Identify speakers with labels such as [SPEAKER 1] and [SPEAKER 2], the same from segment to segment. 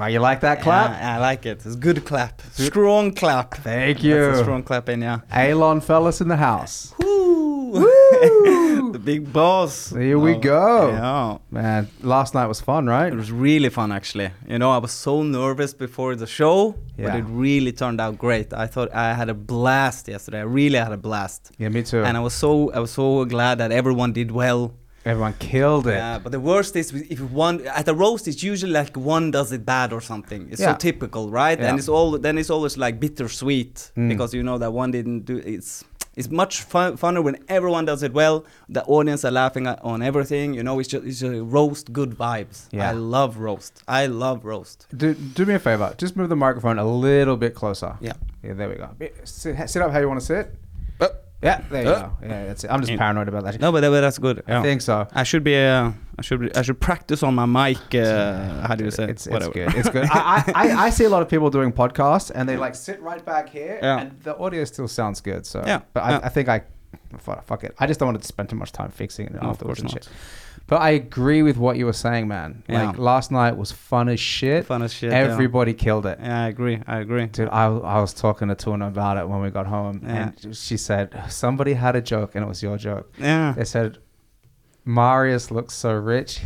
[SPEAKER 1] Wow, you like that clap?
[SPEAKER 2] Yeah, I like it. It's good clap. Strong clap.
[SPEAKER 1] Thank
[SPEAKER 2] That's a
[SPEAKER 1] you.
[SPEAKER 2] strong clap in, yeah.
[SPEAKER 1] Elon Fellas in the house.
[SPEAKER 2] Woo! the big boss. Oh,
[SPEAKER 1] Here we go.
[SPEAKER 2] Yeah.
[SPEAKER 1] Man, last night was fun, right?
[SPEAKER 2] It was really fun, actually. You know, I was so nervous before the show, but
[SPEAKER 1] Yeah.
[SPEAKER 2] it really turned out great. I thought I had a blast yesterday. I really had a blast,
[SPEAKER 1] Yeah, me too.
[SPEAKER 2] and I was so I was so glad that everyone did well.
[SPEAKER 1] Everyone killed it.
[SPEAKER 2] Yeah, but the worst is if one at a roast, it's usually like one does it bad or something. It's
[SPEAKER 1] Yeah.
[SPEAKER 2] so typical, right?
[SPEAKER 1] Yeah.
[SPEAKER 2] And it's all then it's always like bittersweet
[SPEAKER 1] Mm.
[SPEAKER 2] because you know that one didn't do. It's it's much fun, funner when everyone does it well. The audience are laughing at- on everything. You know, it's just it's just roast good vibes.
[SPEAKER 1] Yeah.
[SPEAKER 2] I love roast. I love roast.
[SPEAKER 1] Do, do me a favor. Just move the microphone a little bit closer.
[SPEAKER 2] Yeah.
[SPEAKER 1] Yeah, there we go. Sit, sit up how you want to sit. Yeah, there you
[SPEAKER 2] Uh.
[SPEAKER 1] go. Yeah, that's it. I'm just
[SPEAKER 2] Yeah.
[SPEAKER 1] paranoid about that.
[SPEAKER 2] No, but that, but that's good.
[SPEAKER 1] I
[SPEAKER 2] Yeah.
[SPEAKER 1] think so.
[SPEAKER 2] I should be. Uh, I should. Be, I should practice on my mic. Uh, how do you say? it?
[SPEAKER 1] It's, it's good. It's good. I, I, I- I see a lot of people doing podcasts and they like sit right back here
[SPEAKER 2] Yeah.
[SPEAKER 1] and the audio still sounds good. So,
[SPEAKER 2] Yeah,
[SPEAKER 1] but I,
[SPEAKER 2] yeah.
[SPEAKER 1] I think I, fuck fuck it. I just don't want to spend too much time fixing it
[SPEAKER 2] No, of
[SPEAKER 1] afterwards
[SPEAKER 2] course
[SPEAKER 1] and
[SPEAKER 2] not.
[SPEAKER 1] shit. But I agree with what you were saying, man.
[SPEAKER 2] Yeah.
[SPEAKER 1] Like last night was fun as shit.
[SPEAKER 2] Fun as shit. yeah.
[SPEAKER 1] Everybody killed it.
[SPEAKER 2] Yeah, I agree. I agree.
[SPEAKER 1] Dude, I, I was talking to Tuna about it when we got home, and she said somebody had a joke, and it was your joke.
[SPEAKER 2] Yeah.
[SPEAKER 1] They said Marius looks so rich.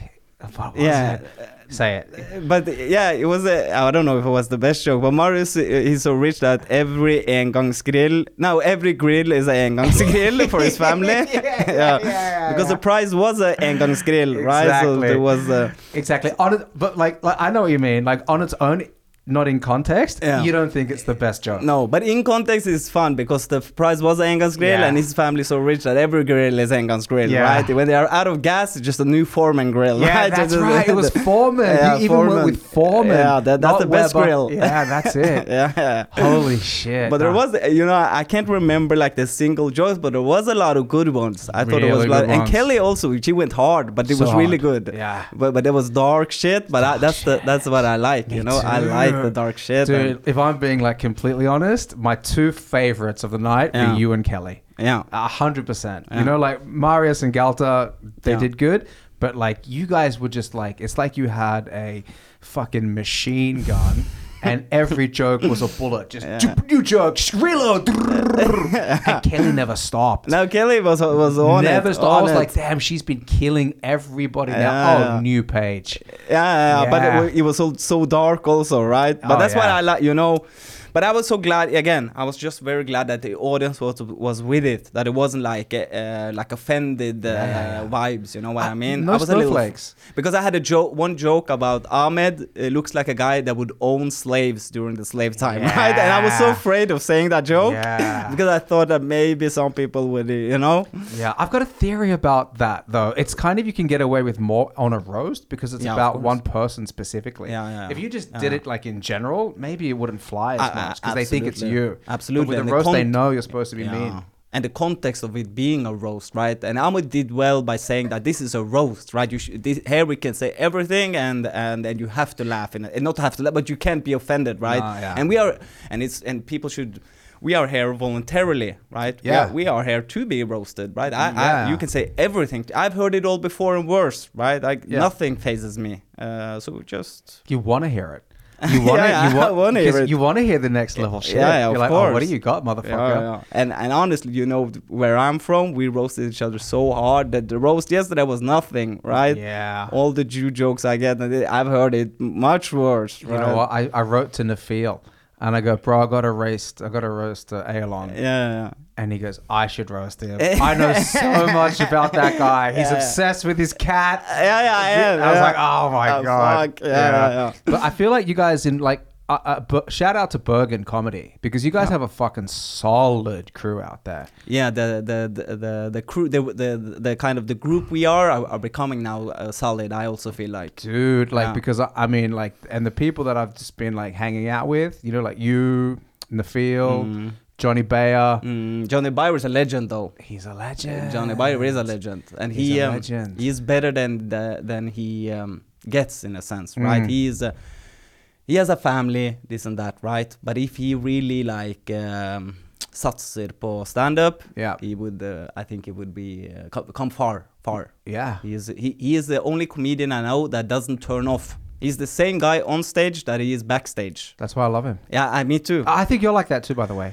[SPEAKER 1] What was
[SPEAKER 2] Yeah.
[SPEAKER 1] it? say it.
[SPEAKER 2] But yeah, it was a, I don't know if it was the best joke, but Marius uh, he's so rich that every engangsgrill, now every grill is an engangsgrill for his family.
[SPEAKER 1] Yeah, yeah, yeah,
[SPEAKER 2] Because the
[SPEAKER 1] yeah.
[SPEAKER 2] prize was an engangsgrill, right? So
[SPEAKER 1] Exactly.
[SPEAKER 2] there was a,
[SPEAKER 1] Exactly. On it, but like, like I know what you mean. Like on its own, not in context,
[SPEAKER 2] Yeah.
[SPEAKER 1] you don't think it's the best joke.
[SPEAKER 2] no, but in context it's fun because the prize was an engangsgrill
[SPEAKER 1] Yeah.
[SPEAKER 2] and his family so rich that every grill is engangsgrill,
[SPEAKER 1] Yeah.
[SPEAKER 2] right? When they are out of gas, it's just a new Foreman grill,
[SPEAKER 1] Yeah,
[SPEAKER 2] right?
[SPEAKER 1] that's right. It was Foreman.
[SPEAKER 2] Yeah,
[SPEAKER 1] you even
[SPEAKER 2] Foreman.
[SPEAKER 1] went with Foreman.
[SPEAKER 2] Yeah, that- that's
[SPEAKER 1] not
[SPEAKER 2] the best
[SPEAKER 1] Weber.
[SPEAKER 2] grill.
[SPEAKER 1] Yeah, that's it.
[SPEAKER 2] yeah, yeah.
[SPEAKER 1] Holy shit.
[SPEAKER 2] But there
[SPEAKER 1] Nah.
[SPEAKER 2] was, you know, I can't remember like the single jokes, but there was a lot of good ones. I thought it was
[SPEAKER 1] Really
[SPEAKER 2] like,
[SPEAKER 1] good
[SPEAKER 2] and
[SPEAKER 1] ones.
[SPEAKER 2] Kelly also, she went hard, but it
[SPEAKER 1] So
[SPEAKER 2] was really
[SPEAKER 1] hard.
[SPEAKER 2] good.
[SPEAKER 1] Yeah.
[SPEAKER 2] But but there was dark shit, but I, that's the that's what I like, you
[SPEAKER 1] Me
[SPEAKER 2] know. I like the
[SPEAKER 1] too.
[SPEAKER 2] dark shit. and-
[SPEAKER 1] Dude, if I'm being like completely honest, my two favorites of the night
[SPEAKER 2] Yeah.
[SPEAKER 1] were you and Kelly.
[SPEAKER 2] yeah.
[SPEAKER 1] A hundred percent.
[SPEAKER 2] Yeah.
[SPEAKER 1] You know, like Marius and Galta, they
[SPEAKER 2] Yeah.
[SPEAKER 1] did good, but like you guys were just like it's like you had a fucking machine gun. And every joke was a bullet. Just
[SPEAKER 2] Yeah.
[SPEAKER 1] "Chup, new joke, shrillo. and Kelly never stopped.
[SPEAKER 2] Now Kelly was was on
[SPEAKER 1] never
[SPEAKER 2] it.
[SPEAKER 1] stopped. I
[SPEAKER 2] on
[SPEAKER 1] was
[SPEAKER 2] it.
[SPEAKER 1] like, damn, she's been killing everybody now.
[SPEAKER 2] Yeah.
[SPEAKER 1] Oh, new page.
[SPEAKER 2] Yeah, yeah, yeah, but it,
[SPEAKER 1] Yeah.
[SPEAKER 2] wa- it was so, so dark also, right? But
[SPEAKER 1] Oh,
[SPEAKER 2] that's what
[SPEAKER 1] yeah.
[SPEAKER 2] I like, you know. But I was so glad again. I was just very glad that the audience was was with it. That it wasn't like uh, like offended uh,
[SPEAKER 1] yeah, yeah.
[SPEAKER 2] vibes. You know what I,
[SPEAKER 1] Uh,
[SPEAKER 2] mean?
[SPEAKER 1] no
[SPEAKER 2] I was little-
[SPEAKER 1] snowflakes.
[SPEAKER 2] because I had a joke, one joke about Ahmed. It looks like a guy that would own slaves during the slave time, right? And I was so
[SPEAKER 1] Yeah.
[SPEAKER 2] afraid of saying that joke
[SPEAKER 1] Yeah.
[SPEAKER 2] because I thought that maybe some people would, uh, you know.
[SPEAKER 1] Yeah, I've got a theory about that though. It's kind of you can get away with more on a roast because it's
[SPEAKER 2] Yeah, of
[SPEAKER 1] about
[SPEAKER 2] course.
[SPEAKER 1] one person specifically.
[SPEAKER 2] Yeah, yeah,
[SPEAKER 1] If you just
[SPEAKER 2] yeah.
[SPEAKER 1] did it like in general, maybe it wouldn't fly as
[SPEAKER 2] Uh, uh,
[SPEAKER 1] much because they think it's
[SPEAKER 2] absolutely.
[SPEAKER 1] you.
[SPEAKER 2] Absolutely,
[SPEAKER 1] But with
[SPEAKER 2] and
[SPEAKER 1] a
[SPEAKER 2] the
[SPEAKER 1] roast, they
[SPEAKER 2] cont-
[SPEAKER 1] know you're supposed to be
[SPEAKER 2] Yeah.
[SPEAKER 1] mean.
[SPEAKER 2] And the context of it being a roast, right? And Ahmed did well by saying that this is a roast, right? You should, this, here we can say everything, and and and you have to laugh, and, and not have to laugh, but you can't be offended, right?
[SPEAKER 1] No, Ah, yeah.
[SPEAKER 2] And we are, and it's and people should. We are here voluntarily, right? We
[SPEAKER 1] Yeah.
[SPEAKER 2] are- we are here to be roasted, right? I, I,
[SPEAKER 1] Yeah.
[SPEAKER 2] you can say everything. I've heard it all before and worse, right? Like
[SPEAKER 1] Yeah.
[SPEAKER 2] nothing phases me. Uh, so just
[SPEAKER 1] You want to hear it. You want to.
[SPEAKER 2] Yeah,
[SPEAKER 1] you
[SPEAKER 2] I
[SPEAKER 1] want,
[SPEAKER 2] wanna hear
[SPEAKER 1] because
[SPEAKER 2] it.
[SPEAKER 1] You want to hear the next level shit.
[SPEAKER 2] yeah,
[SPEAKER 1] you're
[SPEAKER 2] of
[SPEAKER 1] like, oh, what
[SPEAKER 2] course.
[SPEAKER 1] do you got, motherfucker?
[SPEAKER 2] Yeah, yeah. And and honestly, you know where I'm from, we roasted each other so hard that the roast yesterday was nothing, right?
[SPEAKER 1] Yeah.
[SPEAKER 2] All the Jew jokes I get, and it- I've heard it much worse.
[SPEAKER 1] You know what? I, I wrote to Nafil and I go, bro, I got to roast. I got to roast uh, Aelon.
[SPEAKER 2] Yeah, Yeah.
[SPEAKER 1] And he goes, I should roast him. I know so much about that guy. He's
[SPEAKER 2] Yeah.
[SPEAKER 1] obsessed with his cat.
[SPEAKER 2] Yeah, yeah, yeah,
[SPEAKER 1] I was
[SPEAKER 2] yeah.
[SPEAKER 1] like, oh my
[SPEAKER 2] Oh,
[SPEAKER 1] god.
[SPEAKER 2] fuck. Yeah, yeah, yeah.
[SPEAKER 1] But I feel like you guys in like. Uh, uh, but shout out to Bergen Comedy because you guys have a fucking solid crew out there.
[SPEAKER 2] Yeah, the the the the, the crew, the, the the kind of the group we are are, are becoming now uh, solid. I also feel like.
[SPEAKER 1] dude like
[SPEAKER 2] Yeah.
[SPEAKER 1] because I, I mean like and the people that i've just been like hanging out with you know like you Nafil, johnny bayer
[SPEAKER 2] Mm-hmm. Mm, Johnny Byron is a legend, though.
[SPEAKER 1] he's a legend
[SPEAKER 2] Johnny Byron is a legend, and
[SPEAKER 1] He's
[SPEAKER 2] he
[SPEAKER 1] a
[SPEAKER 2] um,
[SPEAKER 1] legend.
[SPEAKER 2] he's better than the, than he um, gets in a sense, right?
[SPEAKER 1] Mm.
[SPEAKER 2] He is a, he has a family, this and that, right? But if he really like um, satsar på stand up,
[SPEAKER 1] Yeah.
[SPEAKER 2] he would. Uh, I think he would be uh, co- come far, far.
[SPEAKER 1] yeah
[SPEAKER 2] He is he, he is the only comedian I know that doesn't turn off He's the same guy on stage that he is backstage.
[SPEAKER 1] That's why I love him.
[SPEAKER 2] Yeah, I, me too.
[SPEAKER 1] I think you're like that too, by the way.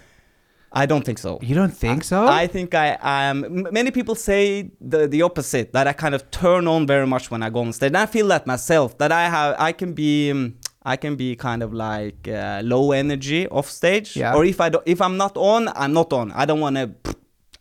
[SPEAKER 2] I don't think so.
[SPEAKER 1] You don't think so?
[SPEAKER 2] I think I am. m- Many people say the, the opposite that I kind of turn on very much when I go on stage. And I feel that myself that I have I can be um, I can be kind of like uh, low energy off stage.
[SPEAKER 1] Yeah.
[SPEAKER 2] Or if I don't, if I'm not on, I'm not on. I don't want to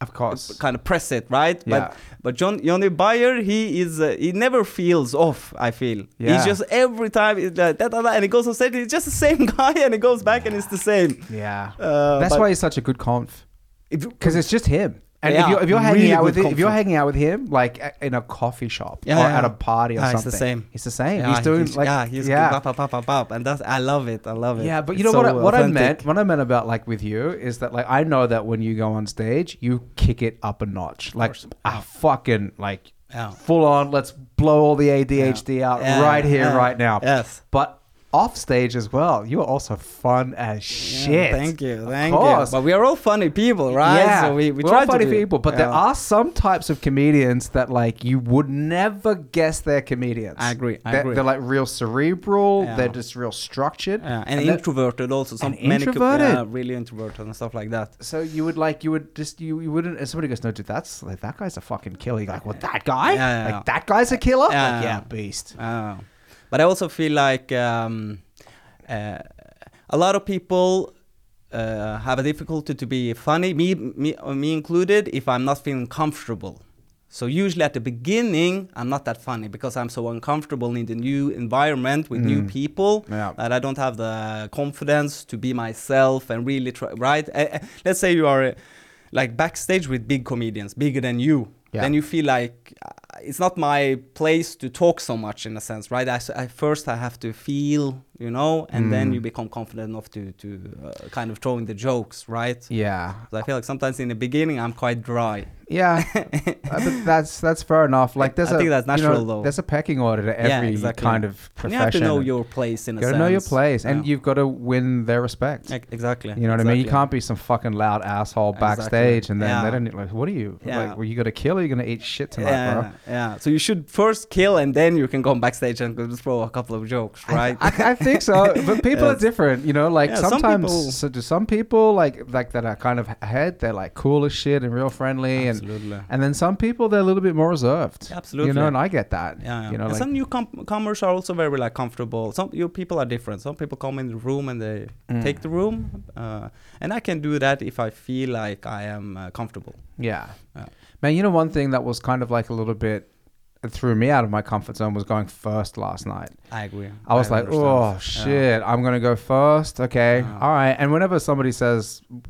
[SPEAKER 1] of course.
[SPEAKER 2] kind of press it, right?
[SPEAKER 1] Yeah.
[SPEAKER 2] But but John Johnny Bayer, he is uh, he never feels off. I feel
[SPEAKER 1] Yeah.
[SPEAKER 2] he's just every time he's like, da, da, da, and he goes on stage. He's just the same guy, and he goes back and it's the same.
[SPEAKER 1] Yeah.
[SPEAKER 2] Uh,
[SPEAKER 1] That's
[SPEAKER 2] but-
[SPEAKER 1] why he's such a good conf.
[SPEAKER 2] If you-
[SPEAKER 1] Because it's just him. And if
[SPEAKER 2] Yeah,
[SPEAKER 1] you're, if you're hanging
[SPEAKER 2] really
[SPEAKER 1] out with
[SPEAKER 2] good
[SPEAKER 1] him, if you're
[SPEAKER 2] conf.
[SPEAKER 1] hanging out with him, like a- in a coffee shop
[SPEAKER 2] Yeah,
[SPEAKER 1] or
[SPEAKER 2] yeah.
[SPEAKER 1] at a party or
[SPEAKER 2] Ah, it's
[SPEAKER 1] something,
[SPEAKER 2] the same.
[SPEAKER 1] It's the same.
[SPEAKER 2] Yeah,
[SPEAKER 1] he's doing like
[SPEAKER 2] yeah, he's
[SPEAKER 1] yeah.
[SPEAKER 2] up, up, up, up, up, and that's I love it. I love it.
[SPEAKER 1] Yeah, but you
[SPEAKER 2] It's
[SPEAKER 1] know what? I,
[SPEAKER 2] so
[SPEAKER 1] what I
[SPEAKER 2] authentic.
[SPEAKER 1] meant, what I meant about like with you is that like I know that when you go on stage, you kick it up a notch, like a fucking like
[SPEAKER 2] Yeah.
[SPEAKER 1] full on. Let's blow all the ADHD out
[SPEAKER 2] Yeah,
[SPEAKER 1] right here,
[SPEAKER 2] yeah.
[SPEAKER 1] right now.
[SPEAKER 2] Yes.
[SPEAKER 1] but off stage as well, you are also fun as
[SPEAKER 2] Yeah,
[SPEAKER 1] shit.
[SPEAKER 2] Thank you,
[SPEAKER 1] Of
[SPEAKER 2] thank
[SPEAKER 1] course.
[SPEAKER 2] you. But we are all funny people, right?
[SPEAKER 1] Yeah,
[SPEAKER 2] so we, we
[SPEAKER 1] are
[SPEAKER 2] try
[SPEAKER 1] all
[SPEAKER 2] to
[SPEAKER 1] funny
[SPEAKER 2] be-
[SPEAKER 1] people, but there
[SPEAKER 2] Yeah.
[SPEAKER 1] are some types of comedians that like you would never guess they're comedians.
[SPEAKER 2] I agree, I
[SPEAKER 1] they're,
[SPEAKER 2] agree.
[SPEAKER 1] They're like real cerebral.
[SPEAKER 2] Yeah.
[SPEAKER 1] They're just real structured.
[SPEAKER 2] Yeah, and,
[SPEAKER 1] that-
[SPEAKER 2] introverted also. Some
[SPEAKER 1] and
[SPEAKER 2] many people
[SPEAKER 1] introverted.
[SPEAKER 2] yeah, really introverted and stuff like that.
[SPEAKER 1] So you would like you would just you, you wouldn't if somebody goes no dude that's like that guy's a fucking killer you're like well that guy
[SPEAKER 2] Yeah, yeah,
[SPEAKER 1] like
[SPEAKER 2] yeah.
[SPEAKER 1] that guy's a killer
[SPEAKER 2] Yeah,
[SPEAKER 1] like,
[SPEAKER 2] yeah,
[SPEAKER 1] yeah
[SPEAKER 2] yeah.
[SPEAKER 1] beast
[SPEAKER 2] Oh. But I also feel like um, uh, a lot of people uh, have a difficulty to be funny, me, me, uh, me included, if I'm not feeling comfortable. So usually at the beginning, I'm not that funny because I'm so uncomfortable in the new environment with new people
[SPEAKER 1] Yeah.
[SPEAKER 2] that I don't have the confidence to be myself and really try. Right? Uh, uh, let's say you are uh, like backstage with big comedians, bigger than you.
[SPEAKER 1] Yeah.
[SPEAKER 2] Then you feel like uh, it's not my place to talk so much in a sense, right? I, s- I- first I have to feel, you know, and
[SPEAKER 1] Mm.
[SPEAKER 2] then you become confident enough to to uh, kind of throw in the jokes, right?
[SPEAKER 1] yeah
[SPEAKER 2] So I feel like sometimes in the beginning I'm quite dry.
[SPEAKER 1] yeah Uh, but that's that's fair enough like there's
[SPEAKER 2] I
[SPEAKER 1] a
[SPEAKER 2] think that's
[SPEAKER 1] you know,
[SPEAKER 2] natural, though.
[SPEAKER 1] there's a pecking order to every
[SPEAKER 2] exactly.
[SPEAKER 1] kind of
[SPEAKER 2] And
[SPEAKER 1] profession
[SPEAKER 2] you have to know your place in
[SPEAKER 1] you
[SPEAKER 2] a
[SPEAKER 1] gotta
[SPEAKER 2] sense.
[SPEAKER 1] know your place and
[SPEAKER 2] Yeah.
[SPEAKER 1] you've got to win their respect
[SPEAKER 2] Ex- exactly.
[SPEAKER 1] you know what I mean you
[SPEAKER 2] exactly.
[SPEAKER 1] can't be some fucking loud asshole
[SPEAKER 2] Exactly.
[SPEAKER 1] backstage and then
[SPEAKER 2] Yeah.
[SPEAKER 1] they don't like what are you
[SPEAKER 2] Yeah.
[SPEAKER 1] like were you gonna kill or you gonna eat shit tonight
[SPEAKER 2] yeah,
[SPEAKER 1] bro
[SPEAKER 2] yeah. So you should first kill, and then you can come backstage and go throw a couple of jokes, right?
[SPEAKER 1] I, I think so, but people are
[SPEAKER 2] Yes.
[SPEAKER 1] different, you know. Like
[SPEAKER 2] Yeah, some
[SPEAKER 1] sometimes,
[SPEAKER 2] people-
[SPEAKER 1] so do some people like like that are kind of ahead. They're like cool as shit and real friendly,
[SPEAKER 2] Absolutely.
[SPEAKER 1] and and then some people they're a little bit more reserved.
[SPEAKER 2] Yeah, absolutely.
[SPEAKER 1] you know, and I get that.
[SPEAKER 2] Yeah, yeah.
[SPEAKER 1] you know,
[SPEAKER 2] and
[SPEAKER 1] like,
[SPEAKER 2] some newcomers are also very like comfortable. Some you people are different. Some people come in the room and they
[SPEAKER 1] Mm.
[SPEAKER 2] take the room, uh, and I can do that if I feel like I am uh, comfortable.
[SPEAKER 1] yeah.
[SPEAKER 2] Yeah.
[SPEAKER 1] man. You know, one thing that was kind of like a little bit it threw me out of my comfort zone was going first last night.
[SPEAKER 2] I agree.
[SPEAKER 1] I was like,
[SPEAKER 2] understand.
[SPEAKER 1] oh
[SPEAKER 2] Yeah.
[SPEAKER 1] shit, I'm gonna go first. Okay,
[SPEAKER 2] Yeah.
[SPEAKER 1] all right. And whenever somebody says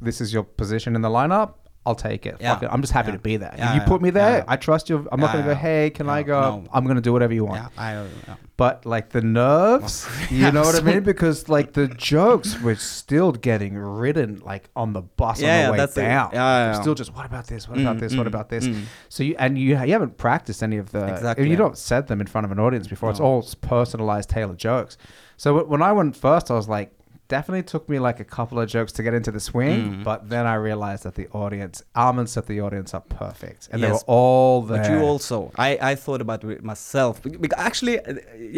[SPEAKER 1] this is your position in the lineup, I'll take it.
[SPEAKER 2] Yeah.
[SPEAKER 1] Fuck it. I'm just happy
[SPEAKER 2] Yeah.
[SPEAKER 1] to be there.
[SPEAKER 2] Yeah,
[SPEAKER 1] you
[SPEAKER 2] yeah,
[SPEAKER 1] put me
[SPEAKER 2] yeah,
[SPEAKER 1] there.
[SPEAKER 2] yeah.
[SPEAKER 1] I trust you. I'm not
[SPEAKER 2] Yeah,
[SPEAKER 1] gonna go.
[SPEAKER 2] yeah.
[SPEAKER 1] Hey, can I
[SPEAKER 2] No,
[SPEAKER 1] go?
[SPEAKER 2] no.
[SPEAKER 1] I'm gonna do whatever you want.
[SPEAKER 2] Yeah, I, uh, yeah.
[SPEAKER 1] But like the nerves, you know what I
[SPEAKER 2] so-
[SPEAKER 1] mean? Because like the jokes were still getting ridden like on the bus
[SPEAKER 2] Yeah,
[SPEAKER 1] on the
[SPEAKER 2] yeah,
[SPEAKER 1] way
[SPEAKER 2] that's it.
[SPEAKER 1] down.
[SPEAKER 2] Yeah, yeah,
[SPEAKER 1] I'm
[SPEAKER 2] yeah.
[SPEAKER 1] Still just what about this? What
[SPEAKER 2] Mm,
[SPEAKER 1] about this? What
[SPEAKER 2] mm,
[SPEAKER 1] about this?
[SPEAKER 2] mm.
[SPEAKER 1] So you and you, you haven't practiced any of the
[SPEAKER 2] Exactly.
[SPEAKER 1] You don't said them in front of an audience before. It's
[SPEAKER 2] No.
[SPEAKER 1] all s- personalized, tailored jokes. So wh- when I went first, I was like, definitely took me like a couple of jokes to get into the swing.
[SPEAKER 2] Mm.
[SPEAKER 1] But then I realized that the audience, almonds of the audience, are perfect, and they
[SPEAKER 2] Yes.
[SPEAKER 1] were all there.
[SPEAKER 2] But you also, I, I thought about it myself. Because actually, uh,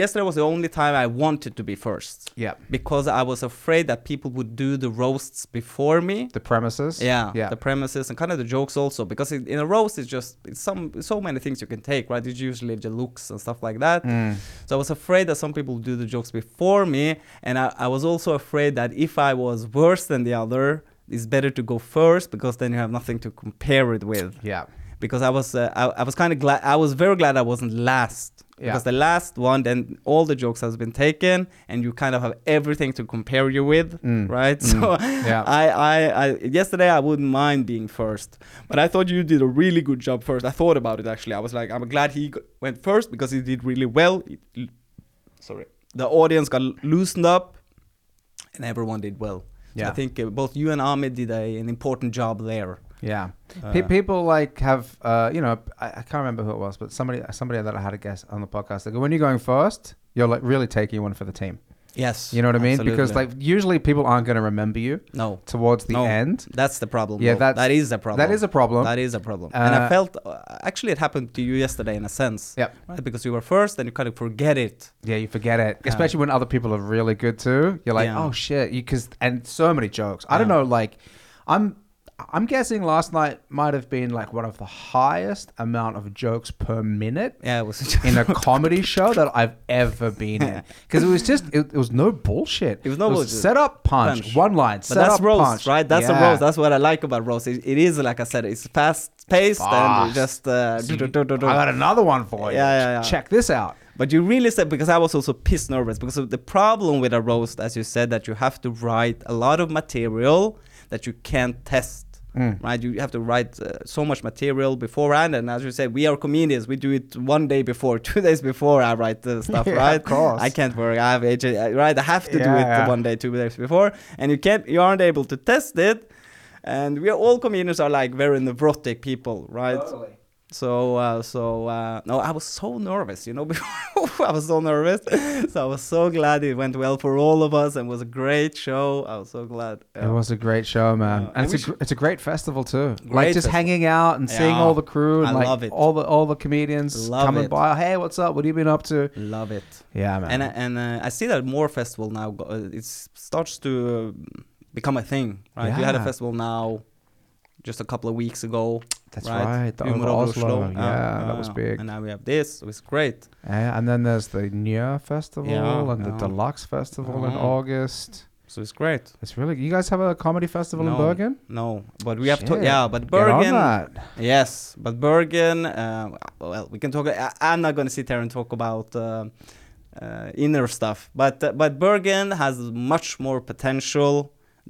[SPEAKER 2] yesterday was the only time I wanted to be first.
[SPEAKER 1] yeah,
[SPEAKER 2] Because I was afraid that people would do the roasts before me,
[SPEAKER 1] the premises.
[SPEAKER 2] Yeah,
[SPEAKER 1] yeah.
[SPEAKER 2] the premises and kind of the jokes also because in, in a roast it's just it's some so many things you can take, right? It's usually the looks and stuff like that.
[SPEAKER 1] Mm.
[SPEAKER 2] So I was afraid that some people do the jokes before me, and I, I was also afraid that if I was worse than the other, it's better to go first because then you have nothing to compare it with.
[SPEAKER 1] yeah.
[SPEAKER 2] Because I was uh, I, I was kind of glad I was very glad I wasn't last.
[SPEAKER 1] Yeah.
[SPEAKER 2] Because the last one, then all the jokes has been taken, and you kind of have everything to compare you with,
[SPEAKER 1] Mm.
[SPEAKER 2] right?
[SPEAKER 1] Mm.
[SPEAKER 2] So
[SPEAKER 1] Yeah.
[SPEAKER 2] I, I, I yesterday I wouldn't mind being first, but I thought you did a really good job first. I thought about it actually. I was like, I'm glad he g- went first because he did really well. It l- sorry, the audience got l- loosened up, and everyone did well. So
[SPEAKER 1] Yeah.
[SPEAKER 2] I think uh, both you and Ahmed did a, an important job there.
[SPEAKER 1] Yeah, Pe-
[SPEAKER 2] Uh,
[SPEAKER 1] people like have uh, you know I, I can't remember who it was, but somebody somebody that I had a guest on the podcast. They go, when you're going first, you're like really taking one for the team.
[SPEAKER 2] Yes.
[SPEAKER 1] You know what I mean? Because like
[SPEAKER 2] absolutely.
[SPEAKER 1] usually people aren't going to remember you
[SPEAKER 2] no,
[SPEAKER 1] towards the
[SPEAKER 2] No.
[SPEAKER 1] end.
[SPEAKER 2] that's the problem.
[SPEAKER 1] Yeah,
[SPEAKER 2] Yeah,
[SPEAKER 1] that's-
[SPEAKER 2] that is the problem.
[SPEAKER 1] That is a problem.
[SPEAKER 2] That is a problem. and
[SPEAKER 1] Uh,
[SPEAKER 2] I felt uh, actually it happened to you yesterday in a sense.
[SPEAKER 1] Yep.
[SPEAKER 2] Right? Because you were first and you kind of forget it.
[SPEAKER 1] Yeah, you forget it,
[SPEAKER 2] Yeah.
[SPEAKER 1] especially when other people are really good too. You're like,
[SPEAKER 2] Yeah.
[SPEAKER 1] oh shit, you because and so many jokes. I don't
[SPEAKER 2] Yeah.
[SPEAKER 1] know, like, I'm I'm guessing last night might have been like one of the highest amount of jokes per minute
[SPEAKER 2] Yeah, it was
[SPEAKER 1] in a comedy show that I've ever been in because it was just it, it was no bullshit.
[SPEAKER 2] It was no bullshit.
[SPEAKER 1] Set up punch,
[SPEAKER 2] Punch.
[SPEAKER 1] one line.
[SPEAKER 2] But
[SPEAKER 1] Set
[SPEAKER 2] that's
[SPEAKER 1] up
[SPEAKER 2] roast,
[SPEAKER 1] punch.
[SPEAKER 2] right? That's a
[SPEAKER 1] Yeah.
[SPEAKER 2] roast. That's what I like about roast. It, it is like I said, it's fast paced and
[SPEAKER 1] Fast.
[SPEAKER 2] you just. Uh,
[SPEAKER 1] So
[SPEAKER 2] do-
[SPEAKER 1] you-
[SPEAKER 2] do- do- do- do.
[SPEAKER 1] I got another one for you.
[SPEAKER 2] Yeah, yeah, yeah.
[SPEAKER 1] Check this out.
[SPEAKER 2] But you really said because I was also pissed nervous because of the problem with a roast, as you said, that you have to write a lot of material that you can't test.
[SPEAKER 1] Mm.
[SPEAKER 2] Right, you have to write uh, so much material beforehand, and as you said, we are comedians. We do it one day before, two days before I write the stuff.
[SPEAKER 1] Yeah, of
[SPEAKER 2] right,
[SPEAKER 1] course.
[SPEAKER 2] I can't work. I have AJ, right? I have to do it
[SPEAKER 1] Yeah.
[SPEAKER 2] one day, two days before, and you can't. You aren't able to test it, and we are all comedians are like very neurotic people, right?
[SPEAKER 1] Oh,
[SPEAKER 2] So, uh, so uh, no, I was so nervous, you know. Before I was so nervous, so I was so glad it went well for all of us and was a great show. I was so glad.
[SPEAKER 1] It was a great show, man,
[SPEAKER 2] Yeah.
[SPEAKER 1] and
[SPEAKER 2] And
[SPEAKER 1] it's
[SPEAKER 2] we
[SPEAKER 1] a gr- it's a great festival too. like
[SPEAKER 2] Great
[SPEAKER 1] just
[SPEAKER 2] festival.
[SPEAKER 1] hanging out and seeing
[SPEAKER 2] Yeah.
[SPEAKER 1] all the crew and
[SPEAKER 2] I
[SPEAKER 1] like
[SPEAKER 2] love it.
[SPEAKER 1] all the all the comedians
[SPEAKER 2] Love
[SPEAKER 1] coming
[SPEAKER 2] it.
[SPEAKER 1] by. Hey, what's up? What have you been up to?
[SPEAKER 2] love it.
[SPEAKER 1] Yeah, man.
[SPEAKER 2] And I- and uh, I see that more festival now. go- uh, It starts to uh, become a thing, right? You had a
[SPEAKER 1] Yeah.
[SPEAKER 2] festival now, just a couple of weeks ago.
[SPEAKER 1] That's right. The Over
[SPEAKER 2] Humor of
[SPEAKER 1] Oslo. Yeah, that was
[SPEAKER 2] yeah.
[SPEAKER 1] big.
[SPEAKER 2] uh, Ah, And now we have this. It was great.
[SPEAKER 1] Yeah, and then there's the Nya Festival
[SPEAKER 2] Yeah,
[SPEAKER 1] and the
[SPEAKER 2] yeah.
[SPEAKER 1] Deluxe Festival in
[SPEAKER 2] Mhm.
[SPEAKER 1] August.
[SPEAKER 2] So it's great.
[SPEAKER 1] It's really. You guys have a comedy festival in
[SPEAKER 2] No,
[SPEAKER 1] Bergen?
[SPEAKER 2] No, but we have to.
[SPEAKER 1] Shit.
[SPEAKER 2] Yeah, but
[SPEAKER 1] Get on
[SPEAKER 2] Bergen.
[SPEAKER 1] that.
[SPEAKER 2] Yes, but Bergen. Uh, well, we can talk. I, I'm not going to sit here and talk about uh, uh, inner stuff, but uh, but Bergen has much more potential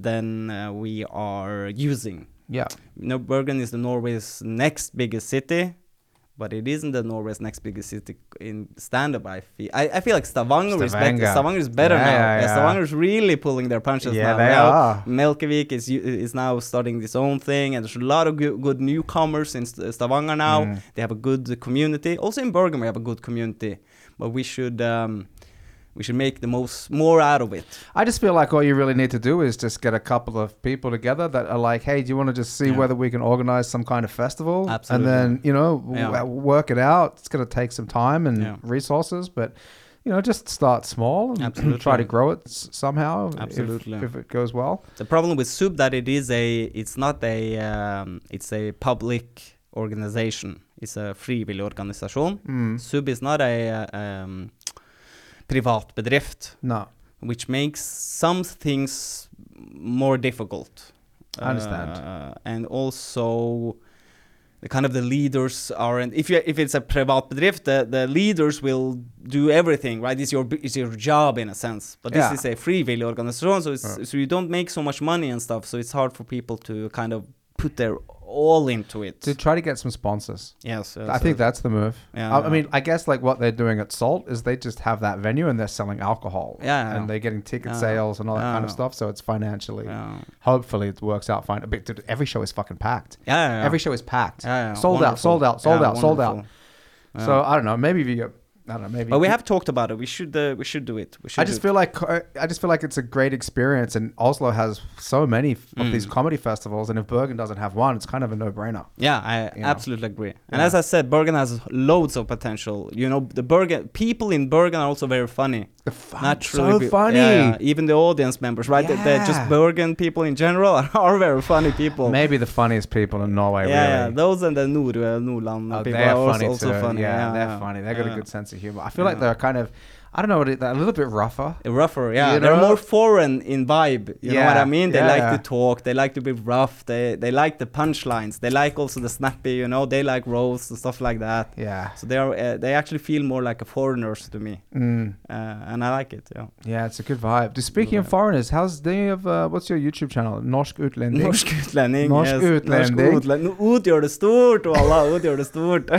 [SPEAKER 2] than uh, we are using.
[SPEAKER 1] Yeah.
[SPEAKER 2] You know, Bergen is the Norway's next biggest city, but it isn't the Norway's next biggest city in stand-up. I feel I, I feel like Stavanger, is better.
[SPEAKER 1] Stavanger.
[SPEAKER 2] Stavanger is better
[SPEAKER 1] Yeah,
[SPEAKER 2] now.
[SPEAKER 1] yeah, yeah.
[SPEAKER 2] Stavanger is really pulling their punches
[SPEAKER 1] Yeah,
[SPEAKER 2] now.
[SPEAKER 1] they
[SPEAKER 2] Now,
[SPEAKER 1] are.
[SPEAKER 2] Melkevik is u- is now starting his own thing, and there's a lot of good, good newcomers in St- Stavanger now.
[SPEAKER 1] Mm.
[SPEAKER 2] They have a good community. Also in Bergen, we have a good community, but we should um, we should make the most more out of it.
[SPEAKER 1] I just feel like all you really need to do is just get a couple of people together that are like, hey, do you want to just see
[SPEAKER 2] Yeah.
[SPEAKER 1] whether we can organize some kind of festival?
[SPEAKER 2] Absolutely.
[SPEAKER 1] And then, you know, w-
[SPEAKER 2] Yeah.
[SPEAKER 1] w- work it out. It's going to take some time and
[SPEAKER 2] Yeah.
[SPEAKER 1] resources, but, you know, just start small and
[SPEAKER 2] Absolutely.
[SPEAKER 1] try to grow it s- somehow. if-
[SPEAKER 2] Absolutely.
[SPEAKER 1] If, it goes well.
[SPEAKER 2] The problem with Soup that it is a it's not a um, it's a public organization. It's a frivillig organisation.
[SPEAKER 1] Mm.
[SPEAKER 2] Soup is not a uh, um, privat bedrift,
[SPEAKER 1] No.
[SPEAKER 2] which makes some things more difficult.
[SPEAKER 1] I understand.
[SPEAKER 2] Uh, and also the kind of the leaders aren't if you if it's a privat bedrift the, the leaders will do everything right it's your it's your job in a sense but this
[SPEAKER 1] Yeah.
[SPEAKER 2] is a freewheel organization so it's, so you don't make so much money and stuff so it's hard for people to kind of put their all into it
[SPEAKER 1] To try to get some sponsors.
[SPEAKER 2] yes uh,
[SPEAKER 1] I think that's the move.
[SPEAKER 2] Yeah,
[SPEAKER 1] I, I
[SPEAKER 2] yeah.
[SPEAKER 1] mean, I guess like what they're doing at Salt is they just have that venue and they're selling alcohol.
[SPEAKER 2] Yeah, yeah.
[SPEAKER 1] And they're getting ticket
[SPEAKER 2] Yeah.
[SPEAKER 1] sales and all that
[SPEAKER 2] Yeah,
[SPEAKER 1] kind of
[SPEAKER 2] yeah.
[SPEAKER 1] stuff. So it's financially.
[SPEAKER 2] yeah
[SPEAKER 1] Hopefully it works out fine. But dude, every show is fucking packed.
[SPEAKER 2] yeah, yeah, yeah.
[SPEAKER 1] Every show is packed.
[SPEAKER 2] Yeah, yeah,
[SPEAKER 1] Sold out,
[SPEAKER 2] wonderful.
[SPEAKER 1] sold out, sold
[SPEAKER 2] Yeah,
[SPEAKER 1] out, sold out.
[SPEAKER 2] wonderful. Yeah.
[SPEAKER 1] So I don't know. Maybe if you, I don't know. Maybe.
[SPEAKER 2] but we have talked about it we should uh, we should do it we should
[SPEAKER 1] I
[SPEAKER 2] do
[SPEAKER 1] just
[SPEAKER 2] it.
[SPEAKER 1] feel like uh, I just feel like it's a great experience, and Oslo has so many f- of
[SPEAKER 2] Mm.
[SPEAKER 1] these comedy festivals, and if Bergen doesn't have one, it's kind of a no-brainer.
[SPEAKER 2] Yeah, I
[SPEAKER 1] You know.
[SPEAKER 2] absolutely agree. And
[SPEAKER 1] Yeah.
[SPEAKER 2] as I said, Bergen has loads of potential. You know, the Bergen people in Bergen are also very funny.
[SPEAKER 1] The fun,
[SPEAKER 2] Naturally,
[SPEAKER 1] so
[SPEAKER 2] be-
[SPEAKER 1] funny.
[SPEAKER 2] Yeah, yeah. Even the audience members, right? They- They're
[SPEAKER 1] Yeah.
[SPEAKER 2] just Bergen people in general are, are very funny people.
[SPEAKER 1] Maybe the funniest people in Norway.
[SPEAKER 2] yeah, yeah,
[SPEAKER 1] really.
[SPEAKER 2] those and the Nord, uh, Nordland
[SPEAKER 1] Oh,
[SPEAKER 2] people
[SPEAKER 1] they're
[SPEAKER 2] are
[SPEAKER 1] funny
[SPEAKER 2] also, also
[SPEAKER 1] too.
[SPEAKER 2] funny.
[SPEAKER 1] Yeah,
[SPEAKER 2] yeah,
[SPEAKER 1] they're
[SPEAKER 2] yeah.
[SPEAKER 1] funny. They got a
[SPEAKER 2] Yeah.
[SPEAKER 1] good sense of humor. I feel like
[SPEAKER 2] Yeah.
[SPEAKER 1] they're kind of, I don't know, what it- they're a little bit rougher.
[SPEAKER 2] Rougher, yeah.
[SPEAKER 1] You
[SPEAKER 2] They're
[SPEAKER 1] know?
[SPEAKER 2] more foreign in vibe. You know what
[SPEAKER 1] Yeah,
[SPEAKER 2] I mean? They
[SPEAKER 1] yeah,
[SPEAKER 2] like
[SPEAKER 1] yeah.
[SPEAKER 2] to talk. They like to be rough. They they like the punchlines. They like also the snappy. You know, they like roasts and stuff like that.
[SPEAKER 1] Yeah.
[SPEAKER 2] So they are uh, they actually feel more like a foreigners to me,
[SPEAKER 1] Mm.
[SPEAKER 2] uh, and I like it. Yeah.
[SPEAKER 1] Yeah, it's a good vibe. Just speaking of
[SPEAKER 2] vibe.
[SPEAKER 1] foreigners, how's they have? Uh, what's your YouTube channel? Norsk Utlending.
[SPEAKER 2] Norsk utlending.
[SPEAKER 1] Norsk
[SPEAKER 2] yes.
[SPEAKER 1] utlending.
[SPEAKER 2] Norsk utlending. Ut gjør det stort, wallah. Ut gjør det stort.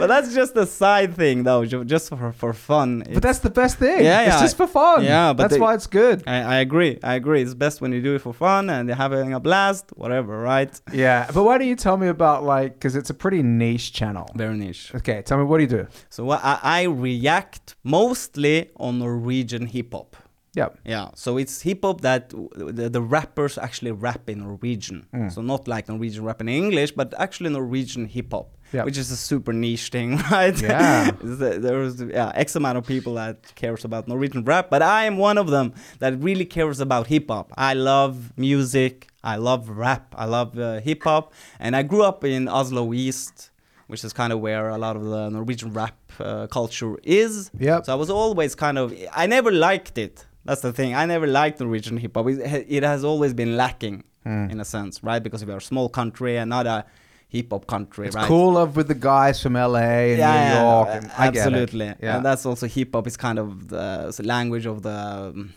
[SPEAKER 2] but that's just a side thing, though, ju- just for, for fun.
[SPEAKER 1] But that's the best thing.
[SPEAKER 2] Yeah,
[SPEAKER 1] It's
[SPEAKER 2] yeah.
[SPEAKER 1] just for fun.
[SPEAKER 2] Yeah, but
[SPEAKER 1] that's
[SPEAKER 2] they-
[SPEAKER 1] why it's good.
[SPEAKER 2] I, I agree. I agree. It's best when you do it for fun and you're having a blast, whatever, right?
[SPEAKER 1] Yeah, but why don't you tell me about like because it's a pretty niche channel.
[SPEAKER 2] Very niche.
[SPEAKER 1] Okay, tell me what do you do?
[SPEAKER 2] So what I, I react mostly on Norwegian hip hop.
[SPEAKER 1] Yep.
[SPEAKER 2] Yeah, so it's hip hop that w- the, the rappers actually rap in Norwegian.
[SPEAKER 1] Mm.
[SPEAKER 2] So not like Norwegian rap in English, but actually Norwegian hip hop,
[SPEAKER 1] Yeah.
[SPEAKER 2] which is a super niche thing, right?
[SPEAKER 1] Yeah.
[SPEAKER 2] There's yeah, X amount of people that cares about Norwegian rap, but I am one of them that really cares about hip hop. I love music. I love rap. I love uh, hip hop, and I grew up in Oslo East. Which is kind of where a lot of the Norwegian rap uh, culture is.
[SPEAKER 1] Yep.
[SPEAKER 2] So I was always kind of I never liked it. That's the thing. I never liked Norwegian hip hop. It it has always been lacking
[SPEAKER 1] Hmm.
[SPEAKER 2] in a sense, right? Because we are a small country and not a hip hop country,
[SPEAKER 1] It's
[SPEAKER 2] right?
[SPEAKER 1] cool of with the guys from LA and New York. and I get it.
[SPEAKER 2] absolutely.
[SPEAKER 1] Yeah.
[SPEAKER 2] And that's also hip hop is kind of the it's the language of the um,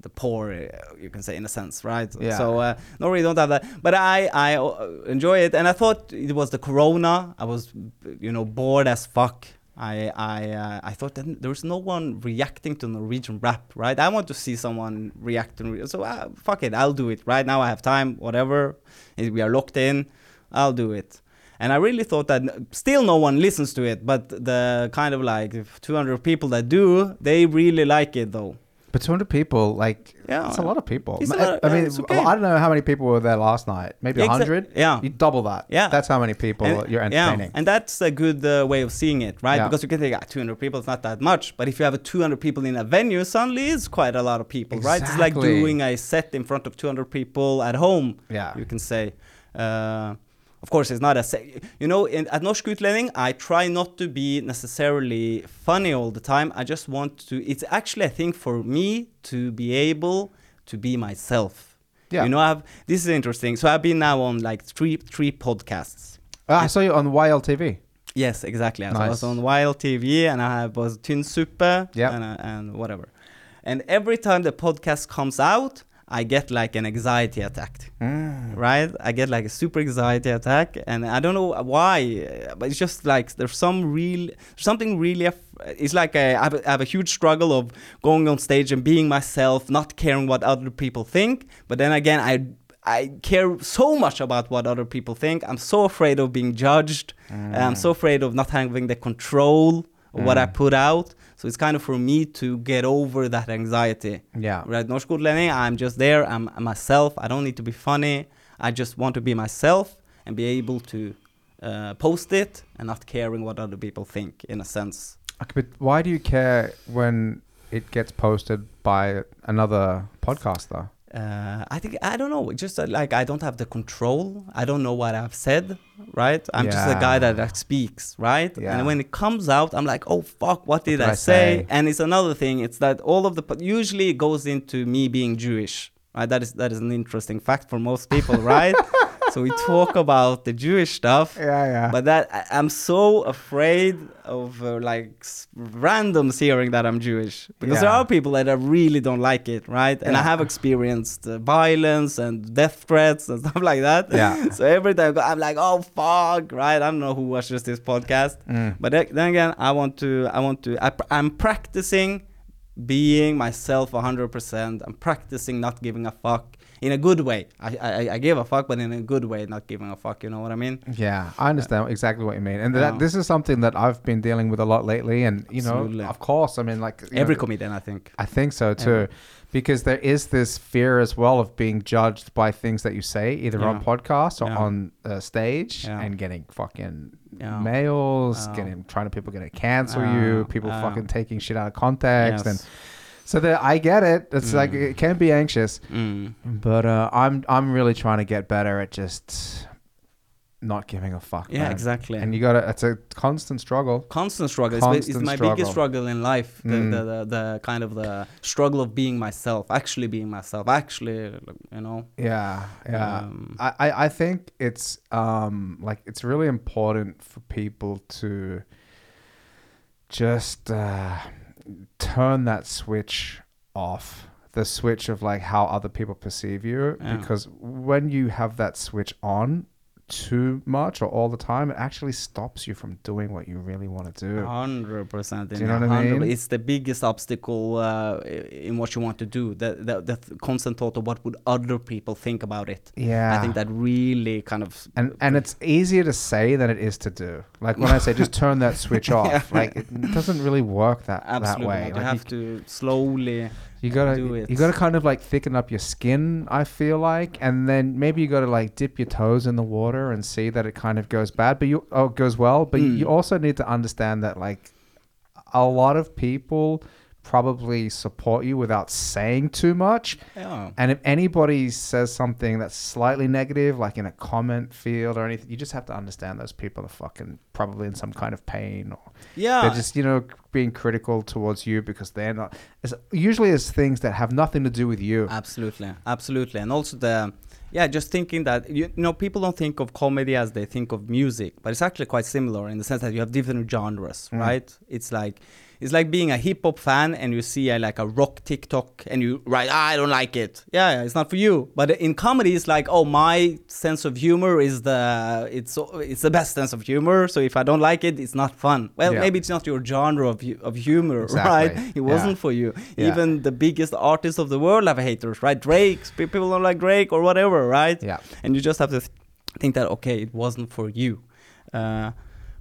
[SPEAKER 2] the poor, uh, you can say, in a sense, right?
[SPEAKER 1] Yeah.
[SPEAKER 2] So uh, no, we don't have that. But I I uh, enjoy it, and I thought it was the corona. I was, you know, bored as fuck. I I uh, I thought that there was no one reacting to Norwegian rap, right? I want to see someone react to. Norwe- So uh, fuck it, I'll do it. Right now I have time, whatever. If we are locked in, I'll do it. And I really thought that n- still no one listens to it, but the kind of like 200 people that do, they really like it though.
[SPEAKER 1] But 200 people, like,
[SPEAKER 2] Yeah.
[SPEAKER 1] that's a lot of people.
[SPEAKER 2] It's a
[SPEAKER 1] I,
[SPEAKER 2] lot-
[SPEAKER 1] I mean,
[SPEAKER 2] it's okay.
[SPEAKER 1] I don't know how many people were there last night. Maybe a
[SPEAKER 2] Exa-
[SPEAKER 1] 100?
[SPEAKER 2] yeah.
[SPEAKER 1] You double that.
[SPEAKER 2] Yeah.
[SPEAKER 1] That's how many people you're
[SPEAKER 2] yeah,
[SPEAKER 1] entertaining.
[SPEAKER 2] and that's a good uh, way of seeing it, right?
[SPEAKER 1] Yeah.
[SPEAKER 2] Because you can think, ah, 200 people is not that much. But if you have a 200 people in a venue, suddenly it's quite a lot of people, right? It's like
[SPEAKER 1] Exactly.
[SPEAKER 2] doing a set in front of 200 people at home,
[SPEAKER 1] Yeah.
[SPEAKER 2] you can say. Uh, of course, it's not a se- you know. In, at Norsk Utlending, I try not to be necessarily funny all the time. I just want to. It's actually, I think, for me to be able to be myself.
[SPEAKER 1] Yeah.
[SPEAKER 2] You know, I've this is interesting. So I've been now on like three three podcasts.
[SPEAKER 1] Ah, I saw you on YLTV.
[SPEAKER 2] Yes, exactly. I
[SPEAKER 1] Nice.
[SPEAKER 2] was on Wild TV and I have- was Tin Super
[SPEAKER 1] Yeah.
[SPEAKER 2] and, uh, and whatever. And every time the podcast comes out, I get like an anxiety attack,
[SPEAKER 1] Mm.
[SPEAKER 2] right? I get like a super anxiety attack, and I don't know why, uh, but it's just like there's some real something really. Aff- it's like a, I, have a, I have a huge struggle of going on stage and being myself, not caring what other people think. But then again, I I care so much about what other people think. I'm so afraid of being judged. I'm so afraid of not having the control of what I put out. So it's kind of for me to get over that anxiety.
[SPEAKER 1] Yeah.
[SPEAKER 2] Right, Norskotlening, I'm just there. I'm, I'm myself. I don't need to be funny. I just want to be myself and be able to uh, post it and not caring what other people think, in a sense.
[SPEAKER 1] Okay, but why do you care when it gets posted by another podcaster?
[SPEAKER 2] uh, I think I don't know. Just uh, like I don't have the control. I don't know what I've said, right? I'm just a guy
[SPEAKER 1] Yeah.
[SPEAKER 2] that, that speaks, right?
[SPEAKER 1] Yeah.
[SPEAKER 2] And when it comes out, I'm like, oh fuck, what did, I, say? And it's another thing. It's that all of the po- usually it goes into me being Jewish. Right? That is that is an interesting fact for most people, right? so we talk about the Jewish stuff,
[SPEAKER 1] Yeah, yeah.
[SPEAKER 2] but that I, I'm so afraid of uh, like s- randoms hearing that I'm Jewish because there
[SPEAKER 1] Yeah.
[SPEAKER 2] are people that I really don't like it, right? And I
[SPEAKER 1] Yeah.
[SPEAKER 2] have experienced uh, violence and death threats and stuff like that.
[SPEAKER 1] Yeah.
[SPEAKER 2] so every time I go, I'm like, oh fuck, right? I don't know who watches this podcast,
[SPEAKER 1] Mm.
[SPEAKER 2] but th- then again, I want to, I want to, I, pr- I'm practicing being myself 100%. I'm practicing not giving a fuck. In a good way, I, I I give a fuck, but in a good way, not giving a fuck. You know what I mean?
[SPEAKER 1] Yeah, I understand exactly what you mean, and that
[SPEAKER 2] Yeah.
[SPEAKER 1] this is something that I've been dealing with a lot lately. And you know,
[SPEAKER 2] Absolutely.
[SPEAKER 1] of course, I mean, like you
[SPEAKER 2] Every
[SPEAKER 1] know,
[SPEAKER 2] comedian, I think.
[SPEAKER 1] I think so too, because there is this fear as well of being judged by things that you say, either on
[SPEAKER 2] Yeah.
[SPEAKER 1] podcasts or
[SPEAKER 2] Yeah.
[SPEAKER 1] on uh, stage,
[SPEAKER 2] Yeah.
[SPEAKER 1] and getting fucking
[SPEAKER 2] Yeah.
[SPEAKER 1] mails,
[SPEAKER 2] Yeah.
[SPEAKER 1] getting trying to people gonna cancel
[SPEAKER 2] Yeah.
[SPEAKER 1] you, people
[SPEAKER 2] Yeah.
[SPEAKER 1] fucking taking shit out of context,
[SPEAKER 2] Yes.
[SPEAKER 1] and so that I get it. It's like it can be anxious,
[SPEAKER 2] Mm.
[SPEAKER 1] but uh, I'm I'm really trying to get better at just not giving a fuck.
[SPEAKER 2] Yeah,
[SPEAKER 1] man.
[SPEAKER 2] exactly.
[SPEAKER 1] And you got to It's a constant struggle.
[SPEAKER 2] constant struggle is,
[SPEAKER 1] Constant
[SPEAKER 2] is my biggest struggle in life the,
[SPEAKER 1] Mm.
[SPEAKER 2] the, the, the kind of the struggle of being myself actually being myself actually like, you know
[SPEAKER 1] Yeah, yeah.
[SPEAKER 2] Um,
[SPEAKER 1] I, I, I think it's um like it's really important for people to just uh, turn that switch off. The switch of like how other people perceive you,
[SPEAKER 2] Yeah.
[SPEAKER 1] because when you have that switch on, too much or all the time, it actually stops you from doing what you really want to
[SPEAKER 2] Uh,
[SPEAKER 1] do.
[SPEAKER 2] Hundred percent.
[SPEAKER 1] Do you know what I mean?
[SPEAKER 2] It's the biggest obstacle uh, in what you want to do. The, the the th- constant thought of what would other people think about it.
[SPEAKER 1] yeah.
[SPEAKER 2] I think that really kind of
[SPEAKER 1] and and it's easier to say than it is to do. Like when I say just turn that switch off, like it doesn't really work that
[SPEAKER 2] absolutely.
[SPEAKER 1] that way.
[SPEAKER 2] not.
[SPEAKER 1] Like,
[SPEAKER 2] you have to slowly.
[SPEAKER 1] You gotta
[SPEAKER 2] do it.
[SPEAKER 1] you gotta kind of like thicken up your skin, I feel like, and then maybe you gotta like dip your toes in the water and see that it kind of goes bad, but you oh it goes well, but
[SPEAKER 2] Mm.
[SPEAKER 1] you also need to understand that like a lot of people probably support you without saying too much.
[SPEAKER 2] Yeah.
[SPEAKER 1] And if anybody says something that's slightly negative, like in a comment field or anything, you just have to understand those people are fucking probably in some kind of pain or
[SPEAKER 2] Yeah.
[SPEAKER 1] they're just you know being critical towards you because they're not it's usually it's things that have nothing to do with you
[SPEAKER 2] Absolutely, absolutely, and also the yeah, just thinking that you, you know people don't think of comedy as they think of music, but it's actually quite similar in the sense that you have different genres,
[SPEAKER 1] Mm.
[SPEAKER 2] right? It's like it's like being a hip hop fan and you see a, like a rock TikTok and you write, "Ah, I don't like it. Yeah, yeah, it's not for you. But in comedy, it's like, oh, my sense of humor is the it's it's the best sense of humor. So if I don't like it, it's not fun. Well,
[SPEAKER 1] Yeah.
[SPEAKER 2] maybe it's not your genre of hu- of humor,
[SPEAKER 1] Exactly.
[SPEAKER 2] right? It
[SPEAKER 1] Yeah.
[SPEAKER 2] wasn't for you.
[SPEAKER 1] Yeah.
[SPEAKER 2] Even the biggest artists of the world have haters, right? Drake, pe- people don't like Drake or whatever, right?
[SPEAKER 1] yeah
[SPEAKER 2] And you just have to th- think that okay, it wasn't for you. Uh,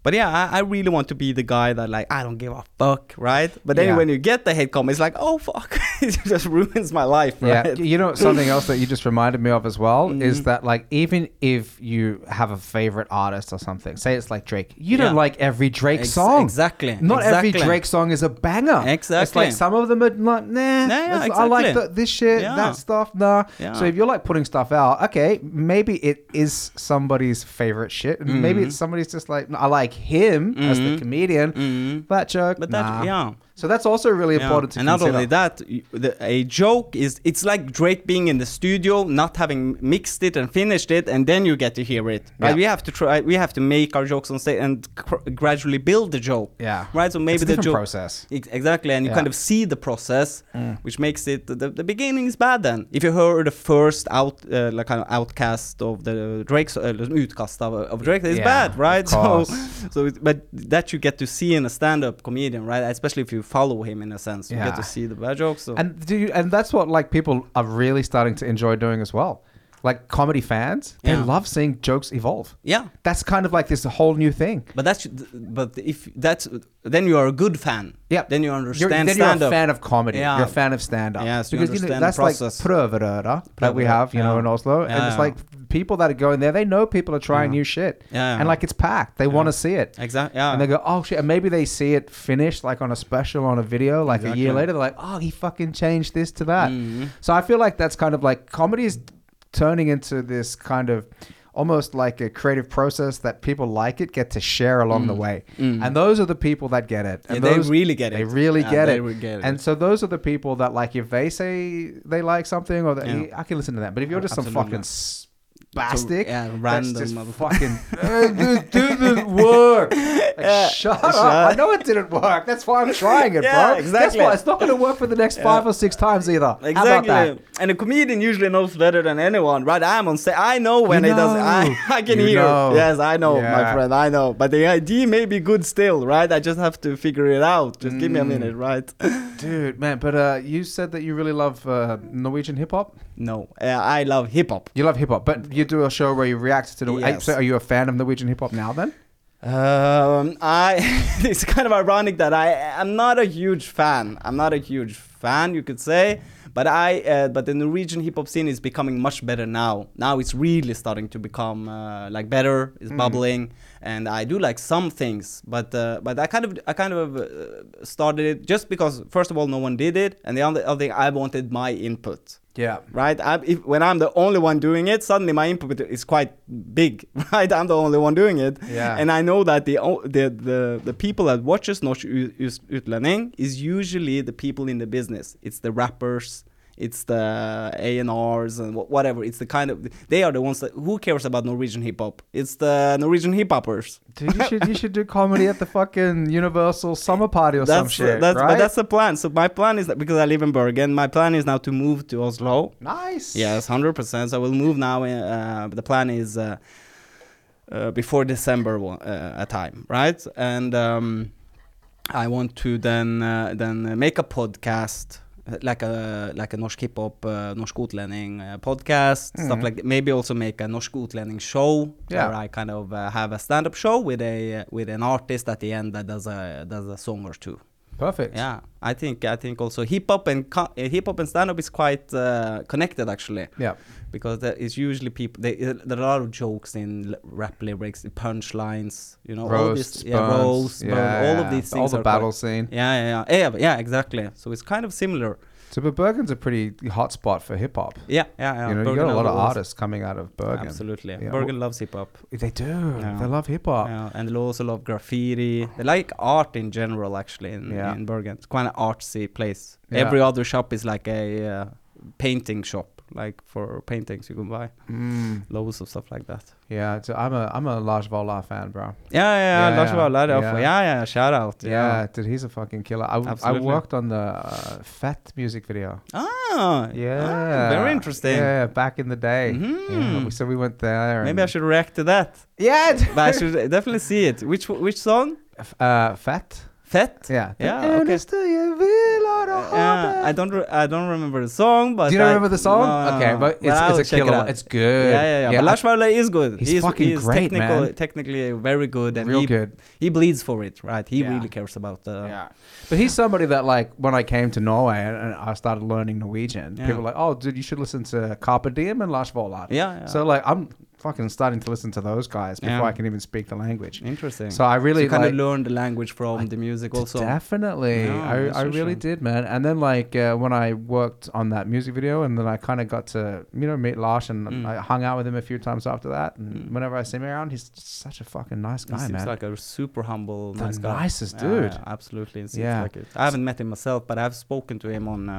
[SPEAKER 2] but yeah, I, I really want to be the guy that like I don't give a fuck, right? But then
[SPEAKER 1] Yeah.
[SPEAKER 2] when you get the hate comment, it's like oh fuck, it just ruins my life,
[SPEAKER 1] yeah
[SPEAKER 2] right?
[SPEAKER 1] you know something else that you just reminded me of as well is
[SPEAKER 2] Mhm.
[SPEAKER 1] that like even if you have a favorite artist or something say it's like drake you don't
[SPEAKER 2] Yeah.
[SPEAKER 1] like every drake
[SPEAKER 2] Ex-
[SPEAKER 1] song
[SPEAKER 2] Exactly.
[SPEAKER 1] not
[SPEAKER 2] exactly.
[SPEAKER 1] every Drake song is a banger. It's
[SPEAKER 2] Exactly.
[SPEAKER 1] like some of them are not, nah.
[SPEAKER 2] yeah,
[SPEAKER 1] it's- I like
[SPEAKER 2] exactly.
[SPEAKER 1] th- this shit,
[SPEAKER 2] Yeah.
[SPEAKER 1] that stuff, nah.
[SPEAKER 2] Yeah.
[SPEAKER 1] So if you're like putting stuff out, okay, maybe it is somebody's favorite shit. and Maybe
[SPEAKER 2] Mm-hmm.
[SPEAKER 1] it's somebody's just like, I like him as the
[SPEAKER 2] Mhm.
[SPEAKER 1] comedian.
[SPEAKER 2] Mhm.
[SPEAKER 1] That joke,
[SPEAKER 2] But that
[SPEAKER 1] nah.
[SPEAKER 2] yeah.
[SPEAKER 1] So that's also really
[SPEAKER 2] Yeah,
[SPEAKER 1] important to
[SPEAKER 2] and
[SPEAKER 1] consider.
[SPEAKER 2] not only that y- the, a joke is it's like drake being in the studio not having mixed it and finished it and then you get to hear it right
[SPEAKER 1] Yeah.
[SPEAKER 2] we have to try we have to make our jokes on stage and cr- gradually build the joke
[SPEAKER 1] yeah.
[SPEAKER 2] right so maybe
[SPEAKER 1] it's a
[SPEAKER 2] the
[SPEAKER 1] different
[SPEAKER 2] joke
[SPEAKER 1] process.
[SPEAKER 2] Ex- exactly and you
[SPEAKER 1] Yeah. Mm.
[SPEAKER 2] kind of see the process which makes it the, the beginning is bad then if you heard the first out uh, like kind of outcast of the drake so- uh, utkast of, of drake it's
[SPEAKER 1] Yeah,
[SPEAKER 2] bad
[SPEAKER 1] of
[SPEAKER 2] right so
[SPEAKER 1] course.
[SPEAKER 2] so it, but that you get to see in a stand-up comedian right especially if you follow him in a sense you
[SPEAKER 1] Yeah.
[SPEAKER 2] get to see the bad jokes so.
[SPEAKER 1] And do you, and that's what like people are really starting to enjoy doing as well. Like comedy fans, they
[SPEAKER 2] Yeah.
[SPEAKER 1] love seeing jokes evolve.
[SPEAKER 2] yeah
[SPEAKER 1] That's kind of like this whole new thing.
[SPEAKER 2] but that's but if that's then you are a good fan
[SPEAKER 1] Yeah.
[SPEAKER 2] then you
[SPEAKER 1] You're,
[SPEAKER 2] understand
[SPEAKER 1] then you're a
[SPEAKER 2] stand-up
[SPEAKER 1] fan of comedy.
[SPEAKER 2] Yeah.
[SPEAKER 1] You're a fan of stand up.
[SPEAKER 2] Yes, you
[SPEAKER 1] because you know,
[SPEAKER 2] understand the
[SPEAKER 1] that's like
[SPEAKER 2] process.
[SPEAKER 1] Prøverøra that we
[SPEAKER 2] Prøverøra,
[SPEAKER 1] have, you know,
[SPEAKER 2] yeah.
[SPEAKER 1] in Oslo. and
[SPEAKER 2] Yeah,
[SPEAKER 1] it's
[SPEAKER 2] yeah.
[SPEAKER 1] like people that are going there, they know people are trying
[SPEAKER 2] Yeah.
[SPEAKER 1] new shit.
[SPEAKER 2] yeah
[SPEAKER 1] And like it's packed. They
[SPEAKER 2] Yeah.
[SPEAKER 1] want to see it.
[SPEAKER 2] exactly yeah
[SPEAKER 1] And they go, oh shit. And maybe they see it finished like on a special, on a video, like a year
[SPEAKER 2] Exactly.
[SPEAKER 1] later. They're like, oh, he fucking changed this to that.
[SPEAKER 2] Mhm.
[SPEAKER 1] Mm-hmm. So I feel like that's kind of like comedy is turning into this kind of almost like a creative process that people like it get to share along the way.
[SPEAKER 2] Mm.
[SPEAKER 1] And those are the people that get it.
[SPEAKER 2] Yeah,
[SPEAKER 1] And
[SPEAKER 2] they
[SPEAKER 1] those-
[SPEAKER 2] really get it
[SPEAKER 1] they really
[SPEAKER 2] Yeah,
[SPEAKER 1] get
[SPEAKER 2] they
[SPEAKER 1] it.
[SPEAKER 2] really get it
[SPEAKER 1] And so those are the people that like if they say they like something or that
[SPEAKER 2] Yeah.
[SPEAKER 1] I can listen to that. But if you're just some
[SPEAKER 2] Absolutely.
[SPEAKER 1] fucking spastic,
[SPEAKER 2] yeah,
[SPEAKER 1] that's
[SPEAKER 2] random
[SPEAKER 1] just
[SPEAKER 2] motherfucker.
[SPEAKER 1] fucking "Uh, this didn't work. Like, shut up! I know it didn't work. That's why I'm trying it,
[SPEAKER 2] Yeah,
[SPEAKER 1] bro. That's
[SPEAKER 2] exactly.
[SPEAKER 1] why it's not going to work for the next five or six times either. How about
[SPEAKER 2] Exactly.
[SPEAKER 1] that?
[SPEAKER 2] And a comedian usually knows better than anyone, right? I'm on stage. I know when
[SPEAKER 1] You
[SPEAKER 2] it doesn't.
[SPEAKER 1] know.
[SPEAKER 2] I, I can
[SPEAKER 1] You
[SPEAKER 2] hear.
[SPEAKER 1] know.
[SPEAKER 2] Yes, I know,
[SPEAKER 1] Yeah.
[SPEAKER 2] my friend. I know. But the idea may be good still, right? I just have to figure it out. Just give me a
[SPEAKER 1] Mm.
[SPEAKER 2] minute, right?
[SPEAKER 1] Dude, man, but uh, you said that you really love uh, Norwegian hip hop.
[SPEAKER 2] no, uh, I love hip hop.
[SPEAKER 1] You love hip hop, but you do a show where you react to the.
[SPEAKER 2] Yes.
[SPEAKER 1] So are you a fan of Norwegian hip hop now then?
[SPEAKER 2] Um, I it's kind of ironic that I I'm not a huge fan. I'm not a huge fan, you could say. But I uh, but the Norwegian hip hop scene is becoming much better now. Now it's really starting to become uh, like better. It's bubbling, and I do like some things. But uh, but I kind of I kind of uh, started it just because first of all no one did it, and the other other thing I wanted my input
[SPEAKER 1] Yeah.
[SPEAKER 2] right? I, if, when I'm the only one doing it, suddenly my input is quite big, right? I'm the only one doing it,
[SPEAKER 1] Yeah.
[SPEAKER 2] and I know that the o- the the, the people that watches Norsk Ut- Ut- Utlending is usually the people in the business. It's the rappers. It's the A and R's and wh- whatever. It's the kind of they are the ones that who cares about Norwegian hip hop. It's the Norwegian hip hoppers.
[SPEAKER 1] Dude, you should you should do comedy at the fucking Universal summer party or some shit,
[SPEAKER 2] that's,
[SPEAKER 1] right?
[SPEAKER 2] But that's the plan. So my plan is that because I live in Bergen, my plan is now to move to Oslo.
[SPEAKER 1] nice.
[SPEAKER 2] Yes, hundred percent. So we'll move now. Uh, the plan is uh, uh, before December one, uh, a time, right? And um, I want to then uh, then make a podcast uh, like a like a norsk hiphop, uh, norsk utlending uh, podcast, stuff
[SPEAKER 1] Mm.
[SPEAKER 2] like that. Maybe also make a norsk utlending show
[SPEAKER 1] Yeah.
[SPEAKER 2] where I kind of uh, have a stand up show with a with an artist at the end that does a does a song or two.
[SPEAKER 1] Perfect.
[SPEAKER 2] Yeah, I think I think also hip hop and co- uh, hip hop and stand up is quite uh, connected actually
[SPEAKER 1] Yeah.
[SPEAKER 2] because there is usually people they, uh, there are a lot of jokes in l- rap lyrics, punchlines, you know, all
[SPEAKER 1] Roasts,
[SPEAKER 2] this yeah,
[SPEAKER 1] burns,
[SPEAKER 2] roasts, burns, all of
[SPEAKER 1] yeah.
[SPEAKER 2] these things.
[SPEAKER 1] All the
[SPEAKER 2] are quite-
[SPEAKER 1] battle scene.
[SPEAKER 2] yeah, yeah, yeah, yeah, but- yeah, exactly. So it's kind of similar.
[SPEAKER 1] So, but Bergen's a pretty hot spot for hip hop.
[SPEAKER 2] Yeah, yeah, yeah.
[SPEAKER 1] you know, you
[SPEAKER 2] Bergen
[SPEAKER 1] got a lot of
[SPEAKER 2] always-
[SPEAKER 1] artists coming out of Bergen.
[SPEAKER 2] Absolutely,
[SPEAKER 1] Yeah,
[SPEAKER 2] Bergen loves hip hop.
[SPEAKER 1] They do.
[SPEAKER 2] Yeah.
[SPEAKER 1] They love hip hop.
[SPEAKER 2] Yeah, and they also love graffiti. They like art in general, actually, in,
[SPEAKER 1] Yeah.
[SPEAKER 2] in Bergen. It's quite an artsy place.
[SPEAKER 1] Yeah.
[SPEAKER 2] Every other shop is like a uh, painting shop, like for paintings you can buy.
[SPEAKER 1] Mm.
[SPEAKER 2] Loads of stuff like that.
[SPEAKER 1] Yeah, so I'm a I'm a Lars Volar fan, bro.
[SPEAKER 2] Yeah, yeah,
[SPEAKER 1] Yeah,
[SPEAKER 2] yeah. Lars er
[SPEAKER 1] yeah,
[SPEAKER 2] Vogt, Lars Vogt.
[SPEAKER 1] yeah.
[SPEAKER 2] yeah, yeah. Shout out.
[SPEAKER 1] Yeah, dude, he's a fucking killer. I, w- I
[SPEAKER 2] Absolutely.
[SPEAKER 1] worked on the uh, Fat music video.
[SPEAKER 2] Ah,
[SPEAKER 1] Yeah,
[SPEAKER 2] ah, very interesting.
[SPEAKER 1] Yeah, back in the day. Yeah,
[SPEAKER 2] Mhm.
[SPEAKER 1] we- so we went there.
[SPEAKER 2] Maybe
[SPEAKER 1] and-
[SPEAKER 2] I should react to that.
[SPEAKER 1] Yeah, dude.
[SPEAKER 2] But I should definitely see it. Which which song?
[SPEAKER 1] F- uh, fat.
[SPEAKER 2] Fett.
[SPEAKER 1] Yeah.
[SPEAKER 2] Yeah,
[SPEAKER 1] And
[SPEAKER 2] okay. Uh,
[SPEAKER 1] it's to you, Villa de
[SPEAKER 2] Yeah,
[SPEAKER 1] Hobbit.
[SPEAKER 2] I don't re- I don't remember the song, but
[SPEAKER 1] Do you not
[SPEAKER 2] I-
[SPEAKER 1] remember the song?
[SPEAKER 2] No, no,
[SPEAKER 1] okay,
[SPEAKER 2] no.
[SPEAKER 1] but it's,
[SPEAKER 2] I will
[SPEAKER 1] it's a
[SPEAKER 2] check it
[SPEAKER 1] killer.
[SPEAKER 2] out.
[SPEAKER 1] it's good.
[SPEAKER 2] Yeah, yeah, yeah. but Lars Vaulet is good.
[SPEAKER 1] he's fucking great,
[SPEAKER 2] technical,
[SPEAKER 1] man.
[SPEAKER 2] Technically very good, and
[SPEAKER 1] real
[SPEAKER 2] he,
[SPEAKER 1] good.
[SPEAKER 2] he bleeds for it, right? He
[SPEAKER 1] Yeah.
[SPEAKER 2] really cares about the.
[SPEAKER 1] yeah. But he's somebody that, like, when I came to Norway and, and I started learning Norwegian,
[SPEAKER 2] Yeah.
[SPEAKER 1] people were like, oh, dude, you should listen to Carpe Diem and Lars Volar.
[SPEAKER 2] yeah, yeah.
[SPEAKER 1] So, like, I'm fucking starting to listen to those guys before
[SPEAKER 2] Yeah.
[SPEAKER 1] I can even speak the language.
[SPEAKER 2] interesting.
[SPEAKER 1] So I really
[SPEAKER 2] kind
[SPEAKER 1] like,
[SPEAKER 2] of learn the language from the music also.
[SPEAKER 1] Definitely.
[SPEAKER 2] No, that's
[SPEAKER 1] I, I
[SPEAKER 2] for
[SPEAKER 1] really
[SPEAKER 2] sure.
[SPEAKER 1] did, man. And then, like, uh, when I worked on that music video, and then I kind of got to, you know, meet Lars, and
[SPEAKER 2] Mm.
[SPEAKER 1] I hung out with him a few times after that. And
[SPEAKER 2] Mm.
[SPEAKER 1] whenever I see him around, he's just such a fucking nice
[SPEAKER 2] He
[SPEAKER 1] guy,
[SPEAKER 2] seems
[SPEAKER 1] man.
[SPEAKER 2] like a super humble,
[SPEAKER 1] the
[SPEAKER 2] nice guy.
[SPEAKER 1] nicest
[SPEAKER 2] Yeah,
[SPEAKER 1] dude.
[SPEAKER 2] yeah, absolutely, it seems
[SPEAKER 1] Yeah.
[SPEAKER 2] like it. I haven't met him myself, but I've spoken to him on, uh,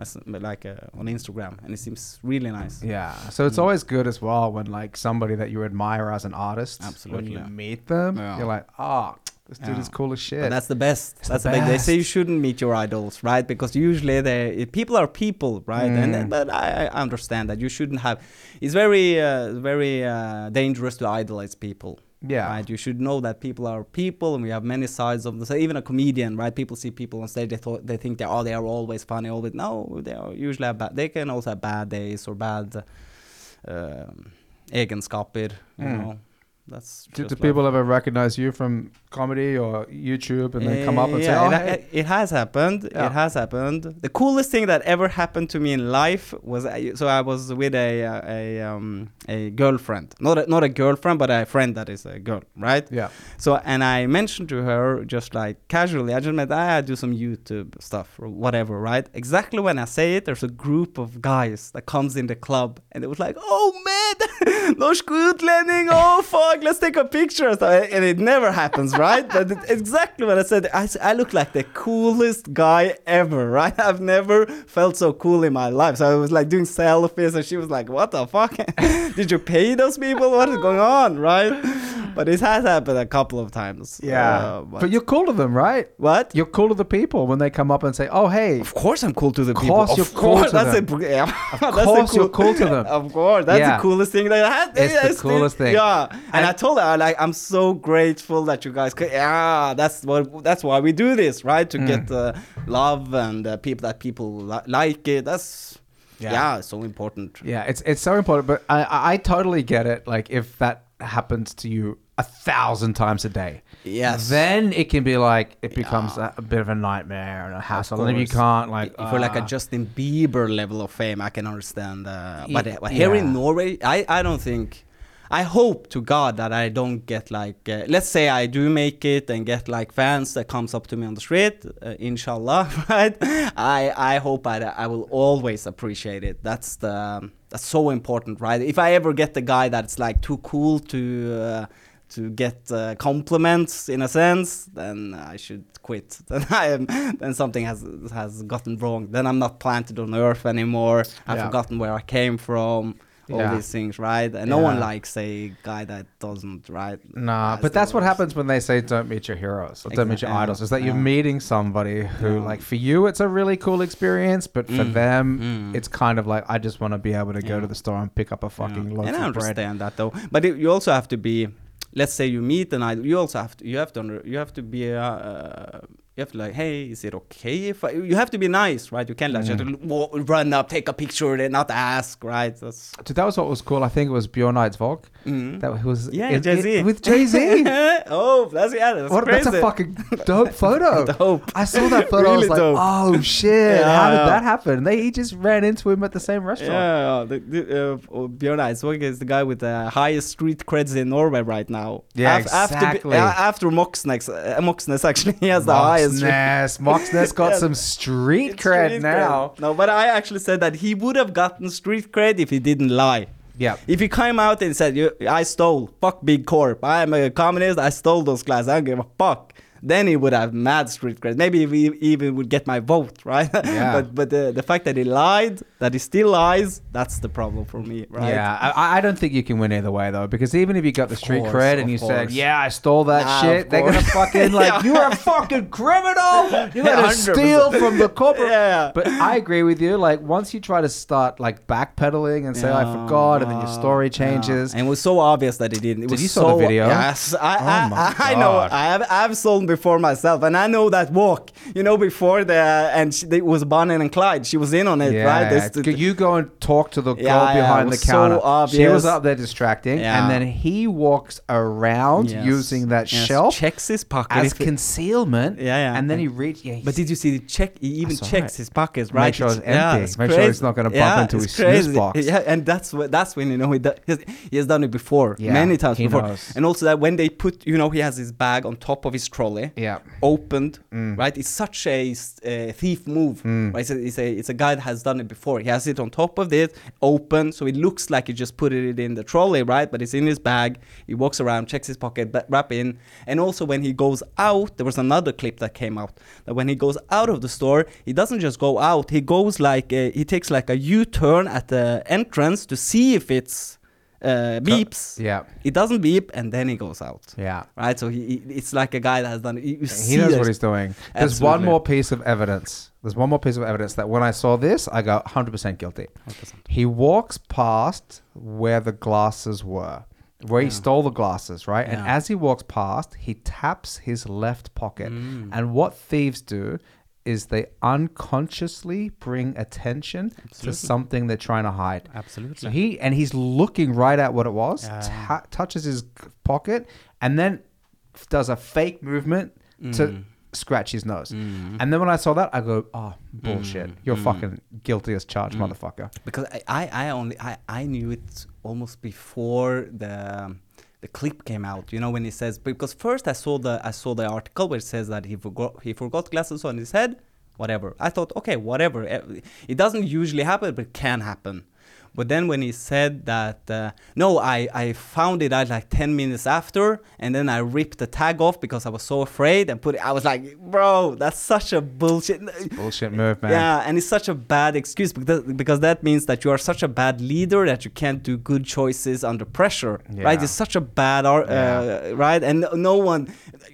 [SPEAKER 2] mess- like uh, on Instagram, and he seems really nice.
[SPEAKER 1] Yeah. So it's
[SPEAKER 2] Mm.
[SPEAKER 1] always good as well when, like, somebody that you admire as an artist, when
[SPEAKER 2] Absolutely.
[SPEAKER 1] you meet them,
[SPEAKER 2] Yeah.
[SPEAKER 1] you're like, oh, this dude
[SPEAKER 2] Yeah.
[SPEAKER 1] is cool as shit.
[SPEAKER 2] But that's the best.
[SPEAKER 1] It's the
[SPEAKER 2] that's the best. They say you
[SPEAKER 1] best.
[SPEAKER 2] shouldn't meet your idols, right? Because usually they eh, people are people, right?
[SPEAKER 1] Mm.
[SPEAKER 2] And but I, I understand that you shouldn't have. It's very uh, very uh, dangerous to idolize people.
[SPEAKER 1] yeah.
[SPEAKER 2] Right, you should know that people are people, and we have many sides of the. So even a comedian, right? People see people on stage, they thought they think they oh they are always funny, always no, they are usually have bad. They can also have bad days or bad uh, egenskaper. You
[SPEAKER 1] Mm.
[SPEAKER 2] know, that's
[SPEAKER 1] Did
[SPEAKER 2] just
[SPEAKER 1] the
[SPEAKER 2] life.
[SPEAKER 1] people ever recognize you from comedy or YouTube and then come up and
[SPEAKER 2] Uh,
[SPEAKER 1] say,
[SPEAKER 2] yeah,
[SPEAKER 1] oh,
[SPEAKER 2] it,
[SPEAKER 1] hey.
[SPEAKER 2] it, it has happened.
[SPEAKER 1] Yeah.
[SPEAKER 2] It has happened. The coolest thing that ever happened to me in life was I, so I was with a uh, a um, a girlfriend, not a, not a girlfriend, but a friend that is a girl, right?
[SPEAKER 1] yeah.
[SPEAKER 2] So and I mentioned to her just like casually, I just meant I do some YouTube stuff or whatever, right? Exactly when I say it, there's a group of guys that comes in the club and it was like, oh man, norsk utlending, oh fuck, let's take a picture. So, and it never happens, right? But it- exactly when I said, I, s- I look like the coolest guy ever, right? I've never felt so cool in my life. So I was like doing selfies and she was like, what the fuck? Did you pay those people? What is going on, right? but it has happened a couple of times.
[SPEAKER 1] Yeah.
[SPEAKER 2] Uh,
[SPEAKER 1] but,
[SPEAKER 2] but
[SPEAKER 1] you're cool to them, right?
[SPEAKER 2] what?
[SPEAKER 1] You're cool to the people when they come up and say, "Oh, hey,
[SPEAKER 2] Of course, I'm cool to the
[SPEAKER 1] Of
[SPEAKER 2] people.
[SPEAKER 1] course you're cool to
[SPEAKER 2] that's
[SPEAKER 1] them.
[SPEAKER 2] A, yeah, that's the
[SPEAKER 1] course you're cool to them.
[SPEAKER 2] Of course, that's
[SPEAKER 1] Yeah.
[SPEAKER 2] the coolest thing that I had.
[SPEAKER 1] It's the coolest thing.
[SPEAKER 2] Yeah, and,
[SPEAKER 1] And-
[SPEAKER 2] I told her, I like, I'm so grateful that you guys. Could, yeah, that's what. That's why we do this, right? To
[SPEAKER 1] Mm.
[SPEAKER 2] get uh, love and uh, people that people li- like it. That's
[SPEAKER 1] Yeah.
[SPEAKER 2] yeah. it's so important.
[SPEAKER 1] yeah, it's it's so important." But I I, I totally get it. Like if that happens to you a thousand times a day,
[SPEAKER 2] Yes.
[SPEAKER 1] then it can be like it becomes a, a bit of a nightmare and a hassle, and then you
[SPEAKER 2] course.
[SPEAKER 1] can't like
[SPEAKER 2] if we're like a
[SPEAKER 1] ah.
[SPEAKER 2] Justin Bieber level of fame, I can understand. Uh,
[SPEAKER 1] Ye-
[SPEAKER 2] but, uh, but here
[SPEAKER 1] yeah.
[SPEAKER 2] in Norway, I, I don't think. I hope to God that I don't get like. Uh, let's say I do make it and get like fans that comes up to me on the street, uh, inshallah, right? I I hope I I will always appreciate it. That's the that's so important, right? If I ever get the guy that's like too cool to. Uh, to get uh, compliments in a sense, then I should quit. Then I am. Then something has has gotten wrong. Then I'm not planted on earth anymore. I've
[SPEAKER 1] Yeah.
[SPEAKER 2] forgotten where I came from. all
[SPEAKER 1] Yeah.
[SPEAKER 2] these things, right? And no one
[SPEAKER 1] Yeah.
[SPEAKER 2] likes a guy that doesn't, right?
[SPEAKER 1] Nah,
[SPEAKER 2] That's
[SPEAKER 1] but
[SPEAKER 2] the
[SPEAKER 1] that's what
[SPEAKER 2] worst.
[SPEAKER 1] happens when they say don't meet your heroes or don't meet your
[SPEAKER 2] Exact- yeah,
[SPEAKER 1] idols. Is that you're
[SPEAKER 2] yeah.
[SPEAKER 1] meeting somebody who,
[SPEAKER 2] Yeah.
[SPEAKER 1] like, for you, it's a really cool experience, but for
[SPEAKER 2] Mm,
[SPEAKER 1] them,
[SPEAKER 2] mm.
[SPEAKER 1] it's kind of like, I just want to be able to go to the store and pick up a fucking
[SPEAKER 2] Yeah.
[SPEAKER 1] loaf
[SPEAKER 2] and I
[SPEAKER 1] of bread.
[SPEAKER 2] understand that though. But it, you also have to be. Let's say you meet an idol. You also have to. You have to. Under, you have to be. Uh, uh, you have to like, hey, is it okay if I, you have to be nice, right? You can't like just
[SPEAKER 1] Mm.
[SPEAKER 2] wa- run up, take a picture, and not ask, right? That's
[SPEAKER 1] Dude, that was what was cool. I think it was Bjorn Eidsvog.
[SPEAKER 2] mm.
[SPEAKER 1] That was
[SPEAKER 2] yeah,
[SPEAKER 1] it-
[SPEAKER 2] Jay Z
[SPEAKER 1] it- with Jay Z.
[SPEAKER 2] oh, that's yeah, that's
[SPEAKER 1] What,
[SPEAKER 2] crazy.
[SPEAKER 1] that's a fucking dope photo.
[SPEAKER 2] Dope.
[SPEAKER 1] I saw that photo. I was
[SPEAKER 2] Really
[SPEAKER 1] like,
[SPEAKER 2] dope.
[SPEAKER 1] "Oh shit!
[SPEAKER 2] Yeah,
[SPEAKER 1] How did
[SPEAKER 2] yeah.
[SPEAKER 1] that happen?" They he just ran into him at the same restaurant.
[SPEAKER 2] Yeah, the, the, uh, Björn Eidsvåg is the guy with the highest street creds in Norway right now.
[SPEAKER 1] Yeah,
[SPEAKER 2] After,
[SPEAKER 1] exactly.
[SPEAKER 2] Bi- uh, after Moxnes, uh, Moxnes actually, he has the highest. street-
[SPEAKER 1] Moxness. Moxness got
[SPEAKER 2] Yes.
[SPEAKER 1] some street
[SPEAKER 2] street
[SPEAKER 1] cred now.
[SPEAKER 2] cred. No, but I actually said that he would have gotten street cred if he didn't lie.
[SPEAKER 1] Yep.
[SPEAKER 2] If he came out and said, "You- "I stole, fuck big corp, I am a communist, I stole those classes, I don't give a fuck," then he would have mad street cred. Maybe he even would get my vote, right?
[SPEAKER 1] Yeah.
[SPEAKER 2] but but the, the fact that he lied, that he still lies, that's the problem for me, right?
[SPEAKER 1] Yeah, I, I don't think you can win either way though, because even if you got the street
[SPEAKER 2] course,
[SPEAKER 1] cred and
[SPEAKER 2] of
[SPEAKER 1] you said,
[SPEAKER 2] course.
[SPEAKER 1] "Yeah, I stole that
[SPEAKER 2] Nah,
[SPEAKER 1] shit,"
[SPEAKER 2] of
[SPEAKER 1] they're gonna
[SPEAKER 2] course.
[SPEAKER 1] fucking like,
[SPEAKER 2] Yeah.
[SPEAKER 1] "You're a fucking criminal! You're
[SPEAKER 2] Yeah,
[SPEAKER 1] gonna
[SPEAKER 2] 100%.
[SPEAKER 1] steal from the corporate."
[SPEAKER 2] Yeah.
[SPEAKER 1] But I agree with you. Like once you try to start like backpedaling and say, "I forgot," and then your
[SPEAKER 2] Ah, Yeah,
[SPEAKER 1] story
[SPEAKER 2] yeah.
[SPEAKER 1] changes.
[SPEAKER 2] And it was so obvious that he didn't. It
[SPEAKER 1] Did
[SPEAKER 2] was
[SPEAKER 1] you
[SPEAKER 2] so
[SPEAKER 1] saw the video?
[SPEAKER 2] Yes, I,
[SPEAKER 1] Oh
[SPEAKER 2] I,
[SPEAKER 1] my
[SPEAKER 2] I know.
[SPEAKER 1] God.
[SPEAKER 2] I have I've sold before myself, and I know that walk. You know, before the and she, it was Bonnie and Clyde. She was in on it,
[SPEAKER 1] Yeah,
[SPEAKER 2] right?
[SPEAKER 1] yeah.
[SPEAKER 2] This- th-
[SPEAKER 1] you go and talk to the girl
[SPEAKER 2] Yeah, yeah,
[SPEAKER 1] behind
[SPEAKER 2] it
[SPEAKER 1] the
[SPEAKER 2] was so
[SPEAKER 1] counter. She was
[SPEAKER 2] obvious.
[SPEAKER 1] up there distracting,
[SPEAKER 2] Yeah.
[SPEAKER 1] and then he walks around
[SPEAKER 2] Yes,
[SPEAKER 1] using that
[SPEAKER 2] yes.
[SPEAKER 1] shelf
[SPEAKER 2] checks his pocket.
[SPEAKER 1] as
[SPEAKER 2] If it-
[SPEAKER 1] concealment.
[SPEAKER 2] Yeah, yeah.
[SPEAKER 1] And then he reached. Yeah,
[SPEAKER 2] but did you see the check? He even
[SPEAKER 1] saw
[SPEAKER 2] checks
[SPEAKER 1] it.
[SPEAKER 2] his pockets, right?
[SPEAKER 1] sure it's empty. Make sure
[SPEAKER 2] crazy.
[SPEAKER 1] it's not gonna bump
[SPEAKER 2] Yeah,
[SPEAKER 1] into
[SPEAKER 2] it's
[SPEAKER 1] his snooze
[SPEAKER 2] crazy.
[SPEAKER 1] box.
[SPEAKER 2] Yeah, and that's what that's when you know he, do, he's, he has done it before,
[SPEAKER 1] Yeah,
[SPEAKER 2] many times
[SPEAKER 1] he
[SPEAKER 2] before.
[SPEAKER 1] knows.
[SPEAKER 2] And also that when they put, you know, he has his bag on top of his trolley.
[SPEAKER 1] yeah.
[SPEAKER 2] opened, right? It's such a s- uh, thief move. Right? It's, a, it's, a, it's a guy that has done it before. He has it on top of this, open, so it looks like he just put it in the trolley, right? But it's in his bag. He walks around, checks his pocket, ba- wrap in. And also when he goes out, there was another clip that came out that when he goes out of the store, he doesn't just go out. He goes like uh he takes like a U-turn at the entrance to see if it's uh, beeps.
[SPEAKER 1] Yeah.
[SPEAKER 2] It doesn't beep, and then he goes out
[SPEAKER 1] Yeah.
[SPEAKER 2] right? So he, he it's like a guy that has done. You, you
[SPEAKER 1] He
[SPEAKER 2] see
[SPEAKER 1] knows
[SPEAKER 2] that-
[SPEAKER 1] what he's doing. There's one
[SPEAKER 2] Absolutely.
[SPEAKER 1] more piece of evidence. There's one more piece of evidence that when I saw this, I go 100% guilty.
[SPEAKER 2] 100%.
[SPEAKER 1] He walks past where the glasses were, where he stole the glasses, right? And
[SPEAKER 2] Yeah.
[SPEAKER 1] as he walks past, he taps his left pocket.
[SPEAKER 2] Mm.
[SPEAKER 1] And what thieves do is they unconsciously bring attention to something they're trying to hide.
[SPEAKER 2] Absolutely.
[SPEAKER 1] So he and he's looking right at what it was,
[SPEAKER 2] Yeah.
[SPEAKER 1] ta- touches his g- pocket, and then f- does a fake movement
[SPEAKER 2] Mm.
[SPEAKER 1] to scratch his nose. And then when I saw that, I go, "Oh, bullshit!
[SPEAKER 2] Mm.
[SPEAKER 1] You're fucking guilty as charged, motherfucker."
[SPEAKER 2] because I, I, I only I, I knew it almost before the the clip came out. You know when he says because first I saw the I saw the article where it says that he forgot he forgot glasses on his head. Whatever. I thought okay whatever. Eh, It doesn't usually happen but it can happen. But then when he said that uh, no I, I found it out like 10 minutes after and then I ripped the tag off because I was so afraid and put it I was like bro that's such a bullshit
[SPEAKER 1] Bullshit move, man.
[SPEAKER 2] yeah, and it's such a bad excuse because because that means that you are such a bad leader that you can't do good choices under pressure, right?
[SPEAKER 1] Yeah.
[SPEAKER 2] It's such a bad, ar-
[SPEAKER 1] Yeah.
[SPEAKER 2] uh, right? And no- no one,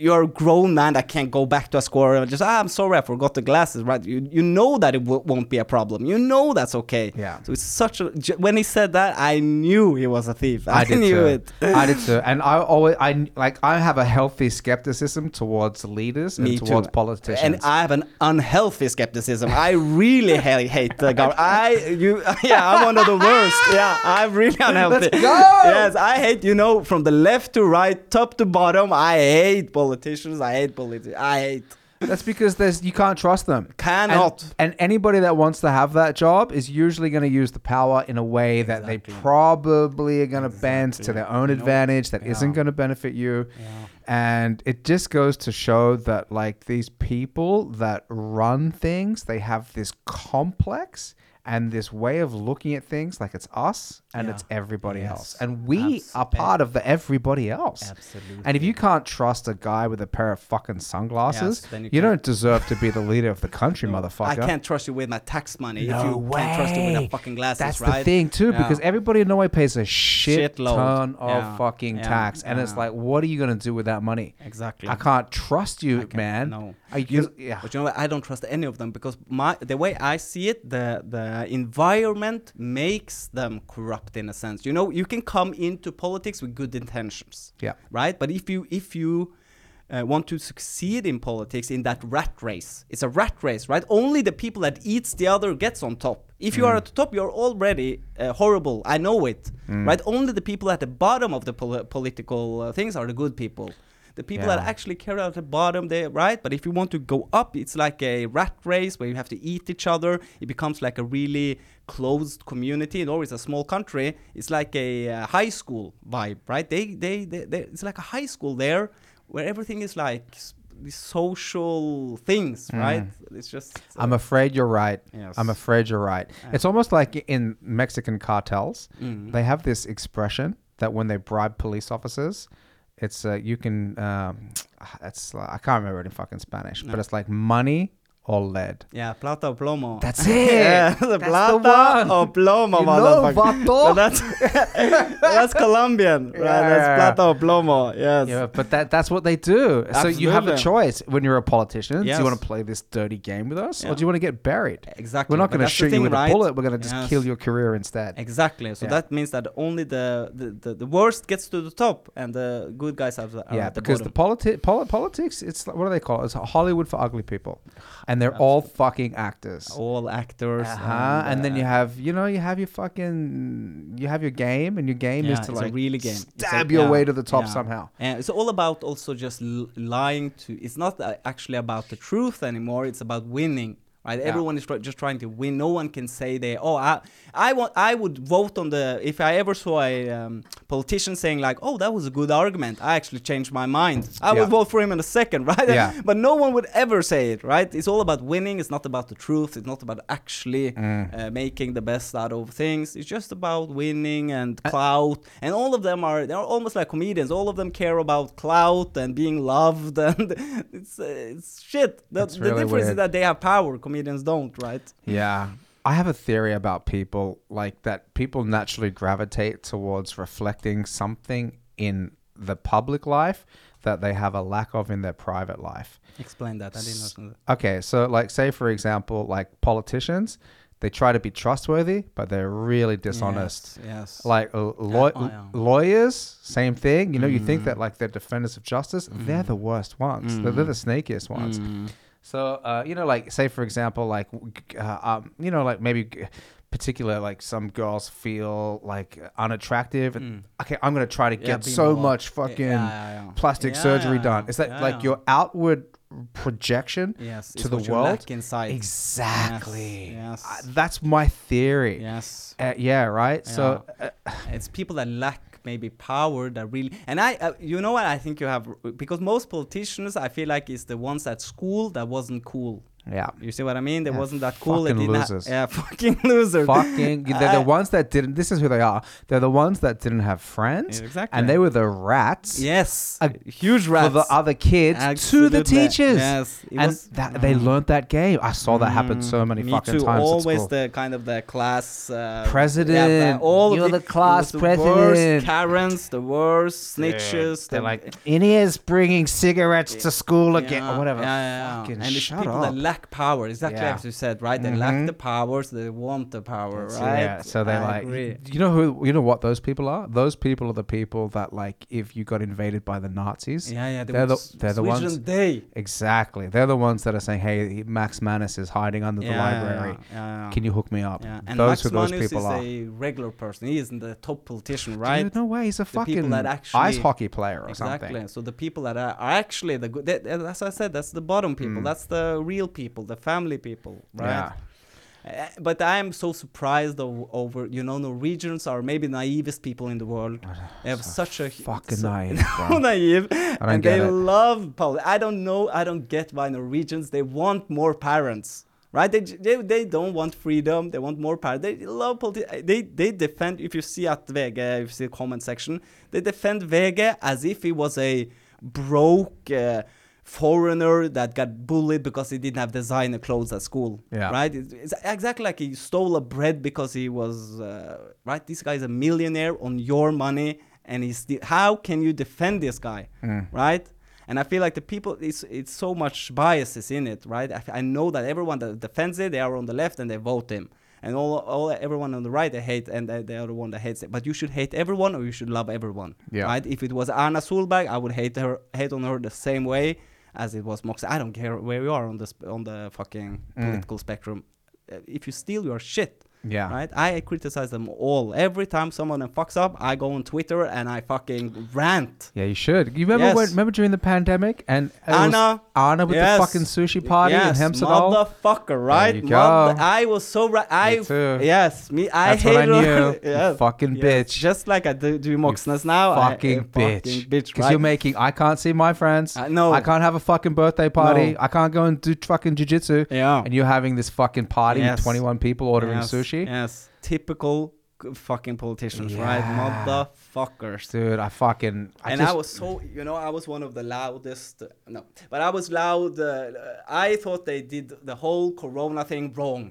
[SPEAKER 2] you're a grown man that can't go back to a score and just ah, I'm sorry, I forgot the glasses, right? You you know that it w- won't be a problem. You know that's okay.
[SPEAKER 1] Yeah.
[SPEAKER 2] So it's such a j- when he said that, I knew he was a thief. I,
[SPEAKER 1] I did
[SPEAKER 2] knew
[SPEAKER 1] too.
[SPEAKER 2] it.
[SPEAKER 1] I did too. And I always, I like, I have a healthy skepticism towards leaders and
[SPEAKER 2] Me too.
[SPEAKER 1] towards politicians.
[SPEAKER 2] And I have an unhealthy skepticism. I really hate, hate the government. I you yeah, I'm one of the worst. Yeah, I'm really unhealthy.
[SPEAKER 1] Let's go!
[SPEAKER 2] Yes, I hate you know from the left to right, top to bottom. I hate politicians. I hate politi- I hate.
[SPEAKER 1] That's because there's you can't trust them.
[SPEAKER 2] Cannot.
[SPEAKER 1] And, and anybody that wants to have that job is usually going to use the power in a way that they
[SPEAKER 2] Exactly.
[SPEAKER 1] probably are going to bend to their own
[SPEAKER 2] You know,
[SPEAKER 1] advantage that not
[SPEAKER 2] yeah.
[SPEAKER 1] going to benefit you.
[SPEAKER 2] Yeah.
[SPEAKER 1] And it just goes to show that like these people that run things, they have this complex and this way of looking at things like it's us and
[SPEAKER 2] Yeah.
[SPEAKER 1] it's everybody
[SPEAKER 2] Yes.
[SPEAKER 1] else. And we
[SPEAKER 2] Abs-
[SPEAKER 1] are part of the everybody else.
[SPEAKER 2] Absolutely.
[SPEAKER 1] And if you can't trust a guy with a pair of fucking sunglasses,
[SPEAKER 2] Yes, then
[SPEAKER 1] you,
[SPEAKER 2] you
[SPEAKER 1] don't
[SPEAKER 2] can't-
[SPEAKER 1] deserve to be the leader of the country, motherfucker.
[SPEAKER 2] I can't trust you with my tax money if you
[SPEAKER 1] No
[SPEAKER 2] can't trust you with
[SPEAKER 1] way.
[SPEAKER 2] my fucking glasses,
[SPEAKER 1] That's the
[SPEAKER 2] right?
[SPEAKER 1] thing too,
[SPEAKER 2] Yeah.
[SPEAKER 1] because everybody in Norway pays a shit
[SPEAKER 2] Shitload.
[SPEAKER 1] ton of
[SPEAKER 2] Yeah.
[SPEAKER 1] fucking
[SPEAKER 2] Yeah.
[SPEAKER 1] tax, and it's
[SPEAKER 2] Yeah.
[SPEAKER 1] like, what are you gonna do with that money?
[SPEAKER 2] Exactly.
[SPEAKER 1] I can't trust you,
[SPEAKER 2] can't-
[SPEAKER 1] man.
[SPEAKER 2] no.
[SPEAKER 1] I, you, yeah.
[SPEAKER 2] But you know what? I don't trust any of them because my the way I see it, the the environment makes them corrupt in a sense. You know, you can come into politics with good intentions.
[SPEAKER 1] Yeah.
[SPEAKER 2] Right. But if you if you uh, want to succeed in politics in that rat race, it's a rat race, right? Only the people that eats the other gets on top. If
[SPEAKER 1] Mm.
[SPEAKER 2] you are at the top, you're already uh, horrible. I know it,
[SPEAKER 1] Mm.
[SPEAKER 2] right? Only the people at the bottom of the pol- political uh, things are the good people. The people that
[SPEAKER 1] Yeah.
[SPEAKER 2] actually carry out the bottom there, right? But if you want to go up, it's like a rat race where you have to eat each other. It becomes like a really closed community. Norway is a small country. It's like a uh, high school vibe, right? They, they, they, they, it's like a high school there where everything is like s- these social things, right? It's just.
[SPEAKER 1] Mm. I'm afraid you're right.
[SPEAKER 2] Yes.
[SPEAKER 1] I'm afraid you're right. It's almost like in Mexican cartels,
[SPEAKER 2] Mm.
[SPEAKER 1] they have this expression that when they bribe police officers, it's uh, you can. Um, it's like, I can't remember it in fucking Spanish, but it's like money or lead.
[SPEAKER 2] yeah, plata o plomo.
[SPEAKER 1] That's it.
[SPEAKER 2] yeah, the
[SPEAKER 1] That's the
[SPEAKER 2] plata
[SPEAKER 1] one.
[SPEAKER 2] o plomo,
[SPEAKER 1] You know,
[SPEAKER 2] motherfucker.
[SPEAKER 1] vato.
[SPEAKER 2] So that's that's Colombian, right?
[SPEAKER 1] Yeah.
[SPEAKER 2] That's plata o plomo. Yes.
[SPEAKER 1] Yeah, but that, that's what they do. So you have a
[SPEAKER 2] Absolutely.
[SPEAKER 1] choice when you're a politician. Do
[SPEAKER 2] Yes.
[SPEAKER 1] you want to play this dirty game with us or
[SPEAKER 2] Yeah.
[SPEAKER 1] do you want to get buried?
[SPEAKER 2] Exactly.
[SPEAKER 1] We're not
[SPEAKER 2] but
[SPEAKER 1] going to
[SPEAKER 2] that's the
[SPEAKER 1] shoot you
[SPEAKER 2] thing,
[SPEAKER 1] with
[SPEAKER 2] right?
[SPEAKER 1] a bullet. We're going to just
[SPEAKER 2] Yes.
[SPEAKER 1] kill your career instead.
[SPEAKER 2] Exactly. So
[SPEAKER 1] Yeah.
[SPEAKER 2] that means that only the, the, the, the worst gets to the top and the good guys have the, are
[SPEAKER 1] yeah,
[SPEAKER 2] at the
[SPEAKER 1] because the
[SPEAKER 2] bottom.
[SPEAKER 1] politi- poli- politics, it's like, what do they call it? It's Hollywood for ugly people. And they're all fucking actors.
[SPEAKER 2] all actors.
[SPEAKER 1] Uh-huh. And then you
[SPEAKER 2] uh,
[SPEAKER 1] have, you know, you have your fucking, you have your game, and your game
[SPEAKER 2] yeah,
[SPEAKER 1] is to
[SPEAKER 2] it's a
[SPEAKER 1] like
[SPEAKER 2] really game. It's a-
[SPEAKER 1] stab your way
[SPEAKER 2] yeah,
[SPEAKER 1] to the top
[SPEAKER 2] yeah.
[SPEAKER 1] somehow.
[SPEAKER 2] And it's all about also just l- lying to. It's not uh, actually about the truth anymore. It's about winning, right?
[SPEAKER 1] Yeah.
[SPEAKER 2] Everyone is try- just trying to win. No one can say they. Oh, I, I want. I would vote on the. If I ever saw a um, politician saying like, "Oh, that was a good argument. I actually changed my mind. I
[SPEAKER 1] Yeah.
[SPEAKER 2] would vote for him in a second, right?
[SPEAKER 1] Yeah.
[SPEAKER 2] but no one would ever say it, right? It's all about winning. It's not about the truth. It's not about actually
[SPEAKER 1] Mm.
[SPEAKER 2] uh, making the best out of things. It's just about winning and clout. and all of them are they're almost like comedians. All of them care about clout and being loved, and it's uh, it's shit. The,
[SPEAKER 1] It's
[SPEAKER 2] the
[SPEAKER 1] really
[SPEAKER 2] difference is
[SPEAKER 1] weird.
[SPEAKER 2] that they have power. Comedians don't, right?
[SPEAKER 1] Yeah. I have a theory about people like that people naturally gravitate towards reflecting something in the public life that they have a lack of in their private life.
[SPEAKER 2] Explain that. I didn't understand that.
[SPEAKER 1] Okay, so like say for example, like politicians, they try to be trustworthy, but they're really dishonest.
[SPEAKER 2] Yes.
[SPEAKER 1] Like uh, law-
[SPEAKER 2] oh, yeah.
[SPEAKER 1] lawyers, same thing. You know, you think
[SPEAKER 2] Mm-hmm.
[SPEAKER 1] that like they're defenders of justice, they're the worst ones. They're, they're the
[SPEAKER 2] Mm-hmm.
[SPEAKER 1] snakiest ones. So uh, you know, like say for example, like w- g- uh, um, you know, like maybe g- particular like some girls feel like unattractive. and Okay, I'm gonna try to
[SPEAKER 2] Mm. Yeah,
[SPEAKER 1] get
[SPEAKER 2] be
[SPEAKER 1] so
[SPEAKER 2] more-
[SPEAKER 1] much fucking
[SPEAKER 2] yeah, yeah, yeah.
[SPEAKER 1] plastic
[SPEAKER 2] Yeah,
[SPEAKER 1] surgery
[SPEAKER 2] yeah,
[SPEAKER 1] done. It's like
[SPEAKER 2] yeah,
[SPEAKER 1] like
[SPEAKER 2] yeah.
[SPEAKER 1] your outward projection
[SPEAKER 2] yes.
[SPEAKER 1] to
[SPEAKER 2] it's
[SPEAKER 1] the
[SPEAKER 2] what you
[SPEAKER 1] world.
[SPEAKER 2] lack inside.
[SPEAKER 1] Exactly.
[SPEAKER 2] Yes,
[SPEAKER 1] Uh,
[SPEAKER 2] yes.
[SPEAKER 1] that's my theory.
[SPEAKER 2] Yes.
[SPEAKER 1] Uh, yeah. Right. So uh,
[SPEAKER 2] it's people that lack maybe power that really and i uh, you know what i think you have because most politicians i feel like is the ones at school that wasn't cool
[SPEAKER 1] yeah.
[SPEAKER 2] you see what i mean they
[SPEAKER 1] Yeah,
[SPEAKER 2] wasn't that cool they
[SPEAKER 1] fucking
[SPEAKER 2] didn't ha-
[SPEAKER 1] losers.
[SPEAKER 2] yeah fucking losers
[SPEAKER 1] fucking they're
[SPEAKER 2] I-
[SPEAKER 1] the ones that didn't this is who they are they're the ones that didn't have friends
[SPEAKER 2] Yeah, exactly.
[SPEAKER 1] and they were the rats
[SPEAKER 2] yes
[SPEAKER 1] A-
[SPEAKER 2] huge
[SPEAKER 1] for
[SPEAKER 2] rats
[SPEAKER 1] the other kids to the
[SPEAKER 2] Absolutely.
[SPEAKER 1] teachers
[SPEAKER 2] Yes, it
[SPEAKER 1] and
[SPEAKER 2] was- Mm.
[SPEAKER 1] that they learned that game i saw that happen so many
[SPEAKER 2] Me
[SPEAKER 1] fucking
[SPEAKER 2] too.
[SPEAKER 1] times
[SPEAKER 2] Always
[SPEAKER 1] at school.
[SPEAKER 2] the kind of the class uh,
[SPEAKER 1] President.
[SPEAKER 2] the- all of
[SPEAKER 1] You're
[SPEAKER 2] the,
[SPEAKER 1] the class
[SPEAKER 2] it was the worst
[SPEAKER 1] president.
[SPEAKER 2] Karens, the worst snitches.
[SPEAKER 1] they're
[SPEAKER 2] the-
[SPEAKER 1] like Inea's bringing cigarettes to school again or
[SPEAKER 2] Yeah,
[SPEAKER 1] whatever
[SPEAKER 2] Yeah, yeah, yeah.
[SPEAKER 1] Fucking
[SPEAKER 2] and it's
[SPEAKER 1] shut
[SPEAKER 2] people
[SPEAKER 1] up.
[SPEAKER 2] that lack power. Exactly
[SPEAKER 1] Yeah.
[SPEAKER 2] as you said, right? They lack the power, so they want the power,
[SPEAKER 1] So,
[SPEAKER 2] right?
[SPEAKER 1] Yeah, so they're
[SPEAKER 2] I
[SPEAKER 1] like,
[SPEAKER 2] agree.
[SPEAKER 1] you know who, you know what those people are? Those people are the people that like, if you got invaded by the Nazis,
[SPEAKER 2] yeah, yeah. They
[SPEAKER 1] they're
[SPEAKER 2] would
[SPEAKER 1] the-
[SPEAKER 2] s-
[SPEAKER 1] they're the
[SPEAKER 2] switch
[SPEAKER 1] ones-
[SPEAKER 2] on Day.
[SPEAKER 1] exactly. They're the ones that are saying, "Hey, Max Manus is hiding under the
[SPEAKER 2] Yeah, yeah,
[SPEAKER 1] library.
[SPEAKER 2] yeah, yeah, yeah.
[SPEAKER 1] Can you hook me up?"
[SPEAKER 2] Yeah, and
[SPEAKER 1] those
[SPEAKER 2] Max
[SPEAKER 1] who those
[SPEAKER 2] Manus
[SPEAKER 1] people
[SPEAKER 2] is
[SPEAKER 1] are.
[SPEAKER 2] a regular person. He isn't the top politician,
[SPEAKER 1] Right?
[SPEAKER 2] right?
[SPEAKER 1] no way. He's a
[SPEAKER 2] people
[SPEAKER 1] fucking
[SPEAKER 2] that
[SPEAKER 1] ice
[SPEAKER 2] actually-
[SPEAKER 1] hockey player or
[SPEAKER 2] Exactly.
[SPEAKER 1] something.
[SPEAKER 2] So the people that are, are actually the good, that, as I said, that's the bottom people. That's the real people, the family people, right?
[SPEAKER 1] Mm. Yeah.
[SPEAKER 2] Uh, but I am so surprised o- over, you know, Norwegians are maybe naivest people in the world. They have such a hu-
[SPEAKER 1] Ah, Fucking
[SPEAKER 2] so-
[SPEAKER 1] naive,
[SPEAKER 2] so
[SPEAKER 1] bro.
[SPEAKER 2] naive,
[SPEAKER 1] don't
[SPEAKER 2] and they
[SPEAKER 1] get it.
[SPEAKER 2] love Paul. I don't know. I don't get why Norwegians they want more parents. right? They, they, they don't want freedom. They want more power. They love politi- They they defend. If you see at VG, if you see the comment section, they defend VG as if he was a broke uh, foreigner that got bullied because he didn't have designer clothes at school.
[SPEAKER 1] Yeah.
[SPEAKER 2] Right? It's, it's exactly like he stole a bread because he was uh, right. This guy is a millionaire on your money, and he's still. How can you defend this guy? Right? And I feel like the people, it's, it's so much biases in it, right? I, I know that everyone that defends it, they are on the left and they vote him. And all, all everyone on the right, they hate, and they, they are the one that hates it. But you should hate everyone or you should love everyone,
[SPEAKER 1] Yeah.
[SPEAKER 2] right? If it was Anna Solberg, I would hate her, hate on her the same way as it was Moxie. I don't care where you are on the, sp- on the fucking
[SPEAKER 1] Mm.
[SPEAKER 2] political spectrum. Uh, If you steal your shit,
[SPEAKER 1] Yeah.
[SPEAKER 2] right? I criticize them all. Every time someone fucks up, I go on Twitter and I fucking rant.
[SPEAKER 1] Yeah, you should. You remember when?
[SPEAKER 2] Yes.
[SPEAKER 1] Remember during the pandemic and it was
[SPEAKER 2] Anna.
[SPEAKER 1] Anna with
[SPEAKER 2] Yes.
[SPEAKER 1] the fucking sushi party in
[SPEAKER 2] yes,
[SPEAKER 1] Hemsedal.
[SPEAKER 2] motherfucker, right?
[SPEAKER 1] you
[SPEAKER 2] Mother-
[SPEAKER 1] go.
[SPEAKER 2] I was so right. I
[SPEAKER 1] too.
[SPEAKER 2] yes, me. I
[SPEAKER 1] That's what
[SPEAKER 2] hate
[SPEAKER 1] I knew.
[SPEAKER 2] her.
[SPEAKER 1] You fucking bitch.
[SPEAKER 2] Just like I do, do Moxness now. Oh, I-
[SPEAKER 1] Fucking
[SPEAKER 2] I,
[SPEAKER 1] bitch,
[SPEAKER 2] fucking bitch,
[SPEAKER 1] Because
[SPEAKER 2] right?
[SPEAKER 1] you're making. I can't see my friends.
[SPEAKER 2] I know.
[SPEAKER 1] I can't have a fucking birthday party.
[SPEAKER 2] No.
[SPEAKER 1] I can't go and do fucking jujitsu.
[SPEAKER 2] Yeah.
[SPEAKER 1] And you're having this fucking party
[SPEAKER 2] Yes.
[SPEAKER 1] with 21 people ordering
[SPEAKER 2] yes,
[SPEAKER 1] sushi.
[SPEAKER 2] Yes, typical g- fucking politicians,
[SPEAKER 1] Yeah.
[SPEAKER 2] right? Motherfuckers.
[SPEAKER 1] Dude, I fucking. I
[SPEAKER 2] and
[SPEAKER 1] just,
[SPEAKER 2] I was so, you know, I was one of the loudest. No, but I was loud. Uh, I thought they did the whole Corona thing wrong.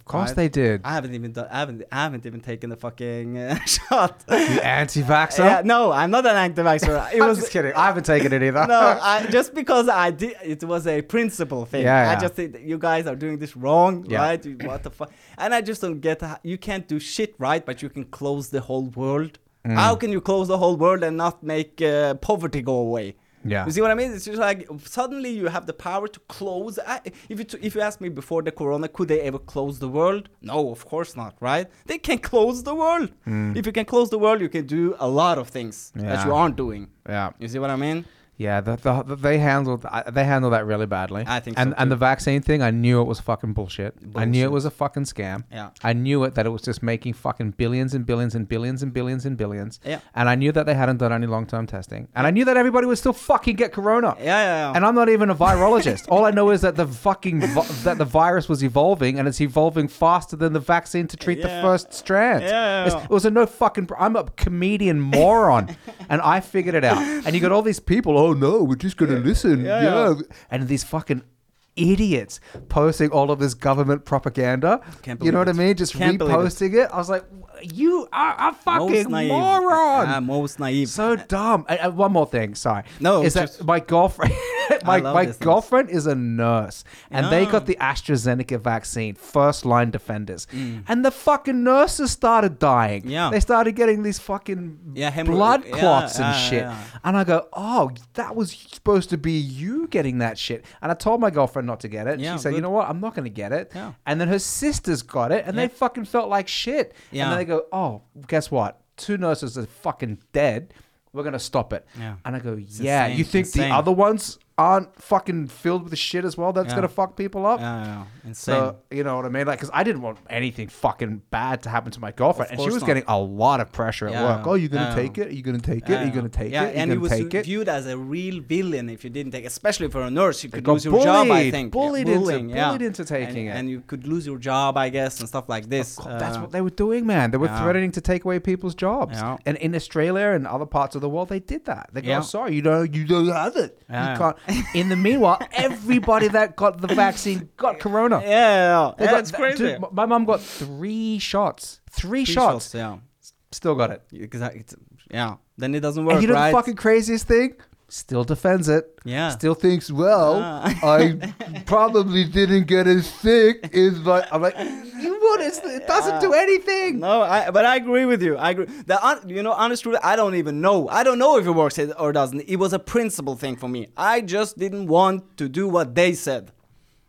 [SPEAKER 1] Of course
[SPEAKER 2] right?
[SPEAKER 1] they did.
[SPEAKER 2] I haven't even done. I haven't. I haven't even taken the fucking uh, shot.
[SPEAKER 1] You anti-vaxxer.
[SPEAKER 2] Yeah, no, I'm not an anti-vaxxer. It
[SPEAKER 1] I'm
[SPEAKER 2] was
[SPEAKER 1] just kidding. I haven't taken it either.
[SPEAKER 2] no, I, just because I did. It was a principle thing.
[SPEAKER 1] Yeah, yeah.
[SPEAKER 2] I just think you guys are doing this wrong,
[SPEAKER 1] Yeah.
[SPEAKER 2] right? You- What the fuck? And I just don't get. How, you can't do shit right, but you can close the whole world.
[SPEAKER 1] Mm.
[SPEAKER 2] How can you close the whole world and not make uh, poverty go away?
[SPEAKER 1] Yeah.
[SPEAKER 2] You see what I mean? It's just like suddenly you have the power to close. I, if you t- if you ask me before the corona, could they ever close the world? No, of course not. Right? They can close the world. If you can close the world, you can do a lot of things that you
[SPEAKER 1] Mm. Yeah.
[SPEAKER 2] aren't doing.
[SPEAKER 1] yeah.
[SPEAKER 2] You see what I mean?
[SPEAKER 1] Yeah, the, the, the, they handled I- they handled that really badly.
[SPEAKER 2] I think so
[SPEAKER 1] and and
[SPEAKER 2] too.
[SPEAKER 1] the vaccine thing, I knew it was fucking bullshit. I knew it
[SPEAKER 2] Bullshit.
[SPEAKER 1] was a fucking scam.
[SPEAKER 2] Yeah.
[SPEAKER 1] I knew it that it was just making fucking billions and billions and billions and billions and billions.
[SPEAKER 2] Yeah.
[SPEAKER 1] And I knew that they hadn't done any long term testing, and I knew that everybody would still fucking get corona.
[SPEAKER 2] Yeah, yeah, yeah.
[SPEAKER 1] And I'm not even a virologist. All I know is that the fucking vi- that the virus was evolving, and it's evolving faster than the vaccine to treat the
[SPEAKER 2] Yeah.
[SPEAKER 1] first strand.
[SPEAKER 2] Yeah, yeah,
[SPEAKER 1] It's-
[SPEAKER 2] yeah.
[SPEAKER 1] It was a no fucking. Pr- I'm a comedian moron, and I figured it out. And you got all these people. Oh no, we're just gonna listen. Yeah,
[SPEAKER 2] Yeah, yeah.
[SPEAKER 1] and these fucking. Idiots posting all of this government propaganda.
[SPEAKER 2] Can't
[SPEAKER 1] you know what
[SPEAKER 2] believe
[SPEAKER 1] I
[SPEAKER 2] it.
[SPEAKER 1] mean? Just
[SPEAKER 2] Can't believe it.
[SPEAKER 1] reposting it. I was like, "You are a fucking moron!"
[SPEAKER 2] Yeah, most naive.
[SPEAKER 1] so dumb. And, and one more thing, sorry.
[SPEAKER 2] No,
[SPEAKER 1] is
[SPEAKER 2] just-
[SPEAKER 1] that my girlfriend? my
[SPEAKER 2] I love
[SPEAKER 1] my
[SPEAKER 2] these things.
[SPEAKER 1] girlfriend is a nurse, and they
[SPEAKER 2] Ah.
[SPEAKER 1] got the AstraZeneca vaccine, first line defenders, and the fucking nurses started dying.
[SPEAKER 2] Mm. Yeah.
[SPEAKER 1] they started getting these fucking
[SPEAKER 2] Yeah, hemorrh-
[SPEAKER 1] blood
[SPEAKER 2] yeah,
[SPEAKER 1] clots and
[SPEAKER 2] yeah,
[SPEAKER 1] shit.
[SPEAKER 2] yeah.
[SPEAKER 1] And I go, oh, that was supposed to be you getting that shit. And I told my girlfriend not to get it.
[SPEAKER 2] Yeah,
[SPEAKER 1] she said, you
[SPEAKER 2] good.
[SPEAKER 1] know what? I'm not going to get it.
[SPEAKER 2] Yeah.
[SPEAKER 1] And then her sisters got it, and they
[SPEAKER 2] Yeah.
[SPEAKER 1] fucking felt like shit. And
[SPEAKER 2] Yeah.
[SPEAKER 1] then they go, oh, guess what? Two nurses are fucking dead. We're gonna stop it.
[SPEAKER 2] Yeah.
[SPEAKER 1] And I go, yeah.
[SPEAKER 2] insane,
[SPEAKER 1] You think
[SPEAKER 2] insane.
[SPEAKER 1] the other ones aren't fucking filled with the shit as well? That's
[SPEAKER 2] Yeah.
[SPEAKER 1] gonna fuck people up.
[SPEAKER 2] yeah, yeah, yeah. insane.
[SPEAKER 1] So you know what I mean? Like, because I didn't want anything fucking bad to happen to my girlfriend,
[SPEAKER 2] Of
[SPEAKER 1] and she
[SPEAKER 2] course
[SPEAKER 1] was
[SPEAKER 2] not.
[SPEAKER 1] getting a lot of pressure at
[SPEAKER 2] Yeah.
[SPEAKER 1] work. Oh, you gonna
[SPEAKER 2] Yeah.
[SPEAKER 1] take it? Are you gonna take it?
[SPEAKER 2] yeah,
[SPEAKER 1] Are you
[SPEAKER 2] yeah.
[SPEAKER 1] gonna take
[SPEAKER 2] yeah,
[SPEAKER 1] it? Are you
[SPEAKER 2] and
[SPEAKER 1] gonna
[SPEAKER 2] he was
[SPEAKER 1] take it?
[SPEAKER 2] viewed as a real villain if you didn't take, especially for a nurse, you could
[SPEAKER 1] got
[SPEAKER 2] lose your job. I
[SPEAKER 1] bullied,
[SPEAKER 2] think
[SPEAKER 1] bullied
[SPEAKER 2] yeah,
[SPEAKER 1] into-
[SPEAKER 2] bullying, yeah.
[SPEAKER 1] bullied into taking
[SPEAKER 2] and,
[SPEAKER 1] it.
[SPEAKER 2] and you could lose your job, I guess, and stuff like this.
[SPEAKER 1] God, that's
[SPEAKER 2] Uh,
[SPEAKER 1] what they were doing, man. They were
[SPEAKER 2] yeah.
[SPEAKER 1] threatening to take away people's jobs.
[SPEAKER 2] Yeah.
[SPEAKER 1] And in Australia and other parts of the world, they did that. They go,
[SPEAKER 2] Yeah.
[SPEAKER 1] oh, sorry, you don't, you don't have it.
[SPEAKER 2] Yeah.
[SPEAKER 1] You can't. In the meanwhile, everybody that got the vaccine got corona.
[SPEAKER 2] yeah, yeah,
[SPEAKER 1] They
[SPEAKER 2] yeah.
[SPEAKER 1] got-
[SPEAKER 2] it's
[SPEAKER 1] th-
[SPEAKER 2] crazy.
[SPEAKER 1] dude, m- my mom got three shots. Three,
[SPEAKER 2] Three
[SPEAKER 1] shots.
[SPEAKER 2] yeah,
[SPEAKER 1] Still got it.
[SPEAKER 2] exactly. Yeah, then it doesn't work,
[SPEAKER 1] And you know
[SPEAKER 2] right?
[SPEAKER 1] the fucking craziest thing? Still defends it.
[SPEAKER 2] Yeah.
[SPEAKER 1] Still thinks, well,
[SPEAKER 2] Ah.
[SPEAKER 1] I probably didn't get as sick as my. I'm like, you would. It's, it doesn't
[SPEAKER 2] Yeah.
[SPEAKER 1] do anything.
[SPEAKER 2] No, I, but I agree with you. I agree. The hon- you know, honest truth, I don't even know. I don't know if it works it- or doesn't. It was a principle thing for me. I just didn't want to do what they said.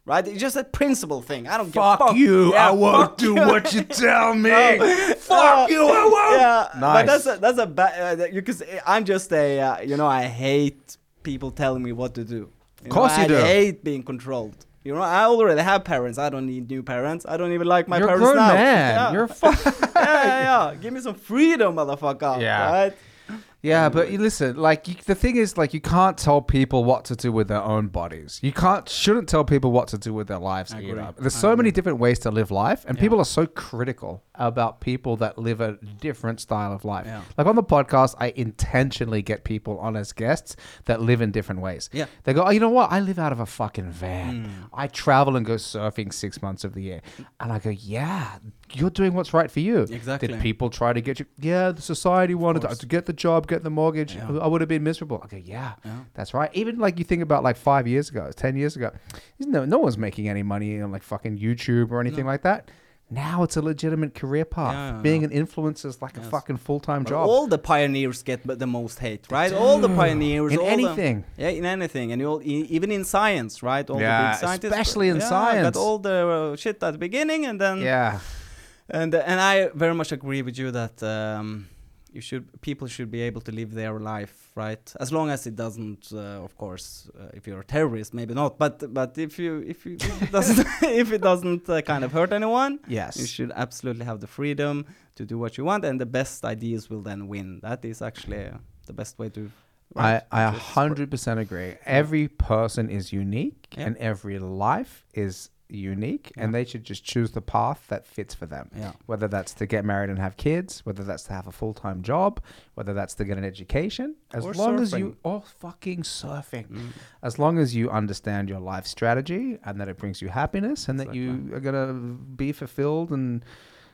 [SPEAKER 2] Right? It's just a principle thing. I don't give a
[SPEAKER 1] Fuck
[SPEAKER 2] fuck.
[SPEAKER 1] you!
[SPEAKER 2] Yeah,
[SPEAKER 1] I won't
[SPEAKER 2] fuck
[SPEAKER 1] do
[SPEAKER 2] you.
[SPEAKER 1] what you tell me.
[SPEAKER 2] Uh,
[SPEAKER 1] Fuck you! I won't.
[SPEAKER 2] Yeah,
[SPEAKER 1] Nice.
[SPEAKER 2] but that's a, that's a bad. Uh, you cause I'm just a uh, you know I hate people telling me what to do. Of
[SPEAKER 1] Course you
[SPEAKER 2] I
[SPEAKER 1] do.
[SPEAKER 2] hate being controlled. You know, I already have parents. I don't need new parents. I don't even like my
[SPEAKER 1] You're a
[SPEAKER 2] parents
[SPEAKER 1] grown
[SPEAKER 2] now.
[SPEAKER 1] man.
[SPEAKER 2] Yeah
[SPEAKER 1] You're a fuck.
[SPEAKER 2] yeah, yeah, yeah. Give me some freedom, motherfucker.
[SPEAKER 1] Yeah.
[SPEAKER 2] Right?
[SPEAKER 1] Yeah, but you listen, like you, the thing is, like you can't tell people what to do with their own bodies. You can't, shouldn't tell people what to do with their lives.
[SPEAKER 2] I
[SPEAKER 1] you
[SPEAKER 2] agree.
[SPEAKER 1] know? There's so many different ways to live life, and people are so critical about people that live a different style of life.
[SPEAKER 2] Yeah.
[SPEAKER 1] Like on the podcast, I intentionally get people on as guests that live in different ways.
[SPEAKER 2] Yeah. Mm.
[SPEAKER 1] they go, oh, you know what? I live out of a fucking van. I travel and go surfing six months of the year, and I go, yeah, you're doing what's right for you.
[SPEAKER 2] Exactly.
[SPEAKER 1] Did people try to get you? Yeah, the society wanted to,
[SPEAKER 2] course.
[SPEAKER 1] to get the job, get the mortgage.
[SPEAKER 2] Yeah.
[SPEAKER 1] I would have been miserable. Okay, yeah,
[SPEAKER 2] Yeah.
[SPEAKER 1] that's right. Even like you think about like five years ago, ten years ago, there's no no one's making any money on like fucking YouTube or anything like that. Now it's a legitimate career path.
[SPEAKER 2] Yeah, I
[SPEAKER 1] Being an influencer is like a
[SPEAKER 2] Yes.
[SPEAKER 1] fucking full time
[SPEAKER 2] But
[SPEAKER 1] job.
[SPEAKER 2] All the pioneers get b- the most hate, right? All the pioneers,
[SPEAKER 1] In
[SPEAKER 2] all the-
[SPEAKER 1] anything.
[SPEAKER 2] yeah, in anything, and you all, e- even in science, right? All
[SPEAKER 1] Yeah,
[SPEAKER 2] the big scientists,
[SPEAKER 1] especially in
[SPEAKER 2] yeah,
[SPEAKER 1] science.
[SPEAKER 2] Got all the uh, shit at the beginning, and then
[SPEAKER 1] yeah,
[SPEAKER 2] and and I very much agree with you that um, you should people should be able to live their life, right? As long as it doesn't, uh, of course, uh, if you're a terrorist, maybe not, but but if you if you if it doesn't if it doesn't uh, kind of hurt anyone. You
[SPEAKER 1] yes,
[SPEAKER 2] should absolutely have the freedom to do what you want, and the best ideas will then win. That is actually uh, the best way to.
[SPEAKER 1] I
[SPEAKER 2] right,
[SPEAKER 1] I a
[SPEAKER 2] to support-
[SPEAKER 1] hundred percent agree. Every person is unique,
[SPEAKER 2] Yeah.
[SPEAKER 1] and every life is unique, and they should just choose the path that fits for them.
[SPEAKER 2] Yeah.
[SPEAKER 1] whether that's to get married and have kids, whether that's to have a full time job, whether that's to get an education, as
[SPEAKER 2] Or
[SPEAKER 1] long as
[SPEAKER 2] surfing.
[SPEAKER 1] you or fucking surfing,
[SPEAKER 2] Mm.
[SPEAKER 1] as long as you understand your life strategy and that it brings you happiness and that you are gonna be fulfilled and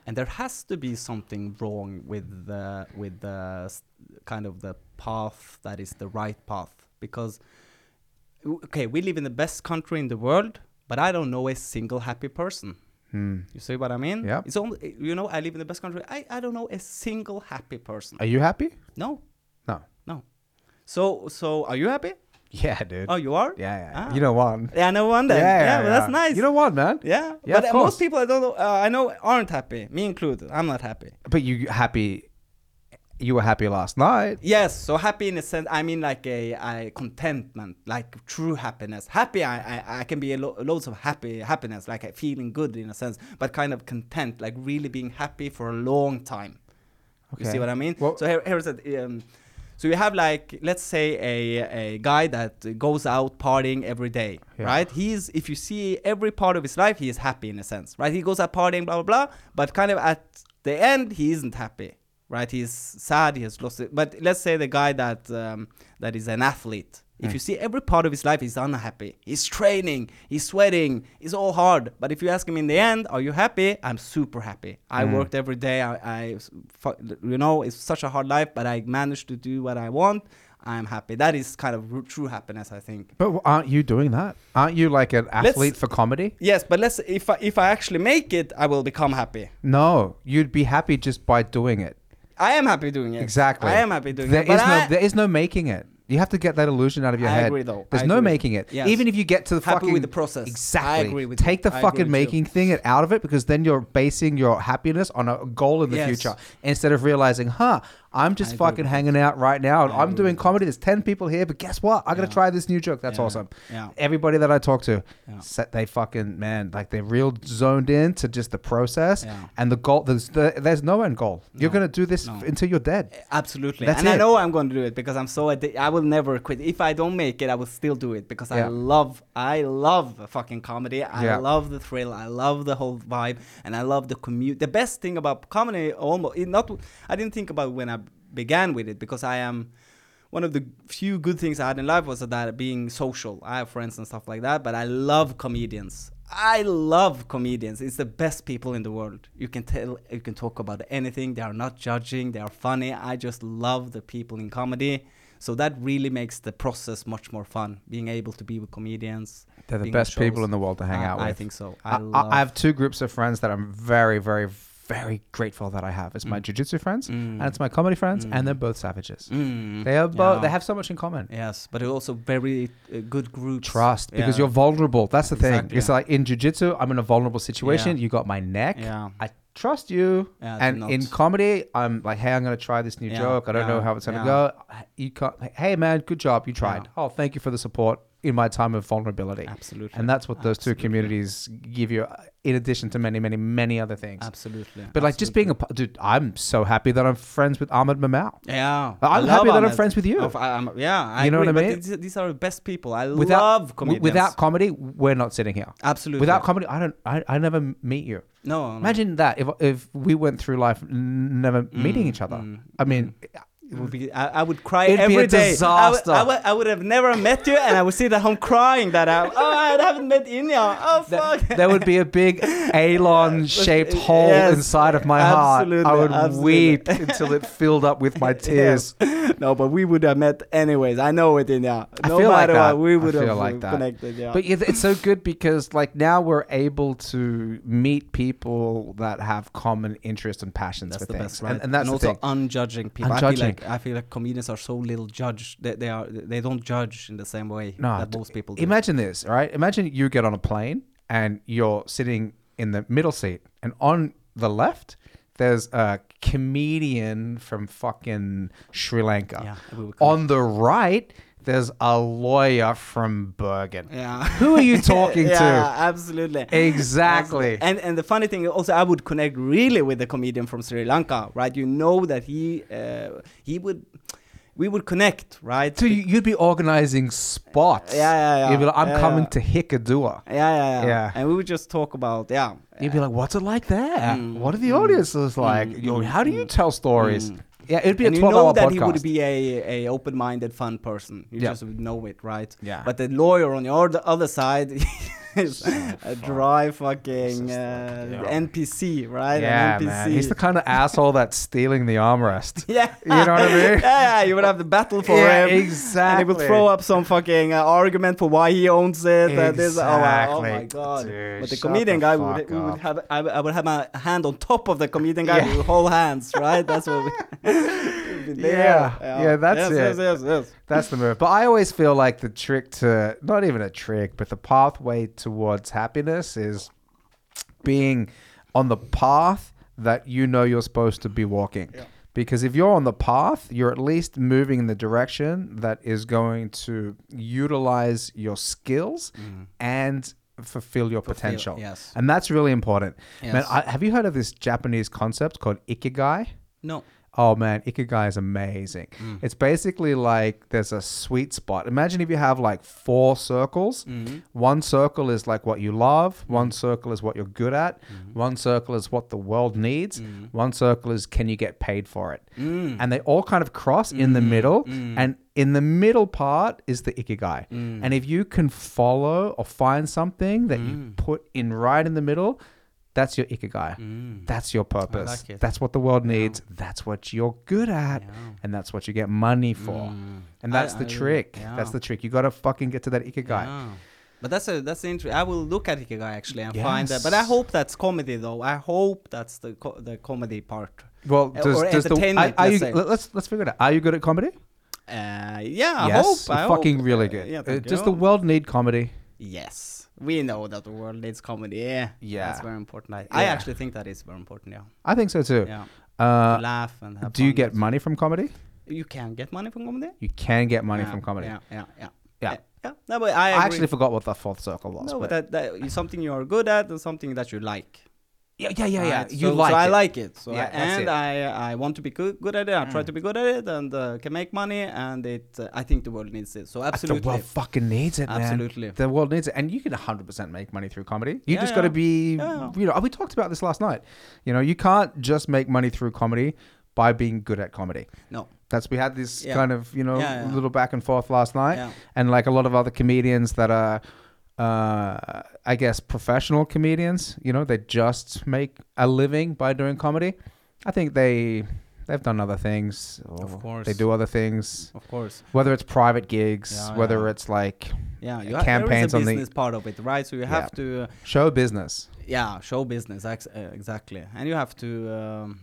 [SPEAKER 2] And there has to be something wrong with the with the s- kind of the path that is the right path because w- okay, we live in the best country in the world, but I don't know a single happy person.
[SPEAKER 1] hmm.
[SPEAKER 2] You see what I mean?
[SPEAKER 1] Yeah.
[SPEAKER 2] It's only you know I live in the best country. I I don't know a single happy person.
[SPEAKER 1] are you happy?
[SPEAKER 2] no,
[SPEAKER 1] No.
[SPEAKER 2] no. So so are you happy?
[SPEAKER 1] Yeah, dude.
[SPEAKER 2] Oh, you are?
[SPEAKER 1] yeah, yeah. yeah.
[SPEAKER 2] Ah.
[SPEAKER 1] You know one.
[SPEAKER 2] Yeah, I know one then. Yeah, but that's nice.
[SPEAKER 1] You know one, man.
[SPEAKER 2] yeah.
[SPEAKER 1] Yeah,
[SPEAKER 2] but
[SPEAKER 1] of
[SPEAKER 2] uh,
[SPEAKER 1] course.
[SPEAKER 2] most people I don't know, uh, I know aren't happy, me included. I'm not happy.
[SPEAKER 1] But you happy? You were happy last night.
[SPEAKER 2] Yes, so happy in a sense. I mean, like a, a contentment, like true happiness. Happy, I, I, I can be a lo- loads of happy happiness, like a feeling good in a sense, but kind of content, like really being happy for a long time. You
[SPEAKER 1] Okay.
[SPEAKER 2] see what I mean?
[SPEAKER 1] Well-
[SPEAKER 2] so here, here's a, um, so you have like let's say a, a guy that goes out partying every day,
[SPEAKER 1] Yeah.
[SPEAKER 2] right? He's if you see every part of his life, he is happy in a sense, right? He goes out partying, blah blah blah, but kind of at the end, he isn't happy, right? He's sad, he has lost it. But let's say the guy that um, that is an athlete. If
[SPEAKER 1] Hmm.
[SPEAKER 2] you see every part of his life, he's unhappy. He's training, he's sweating, it's all hard. But if you ask him in the end, are you happy? I'm super happy.
[SPEAKER 1] Hmm.
[SPEAKER 2] I worked every day. I, I fu- you know, it's such a hard life, but I managed to do what I want. I'm happy. That is kind of ru- true happiness, I think.
[SPEAKER 1] But aren't you doing that? Aren't you like an athlete for comedy?
[SPEAKER 2] Yes, but let's if I, if I actually make it, I will become happy.
[SPEAKER 1] No, you'd be happy just by doing it.
[SPEAKER 2] I am happy doing it.
[SPEAKER 1] Exactly.
[SPEAKER 2] I am happy doing
[SPEAKER 1] There
[SPEAKER 2] it. But
[SPEAKER 1] is no,
[SPEAKER 2] I,
[SPEAKER 1] there is no making it. You have to get that illusion out of your
[SPEAKER 2] I
[SPEAKER 1] head.
[SPEAKER 2] agree, though.
[SPEAKER 1] There's
[SPEAKER 2] I
[SPEAKER 1] no
[SPEAKER 2] agree.
[SPEAKER 1] making it.
[SPEAKER 2] Yes.
[SPEAKER 1] Even if you get to the
[SPEAKER 2] Happy
[SPEAKER 1] fucking
[SPEAKER 2] with the process. I
[SPEAKER 1] Exactly.
[SPEAKER 2] agree with
[SPEAKER 1] Take
[SPEAKER 2] you.
[SPEAKER 1] the
[SPEAKER 2] I agree
[SPEAKER 1] fucking
[SPEAKER 2] with you.
[SPEAKER 1] making thing it out of it because then you're basing your happiness on a goal in the
[SPEAKER 2] Yes.
[SPEAKER 1] future instead of realizing, huh, I'm just
[SPEAKER 2] I agree
[SPEAKER 1] fucking
[SPEAKER 2] with
[SPEAKER 1] hanging out right now and
[SPEAKER 2] I
[SPEAKER 1] I'm
[SPEAKER 2] agree
[SPEAKER 1] doing
[SPEAKER 2] with
[SPEAKER 1] comedy. There's ten people here, but guess what? I'm gonna
[SPEAKER 2] Yeah.
[SPEAKER 1] try this new joke. That's
[SPEAKER 2] Yeah.
[SPEAKER 1] awesome.
[SPEAKER 2] Yeah.
[SPEAKER 1] Everybody that I talk to,
[SPEAKER 2] Yeah.
[SPEAKER 1] set they fucking man, like they're real zoned in to just the process
[SPEAKER 2] Yeah.
[SPEAKER 1] and the goal. There's the, there's no end goal. You're
[SPEAKER 2] No.
[SPEAKER 1] gonna do this
[SPEAKER 2] No.
[SPEAKER 1] f- until you're dead.
[SPEAKER 2] Absolutely.
[SPEAKER 1] That's
[SPEAKER 2] and I
[SPEAKER 1] it.
[SPEAKER 2] know I'm going to do it because I'm so addi- I will never quit. If I don't make it, I will still do it because
[SPEAKER 1] Yeah.
[SPEAKER 2] I love I love fucking comedy. I
[SPEAKER 1] Yeah.
[SPEAKER 2] love the thrill. I love the whole vibe and I love the commute. The best thing about comedy almost it not I didn't think about when I began with it because I am one of the few good things I had in life was that being social. I have friends and stuff like that, but I love comedians. I love comedians. It's the best people in the world. You can tell, you can talk about anything. They are not judging. They are funny. I just love the people in comedy. So that really makes the process much more fun. Being able to be with comedians.
[SPEAKER 1] They're the best people in the world to hang out with.
[SPEAKER 2] I think so. I,
[SPEAKER 1] I,
[SPEAKER 2] love.
[SPEAKER 1] I, I have two groups of friends that I'm very, very, very grateful that I have. It's my jujitsu friends and it's my comedy friends, and they're both savages.
[SPEAKER 2] Mm.
[SPEAKER 1] They are both. They
[SPEAKER 2] Yeah.
[SPEAKER 1] have so much in common.
[SPEAKER 2] Yes, but also very uh, good groups.
[SPEAKER 1] Trust because
[SPEAKER 2] Yeah.
[SPEAKER 1] you're vulnerable. That's the thing.
[SPEAKER 2] Exactly.
[SPEAKER 1] It's like in jujitsu, I'm in a vulnerable situation.
[SPEAKER 2] Yeah.
[SPEAKER 1] You got my neck.
[SPEAKER 2] Yeah.
[SPEAKER 1] I trust you.
[SPEAKER 2] Yeah,
[SPEAKER 1] and
[SPEAKER 2] not-
[SPEAKER 1] in comedy, I'm like, hey, I'm gonna try this new
[SPEAKER 2] Yeah,
[SPEAKER 1] joke. I don't know
[SPEAKER 2] yeah,
[SPEAKER 1] how it's gonna
[SPEAKER 2] yeah.
[SPEAKER 1] go. You can't. Hey, man, good job. You tried. Oh, thank you for the support. in my time of vulnerability.
[SPEAKER 2] Absolutely.
[SPEAKER 1] And that's what those
[SPEAKER 2] Absolutely.
[SPEAKER 1] two communities give you, uh, in addition to many, many, many other things.
[SPEAKER 2] Absolutely.
[SPEAKER 1] But like just being a p- dude, I'm so happy that I'm friends with Ahmed Mamal.
[SPEAKER 2] Yeah,
[SPEAKER 1] I'm
[SPEAKER 2] I love
[SPEAKER 1] happy that I'm
[SPEAKER 2] Ahmed.
[SPEAKER 1] friends with you.
[SPEAKER 2] Of- I- I'm- yeah, I
[SPEAKER 1] You know what I
[SPEAKER 2] agree, but
[SPEAKER 1] mean?
[SPEAKER 2] These, these are the best people. I
[SPEAKER 1] Without-
[SPEAKER 2] love
[SPEAKER 1] W-
[SPEAKER 2] comedians.
[SPEAKER 1] Without comedy, we're not sitting here.
[SPEAKER 2] absolutely Mm.
[SPEAKER 1] Without comedy, I don't. I, I never m- meet you.
[SPEAKER 2] no, no.
[SPEAKER 1] Imagine that if if we went through life n- never meeting each other.
[SPEAKER 2] mm,
[SPEAKER 1] I mean,
[SPEAKER 2] It would be, I, I would cry
[SPEAKER 1] It'd be
[SPEAKER 2] every
[SPEAKER 1] a
[SPEAKER 2] day.
[SPEAKER 1] disaster.
[SPEAKER 2] I would, I, would, I would have never met you, and I would sit at home crying that I, oh, I haven't met Inya. Oh, fuck.
[SPEAKER 1] there would be a big Elon shaped hole
[SPEAKER 2] Yes.
[SPEAKER 1] inside of my heart. I
[SPEAKER 2] Absolutely,
[SPEAKER 1] would
[SPEAKER 2] absolutely.
[SPEAKER 1] weep until it filled up with my tears.
[SPEAKER 2] no, but we would have met anyways. I know it, Inya.
[SPEAKER 1] I
[SPEAKER 2] No
[SPEAKER 1] feel like
[SPEAKER 2] matter
[SPEAKER 1] that.
[SPEAKER 2] what, we
[SPEAKER 1] I
[SPEAKER 2] would
[SPEAKER 1] feel
[SPEAKER 2] have
[SPEAKER 1] like
[SPEAKER 2] uh,
[SPEAKER 1] that.
[SPEAKER 2] connected. Yeah.
[SPEAKER 1] But it- it's so good because like now we're able to meet people that have common interests and passions
[SPEAKER 2] that's
[SPEAKER 1] with
[SPEAKER 2] the
[SPEAKER 1] things.
[SPEAKER 2] best, right?
[SPEAKER 1] And, and that's the
[SPEAKER 2] also
[SPEAKER 1] thing.
[SPEAKER 2] unjudging people.
[SPEAKER 1] Unjudging.
[SPEAKER 2] I feel like I feel like comedians are so little judged. They, they are they don't judge in the same way
[SPEAKER 1] No,
[SPEAKER 2] that
[SPEAKER 1] d-
[SPEAKER 2] most people do.
[SPEAKER 1] Imagine this, all right? Imagine you get on a plane and you're sitting in the middle seat, and on the left, there's a comedian from fucking Sri Lanka.
[SPEAKER 2] Yeah, we were close.
[SPEAKER 1] on the right, there's a lawyer from Bergen.
[SPEAKER 2] yeah.
[SPEAKER 1] Who are you talking to?
[SPEAKER 2] Yeah, absolutely.
[SPEAKER 1] Exactly.
[SPEAKER 2] And and the funny thing also, I would connect really with the comedian from Sri Lanka, right? You know that he uh, he would we would connect, right?
[SPEAKER 1] So you- you'd be organizing spots.
[SPEAKER 2] Yeah, yeah, yeah.
[SPEAKER 1] You'd be like, I'm
[SPEAKER 2] Yeah,
[SPEAKER 1] coming
[SPEAKER 2] yeah.
[SPEAKER 1] to Hikadua.
[SPEAKER 2] yeah, yeah, yeah,
[SPEAKER 1] Yeah.
[SPEAKER 2] And we would just talk about yeah.
[SPEAKER 1] You'd be like, what's it like there?
[SPEAKER 2] Mm,
[SPEAKER 1] what are the
[SPEAKER 2] mm,
[SPEAKER 1] audiences like? Yo, how do you tell stories?
[SPEAKER 2] mm.
[SPEAKER 1] Yeah, it'd be
[SPEAKER 2] and
[SPEAKER 1] a
[SPEAKER 2] you
[SPEAKER 1] 12
[SPEAKER 2] know
[SPEAKER 1] hour
[SPEAKER 2] that
[SPEAKER 1] podcast.
[SPEAKER 2] he would be a, a open-minded, fun person. You
[SPEAKER 1] Yeah.
[SPEAKER 2] just would know it, right?
[SPEAKER 1] Yeah.
[SPEAKER 2] But the lawyer on the other, other side is a dry fucking
[SPEAKER 1] It's
[SPEAKER 2] uh,
[SPEAKER 1] just like, yeah.
[SPEAKER 2] NPC, right? An
[SPEAKER 1] yeah,
[SPEAKER 2] NPC.
[SPEAKER 1] man. He's the kind of asshole that's stealing the armrest.
[SPEAKER 2] Yeah.
[SPEAKER 1] You know what I mean?
[SPEAKER 2] yeah, yeah, you would have the battle for
[SPEAKER 1] Yeah,
[SPEAKER 2] him. And he
[SPEAKER 1] exactly.
[SPEAKER 2] would throw up some fucking uh, argument for why he owns it. uh, this, oh, wow, oh, my
[SPEAKER 1] Exactly.
[SPEAKER 2] god!
[SPEAKER 1] Dude,
[SPEAKER 2] but the
[SPEAKER 1] shut
[SPEAKER 2] comedian
[SPEAKER 1] the
[SPEAKER 2] guy would,
[SPEAKER 1] fuck
[SPEAKER 2] we would
[SPEAKER 1] up.
[SPEAKER 2] have, I, would- I would have my hand on top of the comedian guy.
[SPEAKER 1] Yeah.
[SPEAKER 2] We would hold hands, right? That's what. We, we'd be
[SPEAKER 1] Yeah, yeah, that's
[SPEAKER 2] yes,
[SPEAKER 1] it.
[SPEAKER 2] Yes, yes, yes.
[SPEAKER 1] That's the move. But I always feel like the trick to, not even a trick, but the pathway towards happiness is being on the path that you know you're supposed to be walking. Because if you're on the path, you're at least moving in the direction that is going to utilize your skills and Mm-hmm. fulfill your potential.
[SPEAKER 2] yes.
[SPEAKER 1] And that's really important. Man,
[SPEAKER 2] Yes.
[SPEAKER 1] I, have you heard of this Japanese concept called ikigai?
[SPEAKER 2] No.
[SPEAKER 1] Oh man, Ikigai is amazing. It's basically like there's a sweet spot. Imagine if you have like four circles.
[SPEAKER 2] Mm.
[SPEAKER 1] One circle is like what you love, one circle is what you're good at, one circle is what the world needs,
[SPEAKER 2] Mm.
[SPEAKER 1] one circle is can you get paid for it. Mm-hmm.
[SPEAKER 2] Mm-hmm.
[SPEAKER 1] And they all kind of cross in the middle. And in the middle part is the Ikigai.
[SPEAKER 2] Mm. Mm-hmm.
[SPEAKER 1] And if you can follow or find something that you put in right in the middle, that's your ikigai.
[SPEAKER 2] Mm-hmm.
[SPEAKER 1] That's your purpose.
[SPEAKER 2] like it.
[SPEAKER 1] That's what the world needs. That's what you're good at. And that's what you get money for. And that's
[SPEAKER 2] Mm. I-
[SPEAKER 1] the
[SPEAKER 2] I-
[SPEAKER 1] trick.
[SPEAKER 2] yeah.
[SPEAKER 1] That's the trick. You got to fucking get to that ikigai.
[SPEAKER 2] Yeah. But that's a that's interesting. I will look at Ikigai actually and find that. But I
[SPEAKER 1] Yes.
[SPEAKER 2] hope that's comedy though. I hope that's the co- the comedy part.
[SPEAKER 1] Well,
[SPEAKER 2] Uh,
[SPEAKER 1] does,
[SPEAKER 2] or
[SPEAKER 1] does the,
[SPEAKER 2] entertainment,
[SPEAKER 1] are, are you,
[SPEAKER 2] let's say.
[SPEAKER 1] let- let's, let's figure it out. Are you good at comedy?
[SPEAKER 2] Uh, yeah, I
[SPEAKER 1] yes.
[SPEAKER 2] hope. I
[SPEAKER 1] You're
[SPEAKER 2] hope.
[SPEAKER 1] fucking really
[SPEAKER 2] Uh,
[SPEAKER 1] good.
[SPEAKER 2] yeah,
[SPEAKER 1] Uh,
[SPEAKER 2] thank
[SPEAKER 1] does
[SPEAKER 2] you.
[SPEAKER 1] the world need comedy?
[SPEAKER 2] Yes, we know that the world needs comedy. Yeah,
[SPEAKER 1] Yeah.
[SPEAKER 2] that's very important. I, I
[SPEAKER 1] Yeah.
[SPEAKER 2] actually think that is very important. Yeah,
[SPEAKER 1] I think so too.
[SPEAKER 2] yeah. To
[SPEAKER 1] Uh,
[SPEAKER 2] laugh and have
[SPEAKER 1] do you
[SPEAKER 2] fun.
[SPEAKER 1] get money from comedy?
[SPEAKER 2] You can get money from comedy.
[SPEAKER 1] You can get money
[SPEAKER 2] Yeah,
[SPEAKER 1] from comedy.
[SPEAKER 2] Yeah, yeah, yeah,
[SPEAKER 1] Yeah.
[SPEAKER 2] yeah. yeah. No, but I,
[SPEAKER 1] I,
[SPEAKER 2] agree.
[SPEAKER 1] actually forgot what the fourth circle was.
[SPEAKER 2] no,
[SPEAKER 1] but
[SPEAKER 2] but that, that is something you are good at and something that you like.
[SPEAKER 1] yeah, yeah, yeah, yeah.
[SPEAKER 2] Right?
[SPEAKER 1] You
[SPEAKER 2] so,
[SPEAKER 1] like
[SPEAKER 2] so I
[SPEAKER 1] it.
[SPEAKER 2] like it. So
[SPEAKER 1] Yeah,
[SPEAKER 2] I,
[SPEAKER 1] that's
[SPEAKER 2] and
[SPEAKER 1] it. Mm.
[SPEAKER 2] I I want to be good, good at it. I try to be good at it and uh, can make money. And it uh, I think the world needs it. So absolutely.
[SPEAKER 1] The world fucking needs it, man.
[SPEAKER 2] Absolutely.
[SPEAKER 1] The world needs it. And you can 100% make money through comedy. You
[SPEAKER 2] Yeah,
[SPEAKER 1] just
[SPEAKER 2] yeah.
[SPEAKER 1] got to be,
[SPEAKER 2] Yeah.
[SPEAKER 1] you know, we talked about this last night. You know, you can't just make money through comedy by being good at comedy.
[SPEAKER 2] no.
[SPEAKER 1] That's we had this
[SPEAKER 2] Yeah.
[SPEAKER 1] kind of, you know,
[SPEAKER 2] Yeah, yeah.
[SPEAKER 1] little back and forth last night.
[SPEAKER 2] Yeah.
[SPEAKER 1] And like a lot of other comedians that are, uh, I guess, professional comedians, you know, they just make a living by doing comedy. I think they. They've done other things. or
[SPEAKER 2] Of course.
[SPEAKER 1] They do other things.
[SPEAKER 2] Of course.
[SPEAKER 1] Whether it's private gigs,
[SPEAKER 2] Yeah,
[SPEAKER 1] whether
[SPEAKER 2] yeah.
[SPEAKER 1] it's like
[SPEAKER 2] Yeah. You
[SPEAKER 1] Uh,
[SPEAKER 2] have, there
[SPEAKER 1] campaigns
[SPEAKER 2] is a
[SPEAKER 1] on the-
[SPEAKER 2] business part of it, right? So you have
[SPEAKER 1] Yeah.
[SPEAKER 2] to. Uh,
[SPEAKER 1] Show business.
[SPEAKER 2] yeah show business ex- uh, exactly and you have to um,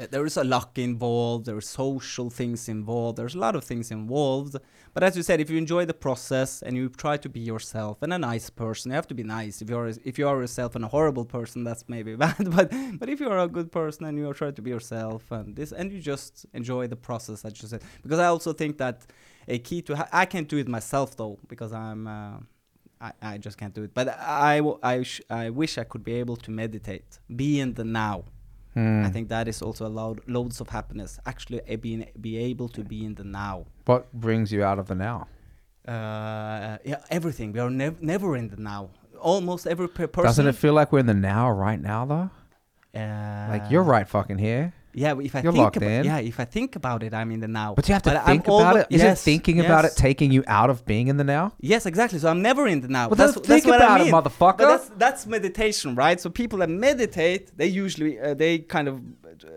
[SPEAKER 2] uh, there is a luck involved there are social things involved there's a lot of things involved but as you said if you enjoy the process and you try to be yourself and a nice person you have to be nice if you're if you are yourself and a horrible person that's maybe bad but but if you're a good person and you are trying to be yourself and this and you just enjoy the process as you said because i also think that a key to. Ha- I can't do it myself though because I'm. Uh, I, I just can't do it. But I w- I, sh- I wish I could be able to meditate, be in the now.
[SPEAKER 1] Mm.
[SPEAKER 2] I think that is also allowed loads of happiness. Actually, uh, being be able to be in the now.
[SPEAKER 1] What brings you out of the now?
[SPEAKER 2] Uh, yeah, everything. We are nev- never in the now. Almost every per- person.
[SPEAKER 1] Doesn't it feel like we're in the now right now though?
[SPEAKER 2] uh,
[SPEAKER 1] Like you're right fucking here.
[SPEAKER 2] Yeah, but if I
[SPEAKER 1] You're
[SPEAKER 2] think
[SPEAKER 1] locked
[SPEAKER 2] about,
[SPEAKER 1] in.
[SPEAKER 2] yeah, if I think about it, I'm in the now.
[SPEAKER 1] But you have to
[SPEAKER 2] I'm
[SPEAKER 1] think about
[SPEAKER 2] alwa-
[SPEAKER 1] it. Is
[SPEAKER 2] yes,
[SPEAKER 1] it thinking about
[SPEAKER 2] yes.
[SPEAKER 1] it taking you out of being in the now?
[SPEAKER 2] Yes, exactly. So I'm never in the now.
[SPEAKER 1] Well,
[SPEAKER 2] that's,
[SPEAKER 1] then
[SPEAKER 2] that's
[SPEAKER 1] think
[SPEAKER 2] what
[SPEAKER 1] about it,
[SPEAKER 2] I mean.
[SPEAKER 1] motherfucker.
[SPEAKER 2] But that's, that's meditation, right? So people that meditate, they usually uh, they kind of uh,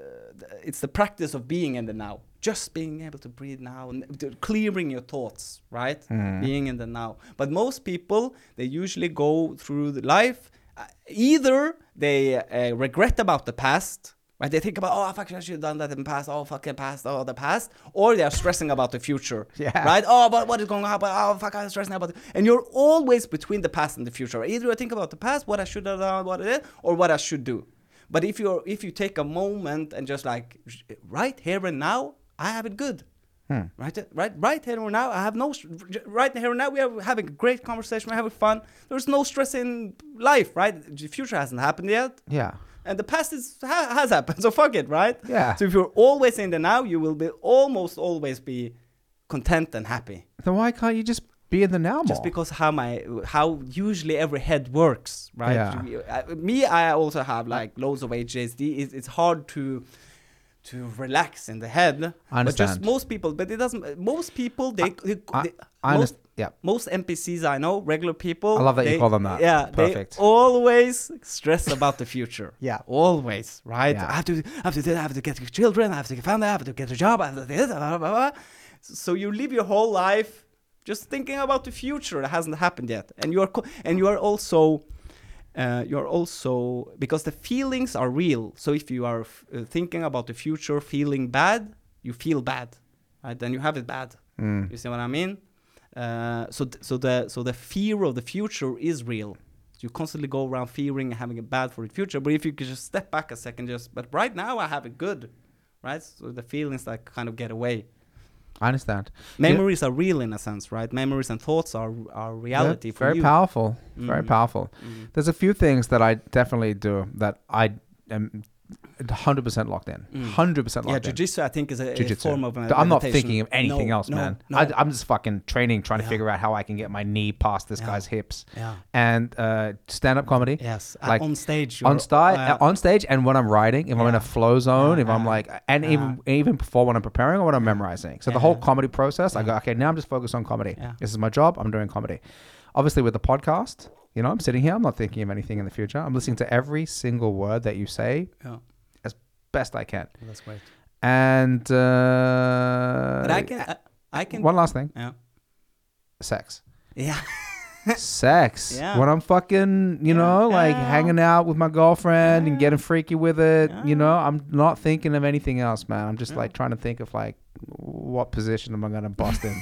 [SPEAKER 2] it's the practice of being in the now, just being able to breathe now and to- clearing your thoughts, right?
[SPEAKER 1] Mm-hmm.
[SPEAKER 2] Being in the now. But most people they usually go through the life uh, either they uh, regret about the past. Right? They think about, oh, fuck, I should have done that in the past. Oh, fucking past. Oh, the past. Or they are stressing about the future.
[SPEAKER 1] Yeah.
[SPEAKER 2] Right? right? Oh, but what is going on? But oh, fuck, I'm stressing about it. And you're always between the past and the future. Either I think about the past, what I should have done, what it is, or what I should do. But if you're if you take a moment and just like sh- right here and now, I have it good. Right, right, right here and now. I have no str- j- right here and now. We are having a great conversation. We're having fun. There's no stress in life, right? The future hasn't happened yet
[SPEAKER 1] Yeah.
[SPEAKER 2] and the past is ha- has happened so fuck it right
[SPEAKER 1] Yeah.
[SPEAKER 2] so if you're always in the now you will be almost always be content and happy
[SPEAKER 1] Then why can't you just be in the now more?
[SPEAKER 2] just because how my how usually every head works right
[SPEAKER 1] Yeah.
[SPEAKER 2] You- I- me i also have like loads of hsd it's, it's hard to to relax in the head
[SPEAKER 1] I
[SPEAKER 2] but just
[SPEAKER 1] understand.
[SPEAKER 2] most people but it doesn't most people they, they-
[SPEAKER 1] I-
[SPEAKER 2] they-
[SPEAKER 1] I
[SPEAKER 2] most,
[SPEAKER 1] underst- yeah.
[SPEAKER 2] most npcs i know regular people
[SPEAKER 1] I love that you
[SPEAKER 2] they-
[SPEAKER 1] call them that.
[SPEAKER 2] yeah they
[SPEAKER 1] Perfect.
[SPEAKER 2] always stress about the future
[SPEAKER 1] Yeah.
[SPEAKER 2] always right
[SPEAKER 1] Yeah.
[SPEAKER 2] i have to I have to do- I have to get children i have to get family i have to get a job i have to this blah, blah, blah. so you live your whole life just thinking about the future that hasn't happened yet and you are co- and you are also uh, you're also because the feelings are real so if you are f- uh, thinking about the future feeling bad you feel bad right then you have it bad
[SPEAKER 1] Mm.
[SPEAKER 2] you see what i mean uh, so th- so the so the fear of the future is real you constantly go around fearing and having it bad for the future but if you could just step back a second just but right now i have it good right so the feelings like kind of get away
[SPEAKER 1] I understand. You know-
[SPEAKER 2] memories are real in a sense right memories and thoughts are are
[SPEAKER 1] Yeah,
[SPEAKER 2] reality for
[SPEAKER 1] very
[SPEAKER 2] you Mm-hmm.
[SPEAKER 1] powerful very powerful there's a few things that i definitely do that i am 100% locked in 100%
[SPEAKER 2] Mm. yeah
[SPEAKER 1] locked in
[SPEAKER 2] jiu-jitsu i think is a, a
[SPEAKER 1] Jiu-jitsu.
[SPEAKER 2] form of
[SPEAKER 1] Th- i'm not
[SPEAKER 2] meditation.
[SPEAKER 1] thinking of anything
[SPEAKER 2] No,
[SPEAKER 1] else
[SPEAKER 2] no,
[SPEAKER 1] man
[SPEAKER 2] no.
[SPEAKER 1] I, i'm just fucking training trying to
[SPEAKER 2] Yeah.
[SPEAKER 1] figure out how i can get my knee past this
[SPEAKER 2] Yeah.
[SPEAKER 1] guy's hips
[SPEAKER 2] Yeah.
[SPEAKER 1] and uh, stand-up comedy
[SPEAKER 2] yes uh,
[SPEAKER 1] like
[SPEAKER 2] on stage
[SPEAKER 1] on
[SPEAKER 2] you're-
[SPEAKER 1] stage,
[SPEAKER 2] uh,
[SPEAKER 1] on stage, and when I'm writing, if I'm in
[SPEAKER 2] Yeah.
[SPEAKER 1] a flow zone, if I'm
[SPEAKER 2] Yeah.
[SPEAKER 1] like, and even even before when I'm preparing or when I'm memorizing. So the
[SPEAKER 2] Yeah.
[SPEAKER 1] whole comedy process, I go, okay, now I'm just focused on comedy.
[SPEAKER 2] Yeah.
[SPEAKER 1] This is my job. I'm doing comedy. Obviously, with the podcast, you know, I'm sitting here. I'm not thinking of anything in the future. I'm listening to every single word that you say
[SPEAKER 2] yeah.
[SPEAKER 1] as best I can.
[SPEAKER 2] that's great
[SPEAKER 1] And uh,
[SPEAKER 2] but i can i, I can
[SPEAKER 1] one last thing,
[SPEAKER 2] yeah
[SPEAKER 1] sex.
[SPEAKER 2] yeah
[SPEAKER 1] sex
[SPEAKER 2] Yeah.
[SPEAKER 1] when I'm fucking, you
[SPEAKER 2] Yeah.
[SPEAKER 1] know, like
[SPEAKER 2] Yeah.
[SPEAKER 1] hanging out with my girlfriend and
[SPEAKER 2] Yeah.
[SPEAKER 1] getting freaky with it.
[SPEAKER 2] Yeah.
[SPEAKER 1] You know, I'm not thinking of anything else, man. I'm just
[SPEAKER 2] Yeah.
[SPEAKER 1] like trying to think of like what position am I gonna bust in.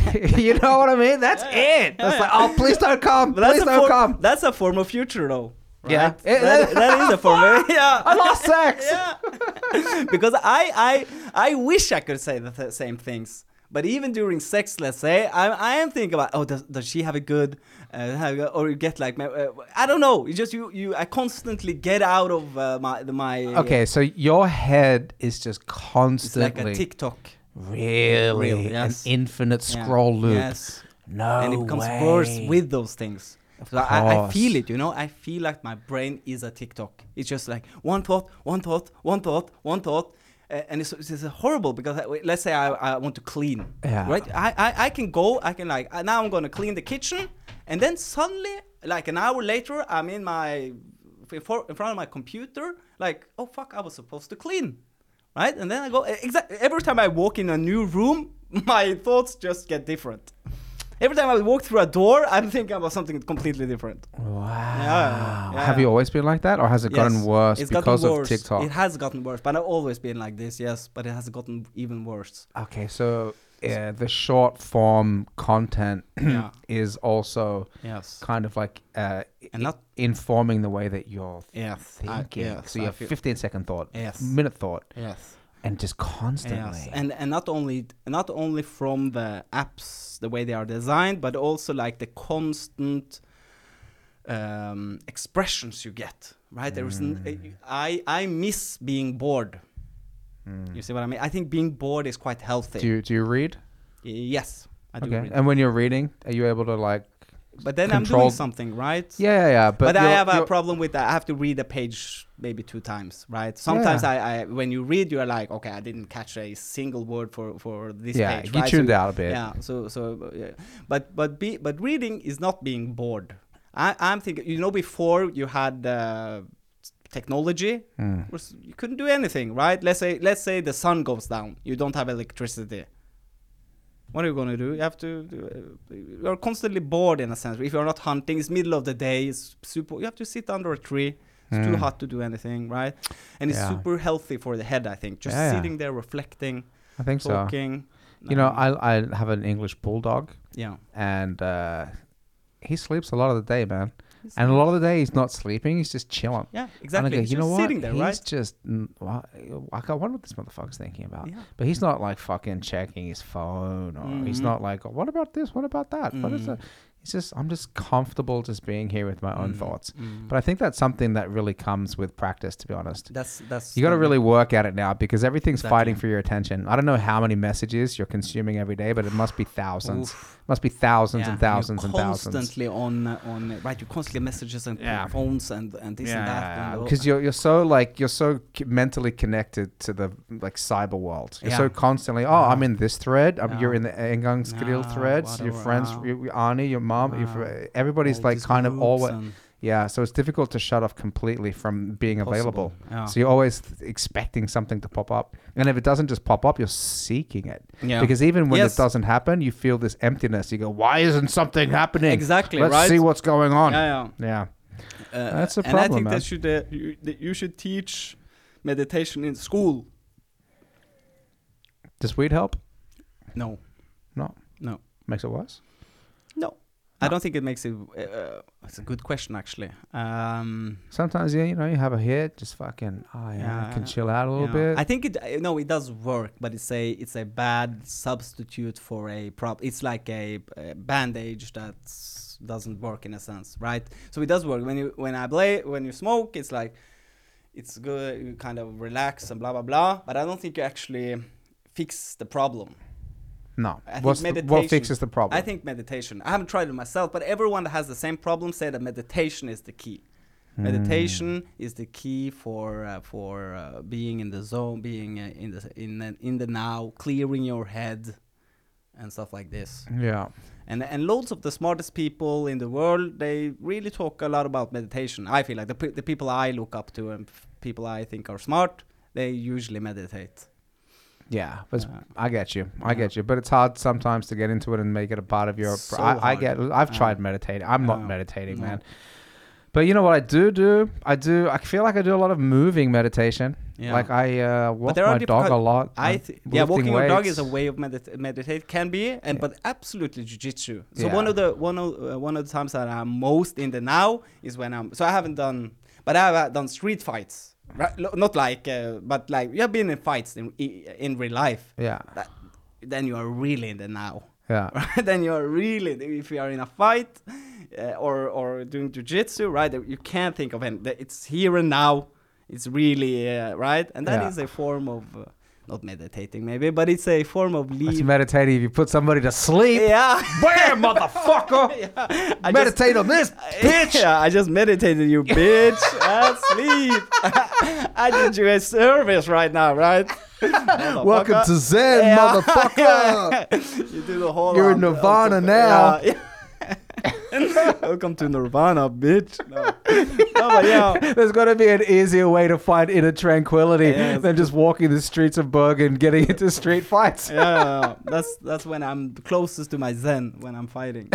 [SPEAKER 1] you know what I mean? That's it. That's like, oh, please don't come,
[SPEAKER 2] But that's
[SPEAKER 1] please
[SPEAKER 2] a
[SPEAKER 1] don't
[SPEAKER 2] form,
[SPEAKER 1] come.
[SPEAKER 2] That's a form of future, though. Right?
[SPEAKER 1] Yeah. It-
[SPEAKER 2] that, that is a form. Of, yeah,
[SPEAKER 1] I lost sex.
[SPEAKER 2] yeah. because I, I, I wish I could say the th- same things. But even during sex, let's say, I, I am thinking about, oh, does, does she have a good, uh, have a- or you get like, ma- uh, I don't know. You just you, you I constantly get out of uh, my the, my.
[SPEAKER 1] Okay, so your head is just
[SPEAKER 2] it's like
[SPEAKER 1] constantly
[SPEAKER 2] a TikTok.
[SPEAKER 1] really
[SPEAKER 2] Real, yes.
[SPEAKER 1] an infinite
[SPEAKER 2] Yeah.
[SPEAKER 1] scroll loop.
[SPEAKER 2] Yes.
[SPEAKER 1] No
[SPEAKER 2] and it becomes
[SPEAKER 1] way.
[SPEAKER 2] worse with those things. So I, I
[SPEAKER 1] course.
[SPEAKER 2] feel it, you know. I feel like my brain is a TikTok. It's just like one thought, one thought, one thought, one thought, a- and it's, it's just horrible because I, let's say I, I want to clean,
[SPEAKER 1] Yeah.
[SPEAKER 2] right? I, I I can go, I can like uh, now I'm gonna clean the kitchen, and then suddenly, like an hour later, I'm in my in for- in front of my computer, like oh fuck, I was supposed to clean, right? And then I go exactly every time I walk in a new room, my thoughts just get different. Every time I walk through a door, I'm thinking about something completely different.
[SPEAKER 1] Wow.
[SPEAKER 2] Yeah, yeah,
[SPEAKER 1] Have
[SPEAKER 2] yeah.
[SPEAKER 1] you always been like that, or has it gotten
[SPEAKER 2] Yes,
[SPEAKER 1] worse
[SPEAKER 2] it's gotten
[SPEAKER 1] because of
[SPEAKER 2] worse.
[SPEAKER 1] TikTok?
[SPEAKER 2] It has gotten worse, but I've always been like this, yes, but it has gotten even worse.
[SPEAKER 1] okay, so yeah, the short form content
[SPEAKER 2] Yeah.
[SPEAKER 1] is also
[SPEAKER 2] Yes.
[SPEAKER 1] kind of like uh,
[SPEAKER 2] And not
[SPEAKER 1] informing the way that you're
[SPEAKER 2] yes. I-
[SPEAKER 1] thinking.
[SPEAKER 2] yes,
[SPEAKER 1] so you
[SPEAKER 2] I
[SPEAKER 1] have
[SPEAKER 2] feel-
[SPEAKER 1] 15 second thought,
[SPEAKER 2] Yes.
[SPEAKER 1] minute thought,
[SPEAKER 2] Yes.
[SPEAKER 1] and just constantly.
[SPEAKER 2] Yes, and and not only not only from the apps the way they are designed, but also like the constant um, expressions you get. Right, there is
[SPEAKER 1] Mm.
[SPEAKER 2] n- eh, I I miss being bored. You see what I mean? I think being bored is quite healthy.
[SPEAKER 1] Hmm. Mm. do you do you read?
[SPEAKER 2] yes, I do.
[SPEAKER 1] Okay.
[SPEAKER 2] read.
[SPEAKER 1] And when you're reading, are you able to like?
[SPEAKER 2] But then I'm doing
[SPEAKER 1] controlled-
[SPEAKER 2] something, right?
[SPEAKER 1] Yeah, yeah, yeah. But,
[SPEAKER 2] but, I
[SPEAKER 1] you're-
[SPEAKER 2] have a
[SPEAKER 1] you're-
[SPEAKER 2] problem with that. I have to read a page maybe two times, right? Sometimes I, I, when you read, you're like, okay, I didn't catch a single word for for this
[SPEAKER 1] Yeah,
[SPEAKER 2] page.
[SPEAKER 1] you
[SPEAKER 2] right?
[SPEAKER 1] tuned
[SPEAKER 2] so,
[SPEAKER 1] out a bit.
[SPEAKER 2] Yeah. So so, uh, yeah. but but be but reading is not being bored. I I'm thinking. You know, before you had. Uh, technology
[SPEAKER 1] Hmm,
[SPEAKER 2] was, you couldn't do anything right let's say let's say the sun goes down you don't have electricity what are you going to do? You have to. You're constantly bored in a sense. If you're not hunting, it's middle of the day. It's super. You have to sit under a tree. It's too hot to do anything, right? And it's
[SPEAKER 1] Mm. Yeah.
[SPEAKER 2] super healthy for the head. I think just
[SPEAKER 1] Yeah, yeah.
[SPEAKER 2] sitting there reflecting,
[SPEAKER 1] I think so.
[SPEAKER 2] talking.
[SPEAKER 1] You know,
[SPEAKER 2] um,
[SPEAKER 1] I I have an English bulldog,
[SPEAKER 2] yeah.
[SPEAKER 1] and uh, he sleeps a lot of the day, man. And a lot of the day he's not sleeping; he's just chilling.
[SPEAKER 2] Yeah,
[SPEAKER 1] And I
[SPEAKER 2] exactly.
[SPEAKER 1] go,
[SPEAKER 2] It's
[SPEAKER 1] you know
[SPEAKER 2] just
[SPEAKER 1] what?
[SPEAKER 2] Sitting there,
[SPEAKER 1] he's
[SPEAKER 2] right?
[SPEAKER 1] just. n- wha- I can't wonder what this motherfucker's thinking about.
[SPEAKER 2] Yeah.
[SPEAKER 1] But he's not like fucking checking his phone, or he's
[SPEAKER 2] Mhm.
[SPEAKER 1] not like, "Oh, what about this? What about that? What is
[SPEAKER 2] Mm.
[SPEAKER 1] that? He's just. I'm just comfortable just being here with my own
[SPEAKER 2] Mm,
[SPEAKER 1] thoughts.
[SPEAKER 2] mm.
[SPEAKER 1] But I think that's something that really comes with practice, to be honest.
[SPEAKER 2] that's that's.
[SPEAKER 1] You got to
[SPEAKER 2] the-
[SPEAKER 1] really work at it now because everything's
[SPEAKER 2] Exactly.
[SPEAKER 1] fighting for your attention. I don't know how many messages you're consuming every day, but it must be thousands. Must be thousands
[SPEAKER 2] Yeah,
[SPEAKER 1] and thousands
[SPEAKER 2] you're
[SPEAKER 1] and thousands.
[SPEAKER 2] Constantly on on right. You constantly messages and
[SPEAKER 1] Yeah.
[SPEAKER 2] phones and and this and that. and all-
[SPEAKER 1] because you're you're so like you're so c- mentally connected to the like cyber world. You're so
[SPEAKER 2] Yeah.
[SPEAKER 1] constantly, oh, I'm in this thread. I'm, You're in the Engang Skadil
[SPEAKER 2] Yeah,
[SPEAKER 1] threads. Your
[SPEAKER 2] whatever,
[SPEAKER 1] friends,
[SPEAKER 2] yeah.
[SPEAKER 1] your, your Arnie, your mom, your, fr-
[SPEAKER 2] Yeah.
[SPEAKER 1] everybody's
[SPEAKER 2] all
[SPEAKER 1] like
[SPEAKER 2] these
[SPEAKER 1] kind of
[SPEAKER 2] groups
[SPEAKER 1] always.
[SPEAKER 2] and
[SPEAKER 1] Yeah, so it's difficult to shut off completely from being available.
[SPEAKER 2] possible. Yeah.
[SPEAKER 1] So you're always th- expecting something to pop up, and if it doesn't just pop up, you're seeking it.
[SPEAKER 2] Yeah.
[SPEAKER 1] Because even when
[SPEAKER 2] Yes.
[SPEAKER 1] it doesn't happen, you feel this emptiness. You go, "Why isn't something happening?
[SPEAKER 2] Exactly,
[SPEAKER 1] Let's
[SPEAKER 2] right?
[SPEAKER 1] see what's going on."
[SPEAKER 2] Yeah, yeah.
[SPEAKER 1] yeah.
[SPEAKER 2] Uh,
[SPEAKER 1] That's a
[SPEAKER 2] And I
[SPEAKER 1] problem,
[SPEAKER 2] think
[SPEAKER 1] man.
[SPEAKER 2] that should uh, you, that you should teach meditation in school.
[SPEAKER 1] Does weed help?
[SPEAKER 2] No,
[SPEAKER 1] No,
[SPEAKER 2] no,
[SPEAKER 1] makes it worse.
[SPEAKER 2] no. I don't think it makes it. Uh, uh, it's a good question, actually. Um,
[SPEAKER 1] Sometimes yeah, you know, you have a hit, just fucking oh yeah, I can
[SPEAKER 2] Yeah.
[SPEAKER 1] chill out a little bit.
[SPEAKER 2] yeah. I think it. uh, No, it does work, but it's a it's a bad substitute for a prop. It's like a, a bandage that doesn't work in a sense, right? So it does work when you when I play when you smoke. It's like it's good. You kind of relax and blah blah blah. But I don't think you actually fix the problem.
[SPEAKER 1] no.
[SPEAKER 2] I think
[SPEAKER 1] What's the,
[SPEAKER 2] meditation.
[SPEAKER 1] what fixes the problem?
[SPEAKER 2] I think meditation. I haven't tried it myself, but everyone that has the same problem say that meditation is the key. Meditation is the key for uh, for uh, being in the zone, being uh, in the in the, in the now, clearing your head, and stuff like this.
[SPEAKER 1] Mm. Yeah.
[SPEAKER 2] And and loads of the smartest people in the world they really talk a lot about meditation. I feel like the pe- the people I look up to and f- people I think are smart, they usually meditate.
[SPEAKER 1] Yeah. But it's-
[SPEAKER 2] Uh,
[SPEAKER 1] I get you. I
[SPEAKER 2] yeah.
[SPEAKER 1] get you. But it's hard sometimes to get into it and make it a part of your
[SPEAKER 2] So
[SPEAKER 1] I, I
[SPEAKER 2] hard.
[SPEAKER 1] get I've
[SPEAKER 2] Yeah.
[SPEAKER 1] tried meditating. I'm not
[SPEAKER 2] Yeah.
[SPEAKER 1] meditating,
[SPEAKER 2] No.
[SPEAKER 1] man. But you know what I do do? I do I feel like I do a lot of moving meditation.
[SPEAKER 2] Yeah.
[SPEAKER 1] Like I uh, walk
[SPEAKER 2] there
[SPEAKER 1] my
[SPEAKER 2] are
[SPEAKER 1] dog a
[SPEAKER 2] difficult-
[SPEAKER 1] lot.
[SPEAKER 2] I
[SPEAKER 1] I'm
[SPEAKER 2] th- yeah, walking
[SPEAKER 1] lifting
[SPEAKER 2] your dog
[SPEAKER 1] weights.
[SPEAKER 2] is a way of medit- meditate can be, and but absolutely jujitsu. So
[SPEAKER 1] Yeah.
[SPEAKER 2] one of the one of uh, one of the times that I'm most in the now is when I'm. So I haven't done, but I have uh, done street fights, right? Lo- Not like, uh, but like you have been in fights in i- in real life.
[SPEAKER 1] Yeah.
[SPEAKER 2] That, then you are really in the now.
[SPEAKER 1] Yeah.
[SPEAKER 2] Right? Then you are really if you are in a fight uh, or or doing jujitsu, right? You can't think of any. It's here and now. It's really uh, right, and that
[SPEAKER 1] Yeah.
[SPEAKER 2] is a form of uh, not meditating maybe, but it's a form of
[SPEAKER 1] It's
[SPEAKER 2] leave.
[SPEAKER 1] meditating if you put somebody to sleep.
[SPEAKER 2] Yeah,
[SPEAKER 1] Bam, motherfucker.
[SPEAKER 2] yeah. I just-
[SPEAKER 1] Meditate on this, bitch.
[SPEAKER 2] Yeah, I just meditated, you bitch. I sleep. I did you a service right now, right?
[SPEAKER 1] Welcome
[SPEAKER 2] Motherfucker.
[SPEAKER 1] to Zen,
[SPEAKER 2] Yeah.
[SPEAKER 1] motherfucker.
[SPEAKER 2] you do the whole.
[SPEAKER 1] You're in
[SPEAKER 2] um,
[SPEAKER 1] Nirvana
[SPEAKER 2] um,
[SPEAKER 1] now.
[SPEAKER 2] yeah, yeah. Welcome to Nirvana, bitch. No, no but yeah.
[SPEAKER 1] There's got to be an easier way to find inner tranquility
[SPEAKER 2] Yes.
[SPEAKER 1] than just walking the streets of Bergen, getting into street fights.
[SPEAKER 2] Yeah, yeah, yeah. that's that's when I'm closest to my zen when I'm fighting.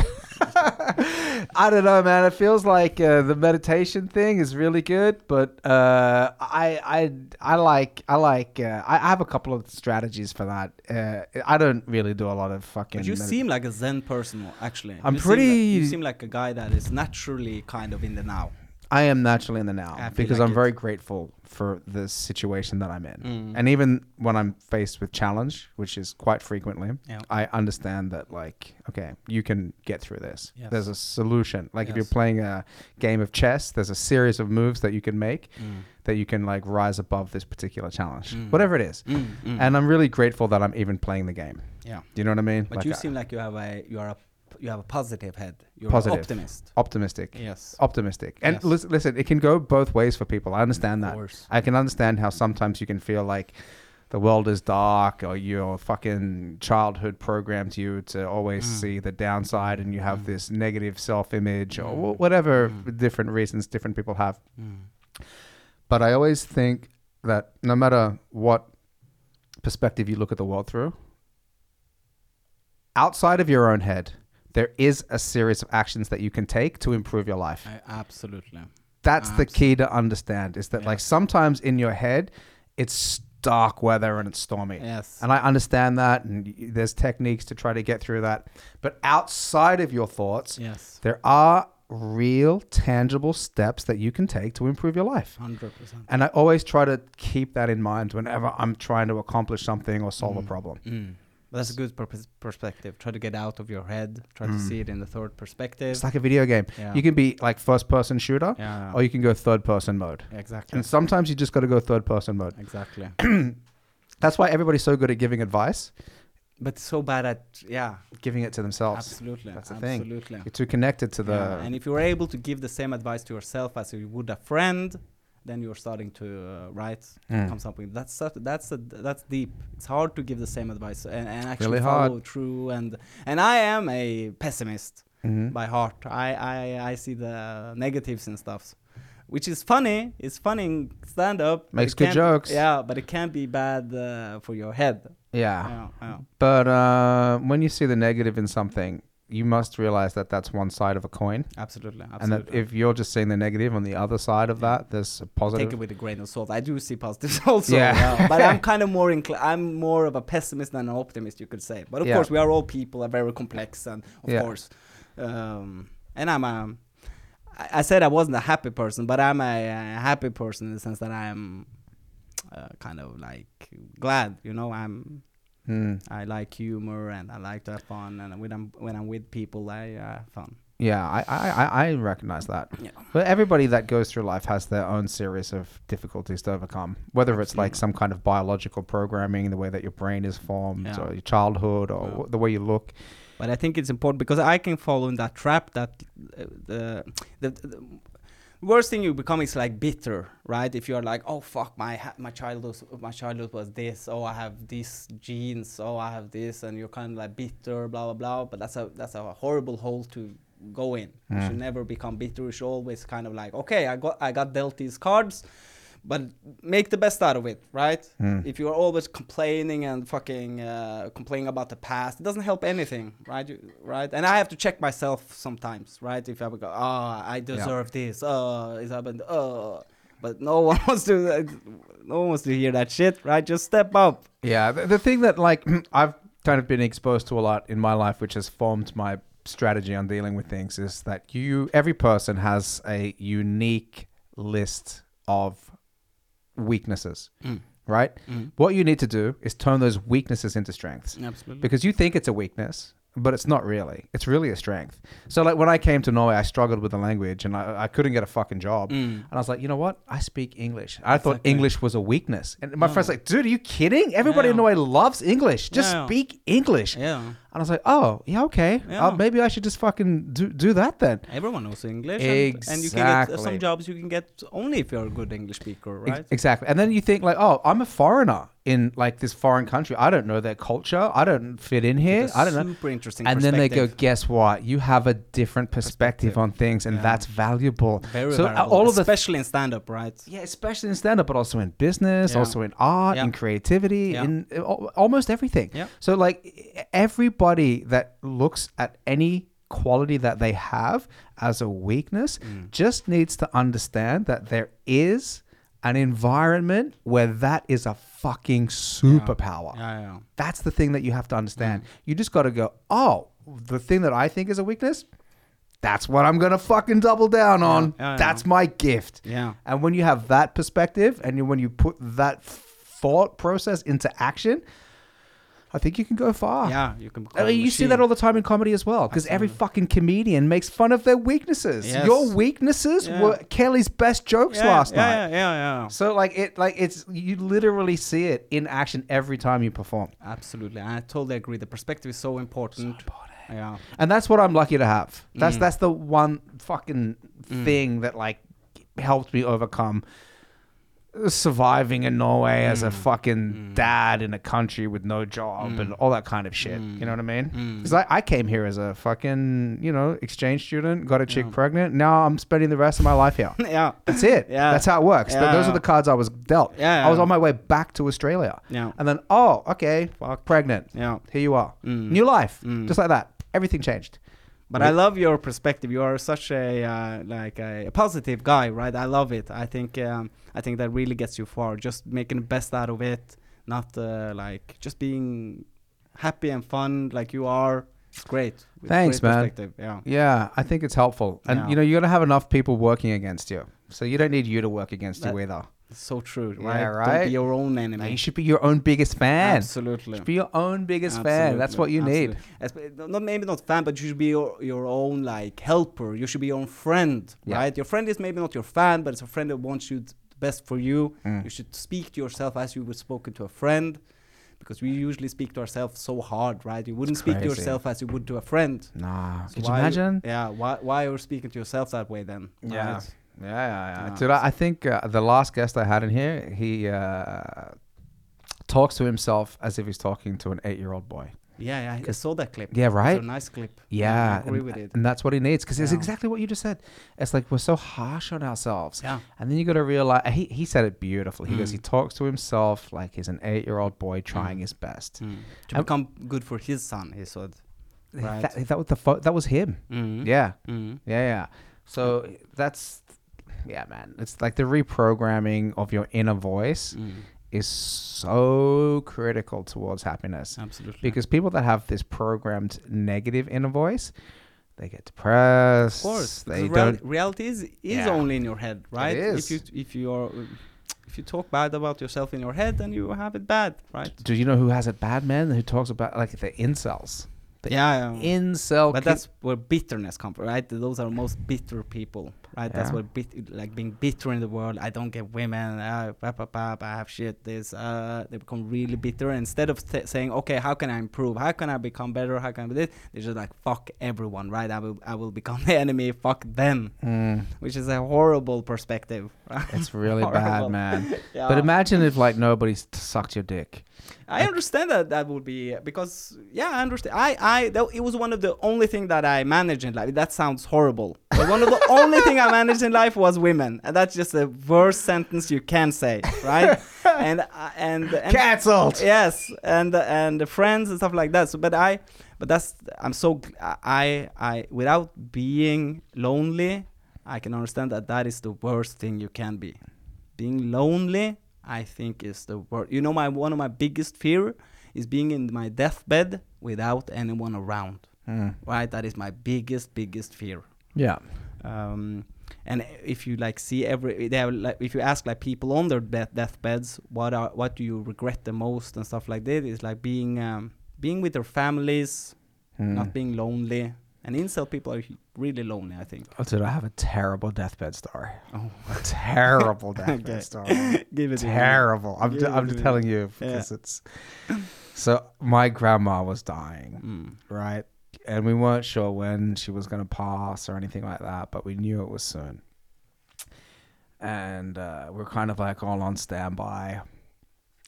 [SPEAKER 1] I don't know, man. It feels like uh, the meditation thing is really good, but uh, I, I, I like, I like, uh, I I have a couple of strategies for that. Uh, I don't really do a lot of fucking.
[SPEAKER 2] But you
[SPEAKER 1] medi-
[SPEAKER 2] seem like a zen person, actually.
[SPEAKER 1] I'm
[SPEAKER 2] You seem like-
[SPEAKER 1] pretty-
[SPEAKER 2] you seem like a guy that is naturally kind of in the now.
[SPEAKER 1] I am naturally in the now
[SPEAKER 2] I feel
[SPEAKER 1] because
[SPEAKER 2] like
[SPEAKER 1] I'm
[SPEAKER 2] it.
[SPEAKER 1] very grateful for the situation that I'm in.
[SPEAKER 2] Mm.
[SPEAKER 1] And even when I'm faced with challenge, which is quite frequently,
[SPEAKER 2] Yeah.
[SPEAKER 1] I understand that like, okay, you can get through this.
[SPEAKER 2] Yes.
[SPEAKER 1] There's a solution. Like if you're
[SPEAKER 2] Yes.
[SPEAKER 1] playing a game of chess, there's a series of moves that you can make
[SPEAKER 2] Mm.
[SPEAKER 1] that you can like rise above this particular challenge.
[SPEAKER 2] Mm.
[SPEAKER 1] Whatever it is.
[SPEAKER 2] Mm, mm.
[SPEAKER 1] And I'm really grateful that I'm even playing the game.
[SPEAKER 2] yeah,
[SPEAKER 1] Do you know what I mean?
[SPEAKER 2] but
[SPEAKER 1] Like,
[SPEAKER 2] you
[SPEAKER 1] I-
[SPEAKER 2] seem like you have a you are a you have a positive head. You're
[SPEAKER 1] Positive.
[SPEAKER 2] an optimist.
[SPEAKER 1] optimistic.
[SPEAKER 2] Yes,
[SPEAKER 1] Optimistic. And
[SPEAKER 2] Yes.
[SPEAKER 1] lis- listen, it can go both ways for people. I understand that.
[SPEAKER 2] course.
[SPEAKER 1] I can understand how sometimes you can feel like the world is dark or your fucking childhood programmed you to always
[SPEAKER 2] Mm.
[SPEAKER 1] see the downside and you have this negative self image or wh- whatever different reasons different people have.
[SPEAKER 2] Mm.
[SPEAKER 1] But I always think that no matter what perspective you look at the world through, outside of your own head, there is a series of actions that you can take to improve your life
[SPEAKER 2] I, absolutely.
[SPEAKER 1] that's the key to understand is that like sometimes in your head it's dark weather and it's stormy
[SPEAKER 2] Yes.
[SPEAKER 1] and i understand that and y- there's techniques to try to get through that but outside of your thoughts
[SPEAKER 2] Yes,
[SPEAKER 1] there are real tangible steps that you can take to improve your life
[SPEAKER 2] hundred percent.
[SPEAKER 1] and i always try to keep that in mind whenever i'm trying to accomplish something or solve a problem
[SPEAKER 2] Mm. But that's a good purpos- perspective. Try to get out of your head. Try to see it in the third perspective.
[SPEAKER 1] Mm. it's like a video game
[SPEAKER 2] Yeah.
[SPEAKER 1] you can be like first person shooter
[SPEAKER 2] yeah,
[SPEAKER 1] or you can go third person mode
[SPEAKER 2] exactly,
[SPEAKER 1] and sometimes you just got to go third person mode
[SPEAKER 2] exactly.
[SPEAKER 1] that's why everybody's so good at giving advice
[SPEAKER 2] but so bad at yeah,
[SPEAKER 1] giving it to themselves.
[SPEAKER 2] absolutely,
[SPEAKER 1] That's the thing.
[SPEAKER 2] absolutely.
[SPEAKER 1] You're too connected to the.
[SPEAKER 2] Yeah, and if you're able to give the same advice to yourself as you would a friend, then you're starting to uh, right
[SPEAKER 1] Mm.
[SPEAKER 2] come something. That's such- that's a, that's deep. It's hard to give the same advice and, and actually
[SPEAKER 1] Really hard.
[SPEAKER 2] follow through. And and I am a pessimist
[SPEAKER 1] Mhm.
[SPEAKER 2] by heart. I, I I see the negatives and stuff, which is funny. It's funny in stand up. but
[SPEAKER 1] Makes
[SPEAKER 2] it
[SPEAKER 1] good
[SPEAKER 2] can't-
[SPEAKER 1] jokes.
[SPEAKER 2] Yeah, but it can be bad uh, for your head.
[SPEAKER 1] yeah.
[SPEAKER 2] Yeah, yeah.
[SPEAKER 1] But uh, when you see the negative in something, you must realize that that's one side of a coin.
[SPEAKER 2] Absolutely, absolutely.
[SPEAKER 1] And that if you're just seeing the negative on the other side of that, there's a positive.
[SPEAKER 2] take it with a grain of salt. I do see positives also,
[SPEAKER 1] Yeah.
[SPEAKER 2] yeah. but I'm kind of more incl- I'm more of a pessimist than an optimist, you could say. But of
[SPEAKER 1] Yeah.
[SPEAKER 2] course, we are all people, are very complex, and of
[SPEAKER 1] Yeah.
[SPEAKER 2] course, um, and I'm a. I I said I wasn't a happy person, but I'm a, a happy person in the sense that I'm uh, kind of like glad, you know. I'm
[SPEAKER 1] Mm.
[SPEAKER 2] I like humor and I like to have fun, and when I'm when I'm with people, I uh, have fun.
[SPEAKER 1] Yeah, I, I, I- I recognize that.
[SPEAKER 2] Yeah.
[SPEAKER 1] But everybody that goes through life has their own series of difficulties to overcome, whether it's like some kind of biological programming, the way that your brain is formed,
[SPEAKER 2] Yeah.
[SPEAKER 1] or your childhood, or
[SPEAKER 2] Yeah.
[SPEAKER 1] wh- the way you look.
[SPEAKER 2] But I think it's important because I can fall in that trap that uh, the, the the worst thing you become is like bitter, right? If you are like, oh fuck, my ha- my childhood my childhood was this. Oh, I have these genes. Oh, I have this, and you're kind of like bitter, blah blah blah. But that's a that's a horrible hole to go in. You should never become bitter. You should always kind of like, okay, I got I got dealt these cards. But make the best out of it, right?
[SPEAKER 1] Hmm.
[SPEAKER 2] If you are always complaining and fucking uh, complaining about the past, it doesn't help anything, right? You, right? And I have to check myself sometimes, right? If I would go, ah, I deserve this. Uh, it's happened. Uh, but no one wants to. Uh, no one wants to hear that shit, right? Just step up.
[SPEAKER 1] Yeah, the, the thing that like I've kind of been exposed to a lot in my life, which has formed my strategy on dealing with things, is that you every person has a unique list of weaknesses, right? What you need to do is turn those weaknesses into strengths
[SPEAKER 2] Absolutely.
[SPEAKER 1] because you think it's a weakness but it's not really it's really a strength so like when i came to norway i struggled with the language and i, I couldn't get a fucking job and i was like you know what i speak english i thought
[SPEAKER 2] Mm. Exactly.
[SPEAKER 1] english was a weakness and my friend's like dude are you kidding everybody in
[SPEAKER 2] Yeah.
[SPEAKER 1] norway loves english just
[SPEAKER 2] Yeah.
[SPEAKER 1] speak english and
[SPEAKER 2] Yeah.
[SPEAKER 1] i was like oh yeah okay
[SPEAKER 2] Yeah.
[SPEAKER 1] Uh, maybe i should just fucking do, do that then
[SPEAKER 2] Everyone knows English, and, and you can get uh,
[SPEAKER 1] Exactly.
[SPEAKER 2] some jobs you can get only if you're a good English speaker,
[SPEAKER 1] Ex-
[SPEAKER 2] right?
[SPEAKER 1] Exactly. And then you think like, oh, I'm a foreigner in like this foreign country. I don't know their culture. I don't fit in here.
[SPEAKER 2] It's a
[SPEAKER 1] I don't know.
[SPEAKER 2] super interesting
[SPEAKER 1] And then they go,
[SPEAKER 2] perspective.
[SPEAKER 1] guess what? You have a different perspective,
[SPEAKER 2] Perspective.
[SPEAKER 1] on things, and
[SPEAKER 2] Yeah.
[SPEAKER 1] that's valuable.
[SPEAKER 2] Very
[SPEAKER 1] so uh,
[SPEAKER 2] variable,
[SPEAKER 1] all of the
[SPEAKER 2] especially in stand-up, right?
[SPEAKER 1] yeah, especially in stand up, but also in business,
[SPEAKER 2] Yeah.
[SPEAKER 1] also in art,
[SPEAKER 2] Yeah.
[SPEAKER 1] in creativity,
[SPEAKER 2] Yeah.
[SPEAKER 1] in uh, al- almost everything.
[SPEAKER 2] Yeah.
[SPEAKER 1] So like e- everybody that looks at any quality that they have as a weakness
[SPEAKER 2] Mm.
[SPEAKER 1] just needs to understand that there is an environment where that is a fucking superpower.
[SPEAKER 2] Yeah, yeah.
[SPEAKER 1] That's
[SPEAKER 2] Mm-hmm.
[SPEAKER 1] the thing that you have to understand. You just got to go, "Oh, the thing that I think is a weakness that's what I'm gonna fucking double down on.
[SPEAKER 2] yeah, yeah.
[SPEAKER 1] that's my gift.
[SPEAKER 2] Yeah.
[SPEAKER 1] And when you have that perspective, and you- when you put that thought process into action, I think you can go far.
[SPEAKER 2] Yeah, Ah. Uh, you can.
[SPEAKER 1] I mean, you see that all the time in comedy as well, because every fucking comedian makes fun of their weaknesses.
[SPEAKER 2] Yes.
[SPEAKER 1] Your weaknesses
[SPEAKER 2] Yeah.
[SPEAKER 1] were Kelly's best jokes
[SPEAKER 2] yeah,
[SPEAKER 1] last
[SPEAKER 2] yeah,
[SPEAKER 1] night.
[SPEAKER 2] Yeah, yeah, yeah.
[SPEAKER 1] So like it, like it's you literally see it in action every time you perform,
[SPEAKER 2] Absolutely, I totally agree. The perspective is so important. Yeah,
[SPEAKER 1] and that's what I'm lucky to have.
[SPEAKER 2] Mm.
[SPEAKER 1] That's that's the one fucking thing that like helped me overcome surviving in Norway as
[SPEAKER 2] Mm.
[SPEAKER 1] a fucking dad in a country with no job and
[SPEAKER 2] Mm.
[SPEAKER 1] all that kind of shit. You know what I mean? Because I, I came here as a fucking you know exchange student, got a chick pregnant. Now I'm spending the rest of my life here.
[SPEAKER 2] yeah,
[SPEAKER 1] That's it.
[SPEAKER 2] Yeah.
[SPEAKER 1] That's how it works. Th-
[SPEAKER 2] Yeah.
[SPEAKER 1] Those are the cards I was dealt.
[SPEAKER 2] Yeah,
[SPEAKER 1] I was
[SPEAKER 2] yeah.
[SPEAKER 1] on my way back to Australia.
[SPEAKER 2] Yeah.
[SPEAKER 1] And then, oh, okay, fuck, pregnant.
[SPEAKER 2] yeah.
[SPEAKER 1] Here you are. New life. Just like that. Everything changed.
[SPEAKER 2] But I love your perspective. You are such a uh, like a positive guy, right? I love it. I think um, I think that really gets you far. Just making the best out of it, not uh, like just being happy and fun like you are. It's great. It's
[SPEAKER 1] Thanks,
[SPEAKER 2] great
[SPEAKER 1] man.
[SPEAKER 2] Perspective. Yeah.
[SPEAKER 1] Yeah, I think it's helpful. And,
[SPEAKER 2] Yeah.
[SPEAKER 1] you know, you're going to have enough people working against you. So you don't need you to work against
[SPEAKER 2] That-
[SPEAKER 1] you either.
[SPEAKER 2] It's so true,
[SPEAKER 1] Yeah,
[SPEAKER 2] right? Don't
[SPEAKER 1] right?
[SPEAKER 2] be your own
[SPEAKER 1] Now, you
[SPEAKER 2] enemy.
[SPEAKER 1] should be your own biggest fan.
[SPEAKER 2] Absolutely.
[SPEAKER 1] Be your own biggest fan. That's what you need.
[SPEAKER 2] need. Not maybe not fan, but you should be your, your own like helper. You should be your own friend,
[SPEAKER 1] Yeah.
[SPEAKER 2] right? Your friend is maybe not your fan, but it's a friend that wants you the best for you.
[SPEAKER 1] Mm.
[SPEAKER 2] You should speak to yourself as you would spoken to a friend, because we usually speak to ourselves so hard, right? You wouldn't speak to
[SPEAKER 1] crazy.
[SPEAKER 2] yourself as you would to a friend.
[SPEAKER 1] Nah.
[SPEAKER 2] So
[SPEAKER 1] Could you
[SPEAKER 2] why
[SPEAKER 1] imagine?
[SPEAKER 2] yeah. Why why you're speaking to yourself that way then?
[SPEAKER 1] Yeah.
[SPEAKER 2] right?
[SPEAKER 1] Yeah, yeah,
[SPEAKER 2] Yeah.
[SPEAKER 1] yeah. Dude, I, I think uh, the last guest I had in here, he uh, talks to himself as if he's talking to an eight year old boy.
[SPEAKER 2] Yeah. Yeah. I saw that clip.
[SPEAKER 1] Yeah,
[SPEAKER 2] It was
[SPEAKER 1] right?
[SPEAKER 2] a nice clip.
[SPEAKER 1] Yeah.
[SPEAKER 2] I agree
[SPEAKER 1] and,
[SPEAKER 2] with it.
[SPEAKER 1] and that's what he needs because it's
[SPEAKER 2] Yeah.
[SPEAKER 1] exactly what you just said. It's like we're so harsh on ourselves.
[SPEAKER 2] Yeah.
[SPEAKER 1] And then you got to realize, he, he said it beautifully. He goes,
[SPEAKER 2] Mm.
[SPEAKER 1] he talks to himself like he's an eight year old boy trying his best.
[SPEAKER 2] Mm. To become good for his son, he said. Right.
[SPEAKER 1] That, that, was the fo- that was him.
[SPEAKER 2] Mhm.
[SPEAKER 1] Yeah.
[SPEAKER 2] Mhm.
[SPEAKER 1] Yeah, yeah. So that's yeah, man. It's like the reprogramming of your inner voice
[SPEAKER 2] Mm-hmm.
[SPEAKER 1] is so critical towards happiness.
[SPEAKER 2] Absolutely.
[SPEAKER 1] Because people that have this programmed negative inner voice, they get depressed.
[SPEAKER 2] Of course,
[SPEAKER 1] They
[SPEAKER 2] because real-
[SPEAKER 1] don't
[SPEAKER 2] reality is, is
[SPEAKER 1] Yeah.
[SPEAKER 2] only in your head, right? If
[SPEAKER 1] is.
[SPEAKER 2] you if you are if you talk bad about yourself in your head, then you have it bad, right?
[SPEAKER 1] do you know who has it bad, man? Who talks about like the incels. The
[SPEAKER 2] yeah, yeah.
[SPEAKER 1] Incel
[SPEAKER 2] Hmm. but
[SPEAKER 1] ki-
[SPEAKER 2] that's where bitterness comes from, right? Those are most bitter people, right? That's
[SPEAKER 1] Yeah.
[SPEAKER 2] what bit, like being bitter in the world. I don't get women. Uh, bah, bah, bah, bah, I have shit. This uh, they become really bitter. Instead of th- saying, okay, how can I improve? How can I become better? How can I do this? They're just like fuck everyone, right? I will I will become the enemy. Fuck them.
[SPEAKER 1] Mm,
[SPEAKER 2] which is a horrible perspective. Right?
[SPEAKER 1] it's really bad,
[SPEAKER 2] Horrible.
[SPEAKER 1] man.
[SPEAKER 2] Yeah.
[SPEAKER 1] But imagine if like nobody s- sucked your dick.
[SPEAKER 2] I understand that that would be uh, because yeah, I understand. I I that, it was one of the only thing that I managed in life. That sounds horrible. But one of the only thing I managed in life was women, and that's just the worst sentence you can say, right? and I and and
[SPEAKER 1] Cancelled.
[SPEAKER 2] Yes, and and the friends and stuff like that. So, but I, but that's I'm so gl- I I without being lonely, I can understand that that is the worst thing you can be. Being lonely, I think, is the worst. You know, my one of my biggest fear is being in my deathbed without anyone around. Right, that is my biggest biggest fear
[SPEAKER 1] Yeah.
[SPEAKER 2] um, and if you like see every they have like if you ask like people on their death deathbeds what are what do you regret the most and stuff like that is like being um, being with their families
[SPEAKER 1] Mm. Hmm.
[SPEAKER 2] not being lonely and incel people are really lonely i think
[SPEAKER 1] Oh, dude, I have a terrible deathbed story.
[SPEAKER 2] Oh.
[SPEAKER 1] A terrible deathbed
[SPEAKER 2] Okay.
[SPEAKER 1] story.
[SPEAKER 2] give it to me.
[SPEAKER 1] terrible. I'm,
[SPEAKER 2] Give
[SPEAKER 1] ju-
[SPEAKER 2] it
[SPEAKER 1] I'm
[SPEAKER 2] to
[SPEAKER 1] just
[SPEAKER 2] me.
[SPEAKER 1] telling you because it's. So my grandma was dying,
[SPEAKER 2] Mm.
[SPEAKER 1] right? And we weren't sure when she was going to pass or anything like that, but we knew it was soon. And uh, we're kind of like all on standby.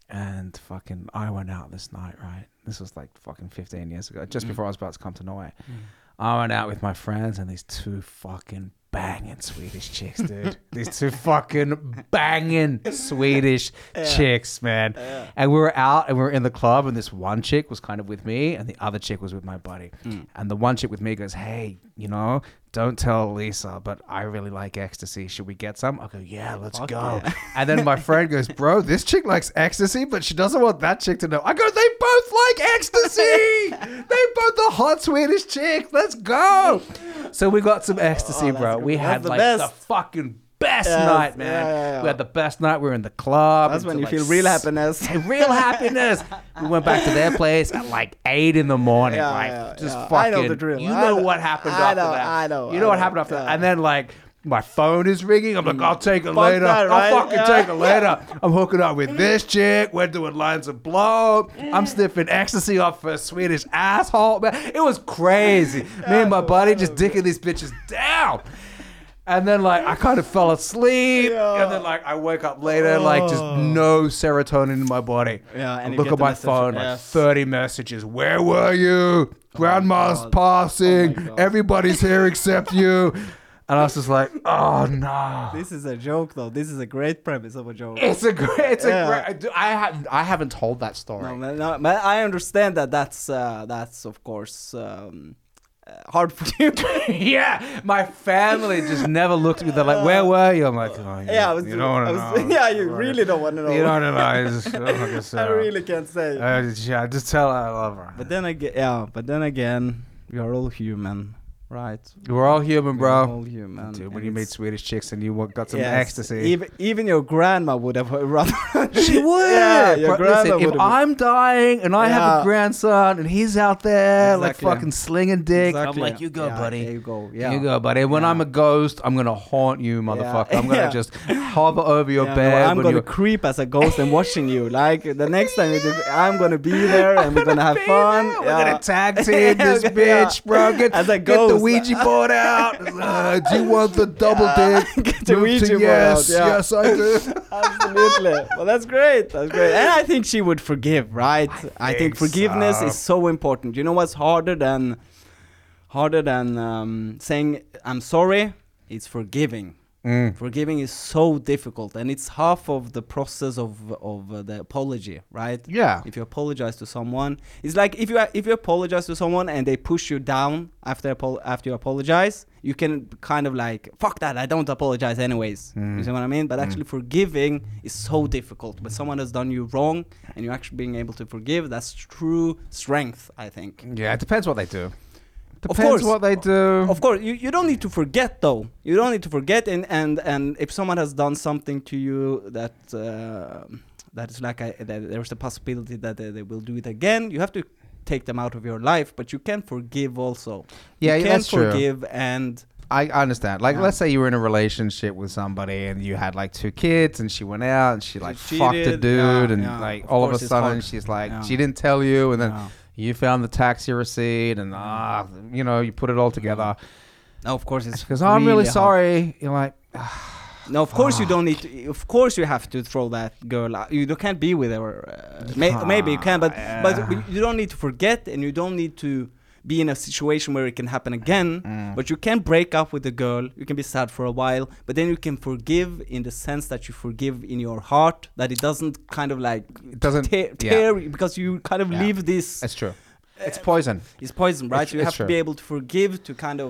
[SPEAKER 1] And fucking, I went out this night, right? This was like fucking 15 years ago, just before I was about to come to Norway. I went out with my friends and these two fucking banging Swedish chicks, dude. these two fucking banging Swedish chicks, man. And we were out and we were in the club, and this one chick was kind of with me, and the other chick was with my buddy.
[SPEAKER 3] Hmm.
[SPEAKER 1] And the one chick with me goes, Hey, you know, don't tell Lisa, but I really like ecstasy. Should we get some? I go, Yeah, let's
[SPEAKER 2] Fuck
[SPEAKER 1] go.
[SPEAKER 2] yeah.
[SPEAKER 1] And then my friend goes, Bro, this chick likes ecstasy, but she doesn't want that chick to know. I go, They both like ecstasy. they both are hot Swedish chicks. Let's go. So we got some ecstasy,
[SPEAKER 3] Oh, that's
[SPEAKER 1] bro.
[SPEAKER 3] good.
[SPEAKER 1] We
[SPEAKER 3] That's
[SPEAKER 1] had
[SPEAKER 2] the
[SPEAKER 1] like
[SPEAKER 2] best.
[SPEAKER 1] the fucking best
[SPEAKER 3] Yes.
[SPEAKER 1] night, man.
[SPEAKER 3] Yeah, yeah, yeah.
[SPEAKER 1] We had the best night. We were in the club.
[SPEAKER 3] That's when
[SPEAKER 1] until,
[SPEAKER 3] you
[SPEAKER 1] like,
[SPEAKER 3] feel real
[SPEAKER 1] s-
[SPEAKER 3] happiness.
[SPEAKER 1] Real happiness. We went back to their place at like eight in the morning.
[SPEAKER 3] Yeah,
[SPEAKER 1] like
[SPEAKER 3] yeah,
[SPEAKER 1] just
[SPEAKER 3] yeah.
[SPEAKER 1] fucking.
[SPEAKER 3] I know the drill.
[SPEAKER 1] You
[SPEAKER 3] I
[SPEAKER 1] know
[SPEAKER 3] know-
[SPEAKER 1] what happened
[SPEAKER 3] I
[SPEAKER 1] after
[SPEAKER 3] know,
[SPEAKER 1] that.
[SPEAKER 3] I know,
[SPEAKER 1] You know
[SPEAKER 3] I
[SPEAKER 1] what
[SPEAKER 3] know.
[SPEAKER 1] happened after that.
[SPEAKER 3] Yeah. Mm.
[SPEAKER 1] And then like. My phone is ringing. I'm like, I'll take it
[SPEAKER 3] Fuck
[SPEAKER 1] later.
[SPEAKER 3] that, right?
[SPEAKER 1] I'll fucking
[SPEAKER 3] Yeah.
[SPEAKER 1] take it later. I'm hooking up with this chick. We're doing lines of blow. I'm sniffing ecstasy off a Swedish asshole, man. It was crazy. Me and my buddy just dicking these bitches down. And then like I kind of fell asleep.
[SPEAKER 3] Yeah. Oh.
[SPEAKER 1] And then like I wake up later, like just no serotonin in my body.
[SPEAKER 3] Yeah, and
[SPEAKER 1] I
[SPEAKER 3] you
[SPEAKER 1] look
[SPEAKER 3] get
[SPEAKER 1] at
[SPEAKER 3] the
[SPEAKER 1] my
[SPEAKER 3] message.
[SPEAKER 1] phone, like
[SPEAKER 3] Yes.
[SPEAKER 1] thirty messages. Where were you? Grandma's
[SPEAKER 3] God.
[SPEAKER 1] passing.
[SPEAKER 3] Oh my God.
[SPEAKER 1] Everybody's here except you. And I was just like, oh no.
[SPEAKER 3] This is a joke, though. This is a great premise of a joke.
[SPEAKER 1] It's a great. It's
[SPEAKER 3] Yeah.
[SPEAKER 1] a great. I haven't. I haven't told that
[SPEAKER 3] No,
[SPEAKER 1] story. No,
[SPEAKER 3] man.
[SPEAKER 2] Uh, No, but I understand that that's uh, that's of course um, uh, hard for you.
[SPEAKER 1] yeah, my family just never looked at me. They're like, "Where were you?" I'm like, oh, you,
[SPEAKER 3] Uh, Yeah, I was.
[SPEAKER 1] you don't want
[SPEAKER 3] I
[SPEAKER 1] to
[SPEAKER 3] was-
[SPEAKER 1] know.
[SPEAKER 3] Yeah, you really don't want to know.
[SPEAKER 1] You don't know. I just- I'm not gonna say
[SPEAKER 3] I
[SPEAKER 1] that.
[SPEAKER 3] really can't say.
[SPEAKER 1] Uh, yeah, just tell her I love her.
[SPEAKER 2] but then again, yeah. But then again, we are all human, right?
[SPEAKER 1] We're all human,
[SPEAKER 2] We are
[SPEAKER 1] bro.
[SPEAKER 2] all human.
[SPEAKER 1] Dude,
[SPEAKER 2] and
[SPEAKER 1] when you meet
[SPEAKER 2] it's-
[SPEAKER 1] Swedish chicks and you wa- got some
[SPEAKER 2] yes,
[SPEAKER 1] ecstasy,
[SPEAKER 2] even even your grandma would have rather.
[SPEAKER 1] she would.
[SPEAKER 3] Yeah, your
[SPEAKER 1] But
[SPEAKER 3] grandma
[SPEAKER 1] if
[SPEAKER 3] would've-
[SPEAKER 1] I'm dying and I have a
[SPEAKER 3] Yeah.
[SPEAKER 1] grandson and he's out there
[SPEAKER 2] Exactly.
[SPEAKER 1] like fucking slinging dick,
[SPEAKER 2] Exactly.
[SPEAKER 1] I'm like, you go,
[SPEAKER 2] Yeah,
[SPEAKER 1] buddy.
[SPEAKER 2] there you go. Yeah.
[SPEAKER 1] You go, buddy. When
[SPEAKER 2] Yeah.
[SPEAKER 1] I'm a ghost, I'm gonna haunt you, motherfucker. I'm gonna
[SPEAKER 3] Yeah.
[SPEAKER 1] just hover over your
[SPEAKER 2] Yeah, no,
[SPEAKER 1] bed.
[SPEAKER 2] I'm
[SPEAKER 1] when
[SPEAKER 2] gonna
[SPEAKER 1] you're-
[SPEAKER 2] creep as a ghost and watching you. Like the next time you do, I'm gonna be there and we're gonna have
[SPEAKER 1] Be
[SPEAKER 2] fun.
[SPEAKER 1] there. We're
[SPEAKER 2] yeah.
[SPEAKER 1] gonna tag team this
[SPEAKER 2] Yeah.
[SPEAKER 1] bitch, bro. Get,
[SPEAKER 2] As a
[SPEAKER 1] get the
[SPEAKER 2] ghost.
[SPEAKER 1] Ouija board out. Uh, do you want the double dick?
[SPEAKER 2] Get the
[SPEAKER 1] Move to
[SPEAKER 2] Ouija board
[SPEAKER 1] yes,
[SPEAKER 2] out, yeah.
[SPEAKER 1] Yes, I do.
[SPEAKER 2] Absolutely. Well, that's great. That's great. And I think she would forgive, right? I think,
[SPEAKER 1] think
[SPEAKER 2] forgiveness
[SPEAKER 1] so.
[SPEAKER 2] is so important. You know what's harder than harder than um, saying I'm sorry? It's forgiving.
[SPEAKER 1] Mm.
[SPEAKER 2] Forgiving is so difficult, and it's half of the process of of uh, the apology, right?
[SPEAKER 1] Yeah.
[SPEAKER 2] If you apologize to someone, it's like if you if you apologize to someone and they push you down after apo- after you apologize, you can kind of like fuck that. I don't apologize anyways. You see what I mean? But actually, forgiving is so difficult. But someone has done you wrong, and you actually being able to forgive, that's true strength, I think.
[SPEAKER 1] Yeah, it depends what they do. Depends
[SPEAKER 2] course.
[SPEAKER 1] what they do.
[SPEAKER 2] Of course, you, you don't need to forget though. You don't need to forget, and and, and if someone has done something to you that uh, that is like a, that there's a possibility that they, they will do it again, you have to take them out of your life. But you can forgive also.
[SPEAKER 1] Yeah,
[SPEAKER 2] you
[SPEAKER 1] yeah,
[SPEAKER 2] can
[SPEAKER 1] that's true.
[SPEAKER 2] forgive and
[SPEAKER 1] I I understand. Like,
[SPEAKER 2] Yeah.
[SPEAKER 1] let's say you were in a relationship with somebody and you had like two kids, and she went out and she like
[SPEAKER 2] She
[SPEAKER 1] fucked a
[SPEAKER 2] cheated.
[SPEAKER 1] dude,
[SPEAKER 2] Yeah,
[SPEAKER 1] and
[SPEAKER 2] yeah.
[SPEAKER 1] like
[SPEAKER 2] Of
[SPEAKER 1] all of a
[SPEAKER 2] course it's
[SPEAKER 1] sudden
[SPEAKER 2] hard.
[SPEAKER 1] she's like,
[SPEAKER 2] Yeah.
[SPEAKER 1] she didn't tell you, and then
[SPEAKER 2] Yeah.
[SPEAKER 1] you found the taxi receipt,
[SPEAKER 2] Mm.
[SPEAKER 1] and ah, you know, you put it all together.
[SPEAKER 2] no, of course Mm. it's
[SPEAKER 1] Because I'm really
[SPEAKER 2] hard.
[SPEAKER 1] sorry. You're like,
[SPEAKER 2] No, of course you don't need. to Of course you have to throw that girl out. You don't- can't be with her. Uh, may, maybe you can, but but you don't need to forget, and you don't need to be in a situation where it can happen again.
[SPEAKER 1] Mm.
[SPEAKER 2] But you can break up with the girl. You can be sad for a while, but then you can forgive in the sense that you forgive in your heart that it doesn't kind of like
[SPEAKER 1] It doesn't-
[SPEAKER 2] tear,
[SPEAKER 1] yeah.
[SPEAKER 2] tear because you kind of
[SPEAKER 1] Yeah.
[SPEAKER 2] leave this.
[SPEAKER 1] it's true. It's poison.
[SPEAKER 2] It's poison, right?
[SPEAKER 1] It's-
[SPEAKER 2] you
[SPEAKER 1] it's
[SPEAKER 2] have to
[SPEAKER 1] true.
[SPEAKER 2] be able to forgive to kind of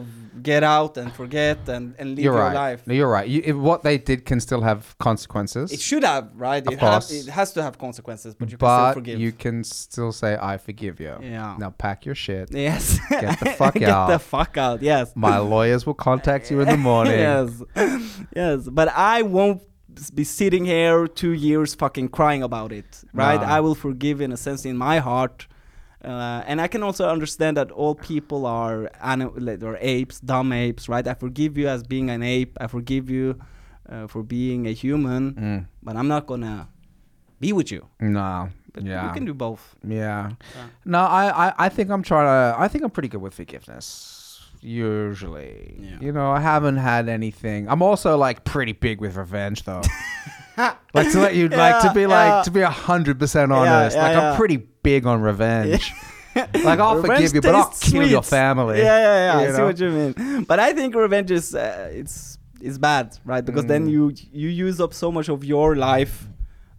[SPEAKER 2] get out and forget and and live
[SPEAKER 1] You're
[SPEAKER 2] your
[SPEAKER 1] right.
[SPEAKER 2] life.
[SPEAKER 1] No, you're right. You, if what they did can still have consequences.
[SPEAKER 2] It should have, right?
[SPEAKER 1] Of
[SPEAKER 2] it, have,
[SPEAKER 1] course.
[SPEAKER 2] it has to have consequences, but you can still
[SPEAKER 1] but
[SPEAKER 2] forgive.
[SPEAKER 1] you can still say, I forgive you.
[SPEAKER 2] Yeah.
[SPEAKER 1] Now pack your shit.
[SPEAKER 2] Yes.
[SPEAKER 1] Get the fuck
[SPEAKER 2] Get the
[SPEAKER 1] out.
[SPEAKER 2] fuck out. Yes.
[SPEAKER 1] My lawyers will contact you in the morning.
[SPEAKER 2] yes. Yes. But I won't s- be sitting here two years fucking crying about it, right?
[SPEAKER 1] No.
[SPEAKER 2] I will forgive in a sense in my heart. Uh, and I can also understand that all people are anim- or apes, dumb apes, right? I forgive you as being an ape. I forgive you uh, for being a human,
[SPEAKER 1] Mm.
[SPEAKER 2] but I'm not gonna be with you.
[SPEAKER 1] No.
[SPEAKER 2] But
[SPEAKER 1] yeah.
[SPEAKER 2] you can do both.
[SPEAKER 1] yeah. No, I, I, I think I'm trying to, I think I'm pretty good with forgiveness. Usually.
[SPEAKER 2] Yeah.
[SPEAKER 1] You know, I haven't had anything. I'm also like pretty big with revenge though. like to let you, like to
[SPEAKER 3] Yeah,
[SPEAKER 1] be like,
[SPEAKER 3] yeah.
[SPEAKER 1] to be a hundred percent honest.
[SPEAKER 3] yeah,
[SPEAKER 1] like I'm
[SPEAKER 3] yeah.
[SPEAKER 1] pretty big on revenge. like I'll
[SPEAKER 2] Revenge
[SPEAKER 1] forgive you, but I'll
[SPEAKER 2] tastes
[SPEAKER 1] kill your
[SPEAKER 2] sweet.
[SPEAKER 1] family.
[SPEAKER 2] Yeah, yeah, yeah.
[SPEAKER 1] you
[SPEAKER 2] I see
[SPEAKER 1] know?
[SPEAKER 2] what you mean. But I think revenge is uh, it's it's bad, right? Because
[SPEAKER 1] Mm.
[SPEAKER 2] then you you use up so much of your life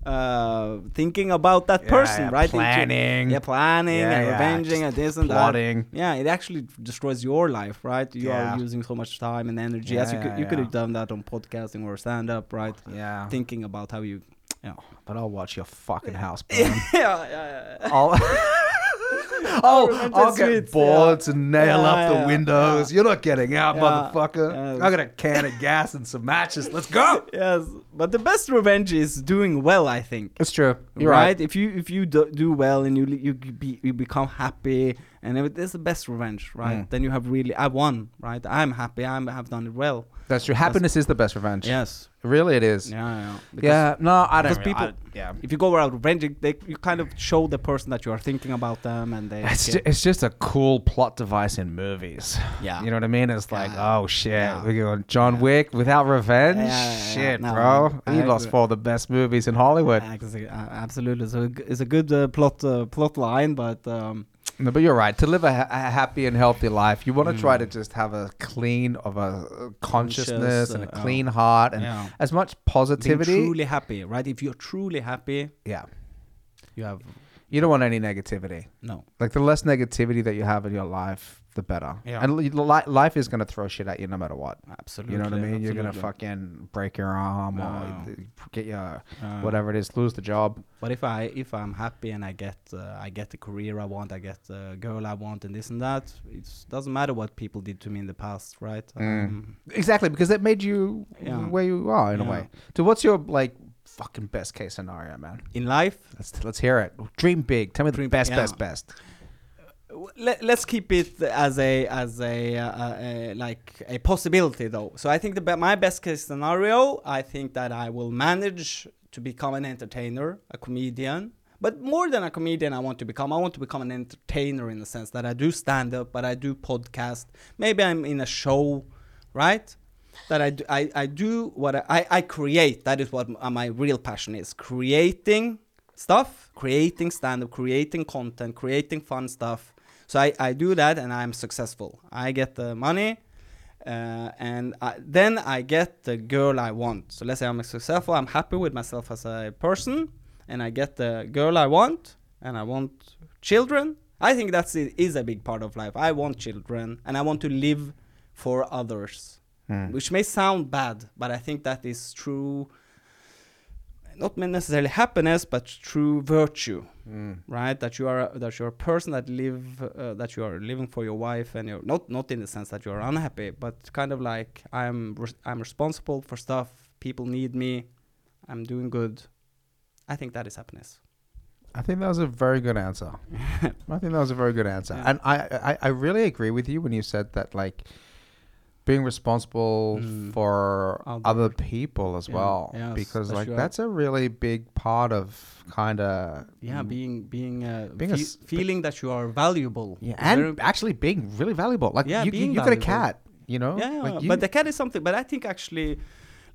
[SPEAKER 2] uh thinking about that
[SPEAKER 1] Yeah,
[SPEAKER 2] person,
[SPEAKER 1] yeah,
[SPEAKER 2] right? It ju-
[SPEAKER 1] planning.
[SPEAKER 2] yeah, planning
[SPEAKER 1] Yeah,
[SPEAKER 2] and
[SPEAKER 1] yeah,
[SPEAKER 2] revenging and this and
[SPEAKER 1] plotting.
[SPEAKER 2] that. Yeah, it actually destroys your life, right? You
[SPEAKER 1] Yeah.
[SPEAKER 2] are using so much time and energy. As
[SPEAKER 1] Yeah,
[SPEAKER 2] you could,
[SPEAKER 1] yeah,
[SPEAKER 2] you could
[SPEAKER 1] yeah.
[SPEAKER 2] have done that on podcasting or stand up, right?
[SPEAKER 1] Yeah.
[SPEAKER 2] Thinking about how you. Yeah.
[SPEAKER 1] But I'll watch your fucking house burn.
[SPEAKER 2] yeah, yeah, yeah.
[SPEAKER 1] I'll, oh, I'll
[SPEAKER 2] That's
[SPEAKER 1] get
[SPEAKER 2] sweet,
[SPEAKER 1] boards and nail
[SPEAKER 2] Yeah,
[SPEAKER 1] up the
[SPEAKER 2] yeah,
[SPEAKER 1] windows. You're not getting out,
[SPEAKER 2] Yeah,
[SPEAKER 1] motherfucker.
[SPEAKER 2] yeah.
[SPEAKER 1] I got a can of gas and some matches. Let's go.
[SPEAKER 2] yes, but the best revenge is doing well. I think.
[SPEAKER 1] It's true.
[SPEAKER 2] If you if you do, do well and you you be, you become happy and everything, that's the best revenge, right?
[SPEAKER 1] Mm.
[SPEAKER 2] Then you have really I won, right? I'm happy. I have done it well.
[SPEAKER 1] That's true. Happiness is the best revenge.
[SPEAKER 2] Yes.
[SPEAKER 1] Really, it is.
[SPEAKER 2] Yeah. yeah. Because
[SPEAKER 1] Yeah, no, I don't. really-
[SPEAKER 2] because
[SPEAKER 1] I-
[SPEAKER 2] people-
[SPEAKER 1] yeah,
[SPEAKER 2] If you go around revenging, they, you kind of show the person that you are thinking about them, and they.
[SPEAKER 1] it's
[SPEAKER 2] get-
[SPEAKER 1] just, it's just a cool plot device in movies.
[SPEAKER 2] Yeah.
[SPEAKER 1] you know what I mean. It's like,
[SPEAKER 2] Yeah.
[SPEAKER 1] oh shit,
[SPEAKER 2] Yeah.
[SPEAKER 1] we're going John Wick without revenge.
[SPEAKER 2] Yeah, yeah, yeah.
[SPEAKER 1] Shit,
[SPEAKER 2] No,
[SPEAKER 1] bro,
[SPEAKER 2] I-
[SPEAKER 1] you
[SPEAKER 2] I
[SPEAKER 1] lost
[SPEAKER 2] agree.
[SPEAKER 1] four of the best movies in Hollywood.
[SPEAKER 2] Exa- uh, Absolutely. So it- it's a good uh, plot uh, plot line, but um,
[SPEAKER 1] No, but you're right. To live a, ha- a happy and healthy life, you want to try to just have a clean of a uh, consciousness
[SPEAKER 2] Mm. Conscious,
[SPEAKER 1] and a
[SPEAKER 2] uh,
[SPEAKER 1] clean heart and
[SPEAKER 2] yeah.
[SPEAKER 1] as much
[SPEAKER 2] being
[SPEAKER 1] positivity.
[SPEAKER 2] truly happy, right? If you're truly happy,
[SPEAKER 1] yeah,
[SPEAKER 2] you have
[SPEAKER 1] you don't want any negativity.
[SPEAKER 2] no.
[SPEAKER 1] Like the less negativity that you have in your life, the better.
[SPEAKER 2] Yeah.
[SPEAKER 1] And li- li- life is gonna throw shit at you no matter what.
[SPEAKER 2] Absolutely.
[SPEAKER 1] You know what I mean? You're gonna
[SPEAKER 2] absolutely.
[SPEAKER 1] fucking break your arm
[SPEAKER 2] Yeah.
[SPEAKER 1] or th- get your
[SPEAKER 2] Uh,
[SPEAKER 1] whatever it is, lose the job.
[SPEAKER 2] But if I if I'm happy and I get uh, I get the career I want, I get the girl I want, and this and that, it doesn't matter what people did to me in the past, right?
[SPEAKER 1] Mm.
[SPEAKER 2] Um,
[SPEAKER 1] Exactly, because that made you
[SPEAKER 2] Yeah.
[SPEAKER 1] where you are in a
[SPEAKER 2] Yeah.
[SPEAKER 1] way. So, what's your like fucking best case scenario, man?
[SPEAKER 2] in life,
[SPEAKER 1] Let's let's hear it. Dream big. Tell me the
[SPEAKER 2] Dream-
[SPEAKER 1] best,
[SPEAKER 2] yeah.
[SPEAKER 1] best, best.
[SPEAKER 2] w- let, let's keep it as a as a, uh, uh, a like a possibility though so i think the be- my best case scenario i think that i will manage to become an entertainer a comedian but more than a comedian i want to become i want to become an entertainer in the sense that i do stand up but i do podcast maybe i'm in a show right that I do, I, I do what I, I, I create. That is what m- uh, my real passion is creating stuff, creating stand up, creating content, creating fun stuff. So I, I do that and I'm successful. I get the money uh, and I, then I get the girl I want. So let's say I'm successful, I'm happy with myself as a person, and I get the girl I want, and I want children. I think that's it is a big part of life. I want children and I want to live for others
[SPEAKER 1] Hmm.
[SPEAKER 2] which may sound bad, but I think that is true. Not necessarily happiness, but true virtue,
[SPEAKER 1] Hmm.
[SPEAKER 2] right? That you are a- that you are a person that live uh, that you are living for your wife, and you're not not in the sense that you are unhappy, but kind of like I'm res- I'm responsible for stuff. People need me. I'm doing good. I think that is happiness.
[SPEAKER 1] I think that was a very good answer. I think that was a very good answer, and I, I I really agree with you when you said that like being responsible for
[SPEAKER 2] Mm. Other-
[SPEAKER 1] other people as
[SPEAKER 2] Yeah.
[SPEAKER 1] well
[SPEAKER 2] Yes,
[SPEAKER 1] because
[SPEAKER 2] that's
[SPEAKER 1] like
[SPEAKER 2] right.
[SPEAKER 1] that's a really big part of kind of
[SPEAKER 2] Yeah, being being uh,
[SPEAKER 1] Hmm. Being a
[SPEAKER 2] fe-
[SPEAKER 1] s-
[SPEAKER 2] feeling that you are valuable.
[SPEAKER 1] yeah
[SPEAKER 2] is
[SPEAKER 1] and
[SPEAKER 2] very-
[SPEAKER 1] actually being really valuable like
[SPEAKER 2] Yeah,
[SPEAKER 1] you, you,
[SPEAKER 2] being
[SPEAKER 1] you got a
[SPEAKER 2] valuable.
[SPEAKER 1] cat you know
[SPEAKER 2] Yeah,
[SPEAKER 1] Oh, Like, you-
[SPEAKER 2] but the cat is something. But I think actually,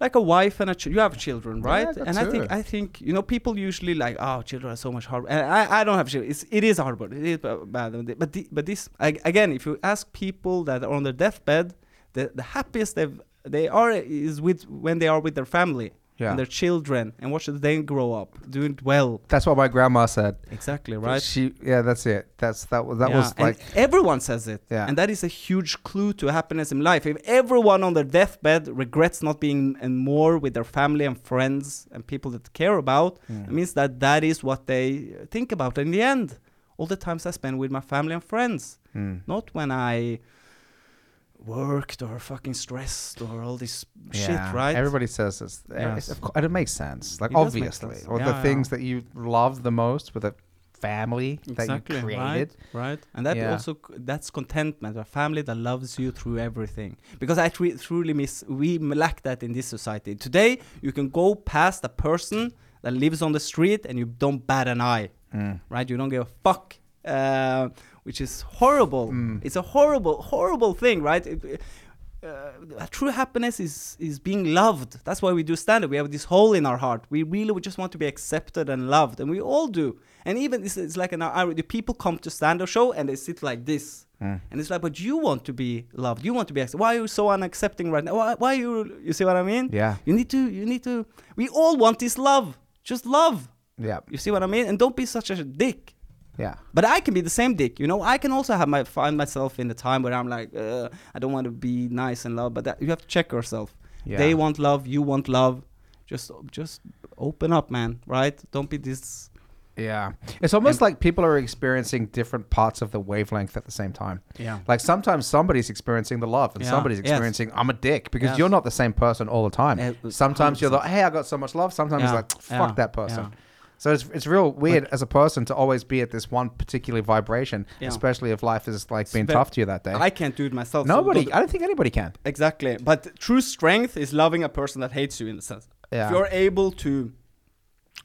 [SPEAKER 2] like a wife and a ch- you have children,
[SPEAKER 1] Yeah,
[SPEAKER 2] right?
[SPEAKER 1] I got
[SPEAKER 2] and I think
[SPEAKER 1] two.
[SPEAKER 2] I think you know people usually like oh children are so much hard. And I, I don't have children. It's, it is hard work. It is ba- bad. But the, but this I, again, if you ask people that are on their deathbed, the the happiest they they are is with when they are with their family
[SPEAKER 1] Yeah.
[SPEAKER 2] and their children and watch them grow up doing well.
[SPEAKER 1] that's what my grandma said
[SPEAKER 2] Exactly right.
[SPEAKER 1] she yeah that's it that's that was that
[SPEAKER 2] Yeah,
[SPEAKER 1] was
[SPEAKER 2] and
[SPEAKER 1] like
[SPEAKER 2] everyone says it
[SPEAKER 1] Yeah.
[SPEAKER 2] and that is a huge clue to happiness in life if everyone on their deathbed regrets not being and more with their family and friends and people that care about it means that that is what they think about in the end all the times i spend with my family and friends
[SPEAKER 1] Mm.
[SPEAKER 2] not when i worked or fucking stressed or all this
[SPEAKER 1] Yeah,
[SPEAKER 2] shit right
[SPEAKER 1] Everybody says this, Eh, it's-
[SPEAKER 2] Yes.
[SPEAKER 1] of cou- and it makes sense. Like
[SPEAKER 2] It does make
[SPEAKER 1] obviously,
[SPEAKER 2] sense.
[SPEAKER 1] or
[SPEAKER 2] Yeah,
[SPEAKER 1] the
[SPEAKER 2] yeah.
[SPEAKER 1] things that you love the most with a family that you created.
[SPEAKER 2] Right, right. And that
[SPEAKER 1] Yeah.
[SPEAKER 2] also c- that's contentment, a family that loves you through everything. Because I tru- truly miss we m- lack that in this society. Today, you can go past a person that lives on the street and you don't bat an eye,
[SPEAKER 1] Mm.
[SPEAKER 2] right? You don't give a fuck. Uh, which is horrible. It's a horrible, horrible thing, right? It- uh, true happiness is is being loved. That's why we do stand up. We have this hole in our heart. We really just want to be accepted and loved, and we all do. And even it's, it's like an hour. The people come to stand up show and they sit like this, and it's like, but you want to be loved. You want to be accepted. Why are you so unaccepting right now? Why, why you? You see what I mean?
[SPEAKER 1] Yeah.
[SPEAKER 2] You need to. You need to. We all want this love. Just love.
[SPEAKER 1] Yeah,
[SPEAKER 2] You see what I mean? And don't be such a dick.
[SPEAKER 1] yeah.
[SPEAKER 2] But I can be the same dick, you know. I can also have my find myself in the time where I'm like, uh, I don't want to be nice and love. But that, you have to check yourself.
[SPEAKER 1] Yeah.
[SPEAKER 2] They want love, you want love. Just just open up, man. Right? Don't be this
[SPEAKER 1] Yeah. It's almost like people are experiencing different parts of the wavelength at the same time.
[SPEAKER 2] Yeah.
[SPEAKER 1] Like sometimes somebody's experiencing the love and
[SPEAKER 2] Yeah.
[SPEAKER 1] somebody's
[SPEAKER 2] Yes.
[SPEAKER 1] experiencing, I'm a dick, because
[SPEAKER 2] Yes.
[SPEAKER 1] you're not the same person all the time.
[SPEAKER 2] Uh,
[SPEAKER 1] sometimes you're
[SPEAKER 2] 100%.
[SPEAKER 1] like, hey, I got so much love. Sometimes it's
[SPEAKER 2] Yeah.
[SPEAKER 1] like, fuck
[SPEAKER 2] Yeah.
[SPEAKER 1] that person.
[SPEAKER 2] Yeah.
[SPEAKER 1] So it's, it's real weird as a person to always be at this one particular vibration,
[SPEAKER 2] Yeah.
[SPEAKER 1] especially if life has like been
[SPEAKER 2] ve-
[SPEAKER 1] tough to you that day.
[SPEAKER 2] I can't do it myself. so
[SPEAKER 1] Nobody,
[SPEAKER 2] don't-
[SPEAKER 1] I don't think anybody can.
[SPEAKER 2] exactly. But true strength is loving a person that hates you in a sense.
[SPEAKER 1] Yeah.
[SPEAKER 2] If you're able to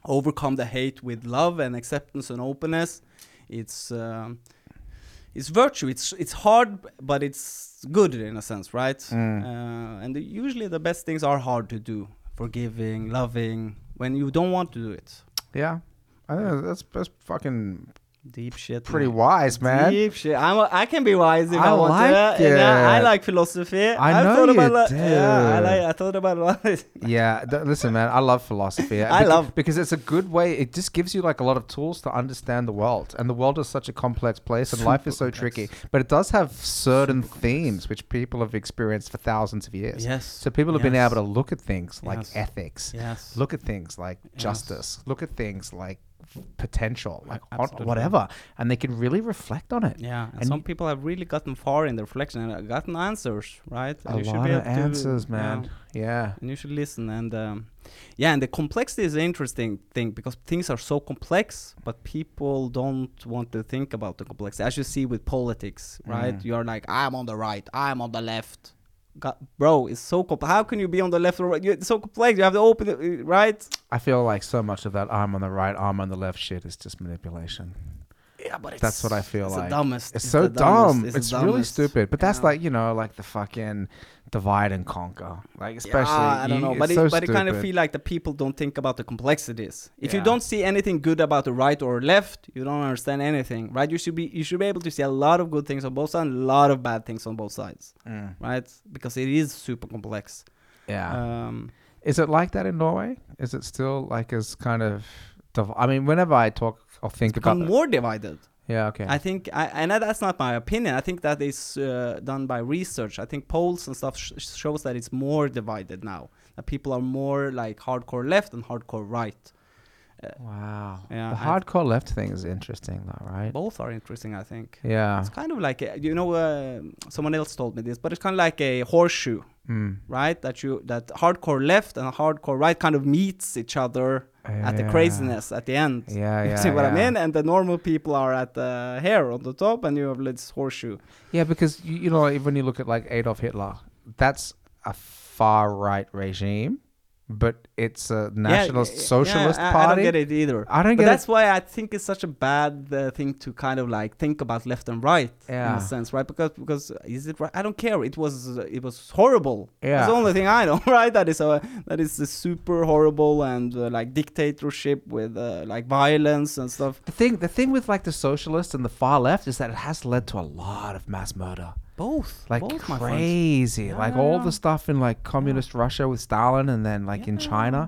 [SPEAKER 2] overcome the hate with love and acceptance and openness, it's um, it's virtue. It's it's hard, but it's good in a sense, right?
[SPEAKER 1] Mm.
[SPEAKER 2] Uh, and the, usually the best things are hard to do: forgiving, loving, when you don't want to do it.
[SPEAKER 1] Yeah. I don't know. That's, that's fucking
[SPEAKER 2] Deep shit.
[SPEAKER 1] pretty
[SPEAKER 2] man.
[SPEAKER 1] wise, man.
[SPEAKER 2] Deep shit. I'm a, I can be wise if I,
[SPEAKER 1] I
[SPEAKER 2] want
[SPEAKER 1] like
[SPEAKER 2] to. Yeah, I
[SPEAKER 1] it.
[SPEAKER 2] like philosophy.
[SPEAKER 1] I
[SPEAKER 2] I've
[SPEAKER 1] know
[SPEAKER 2] thought
[SPEAKER 1] you
[SPEAKER 2] about li-
[SPEAKER 1] do.
[SPEAKER 2] Yeah, I like. I thought about a lot. Of
[SPEAKER 1] Yeah, th- listen, man, I love philosophy.
[SPEAKER 2] I
[SPEAKER 1] Beca-
[SPEAKER 2] love-
[SPEAKER 1] because it's a good way. It just gives you like a lot of tools to understand the world, and the world is such a complex place, and life is so tricky. But it does have certain themes which people have experienced for thousands of years.
[SPEAKER 2] Yes.
[SPEAKER 1] So people have been
[SPEAKER 2] Yes.
[SPEAKER 1] able to look at things like
[SPEAKER 2] Yes.
[SPEAKER 1] ethics,
[SPEAKER 2] yes.
[SPEAKER 1] look at things like
[SPEAKER 2] Yes.
[SPEAKER 1] justice, look at things like potential, like on,
[SPEAKER 2] absolutely.
[SPEAKER 1] whatever, and they can really reflect on it.
[SPEAKER 2] Yeah, and,
[SPEAKER 1] And
[SPEAKER 2] some
[SPEAKER 1] you-
[SPEAKER 2] people have really gotten far in their reflection and uh, gotten answers, right? And
[SPEAKER 1] A
[SPEAKER 2] you should
[SPEAKER 1] lot
[SPEAKER 2] be
[SPEAKER 1] of
[SPEAKER 2] able to-
[SPEAKER 1] answers,
[SPEAKER 2] yeah,
[SPEAKER 1] man. Yeah.
[SPEAKER 2] and you should listen and um, yeah, and the complexity is an interesting thing because things are so complex, but people don't want to think about the complexity. As you see with politics, right?
[SPEAKER 1] Mm.
[SPEAKER 2] You're like, I'm on the right, I'm on the left. God, bro, it's so complex. How can you be on the left or right? You- It's so complex. You have to open it, uh, right?
[SPEAKER 1] I feel like so much of that arm on the right, arm on the left shit is just manipulation.
[SPEAKER 2] Yeah, but it's
[SPEAKER 1] That's what I feel
[SPEAKER 2] it's
[SPEAKER 1] like.
[SPEAKER 2] The dumbest.
[SPEAKER 1] It's
[SPEAKER 2] the
[SPEAKER 1] so
[SPEAKER 2] dumbest,
[SPEAKER 1] dumb.
[SPEAKER 2] the
[SPEAKER 1] It's really
[SPEAKER 2] dumbest.
[SPEAKER 1] stupid. But that's
[SPEAKER 2] Yeah.
[SPEAKER 1] like you know, like the fucking divide and conquer. Like especially,
[SPEAKER 2] yeah, I don't
[SPEAKER 1] you-
[SPEAKER 2] know,
[SPEAKER 1] it's
[SPEAKER 2] but it,
[SPEAKER 1] so
[SPEAKER 2] but it kind of
[SPEAKER 1] stupid.
[SPEAKER 2] feel like the people don't think about the complexities. If you
[SPEAKER 1] Yeah.
[SPEAKER 2] don't see anything good about the right or left, you don't understand anything, right? You should be you should be able to see a lot of good things on both sides, and a lot of bad things on both sides,
[SPEAKER 1] Mm,
[SPEAKER 2] right? Because it is super complex.
[SPEAKER 1] yeah.
[SPEAKER 2] Um,
[SPEAKER 1] is it like that in Norway? Is it still like as kind of? Div- I mean, whenever I talk or think about,
[SPEAKER 2] become
[SPEAKER 1] it,
[SPEAKER 2] more divided.
[SPEAKER 1] yeah, okay,
[SPEAKER 2] I think, I, and that- that's not my opinion. I think that is uh, done by research. I think polls and stuff sh- shows that it's more divided now. That people are more like hardcore left and hardcore right.
[SPEAKER 1] wow.
[SPEAKER 2] Yeah,
[SPEAKER 1] the
[SPEAKER 2] I-
[SPEAKER 1] hardcore left thing is interesting, though, right?
[SPEAKER 2] Both are interesting, I think.
[SPEAKER 1] Yeah.
[SPEAKER 2] It's kind of like a, you know, uh, someone else told me this, but it's kind of like a horseshoe,
[SPEAKER 1] Mm.
[SPEAKER 2] right? That you that hardcore left and hardcore right kind of meets each other at the
[SPEAKER 1] Yeah.
[SPEAKER 2] craziness at the end.
[SPEAKER 1] Yeah,
[SPEAKER 2] You
[SPEAKER 1] yeah.
[SPEAKER 2] see what I
[SPEAKER 1] yeah.
[SPEAKER 2] mean? And the normal people are at the hair on the top, and you have this horseshoe.
[SPEAKER 1] Yeah, because you, you know, like, when you look at like Adolf Hitler, that's a far right regime, but it's a nationalist
[SPEAKER 2] yeah, yeah,
[SPEAKER 1] socialist
[SPEAKER 2] I-
[SPEAKER 1] party.
[SPEAKER 2] I don't get it either.
[SPEAKER 1] I don't
[SPEAKER 2] But
[SPEAKER 1] get
[SPEAKER 2] that's
[SPEAKER 1] it.
[SPEAKER 2] why I think it's such a bad uh, thing to kind of like think about left and right in
[SPEAKER 1] Yeah.
[SPEAKER 2] a sense, right? Because because is it right? I don't care. It was uh, it was horrible. That's
[SPEAKER 1] Yeah.
[SPEAKER 2] the only thing I know, right? That is a that is a super horrible and uh, like dictatorship with uh, like violence and stuff.
[SPEAKER 1] The thing, the thing with like the socialists and the far left is that it has led to a lot of mass murder,
[SPEAKER 2] Both
[SPEAKER 1] like
[SPEAKER 2] both my friends.
[SPEAKER 1] crazy,
[SPEAKER 2] Yeah,
[SPEAKER 1] like
[SPEAKER 2] yeah,
[SPEAKER 1] all
[SPEAKER 2] yeah.
[SPEAKER 1] the stuff in like communist Russia with Stalin, and then like in
[SPEAKER 2] Yeah,
[SPEAKER 1] China,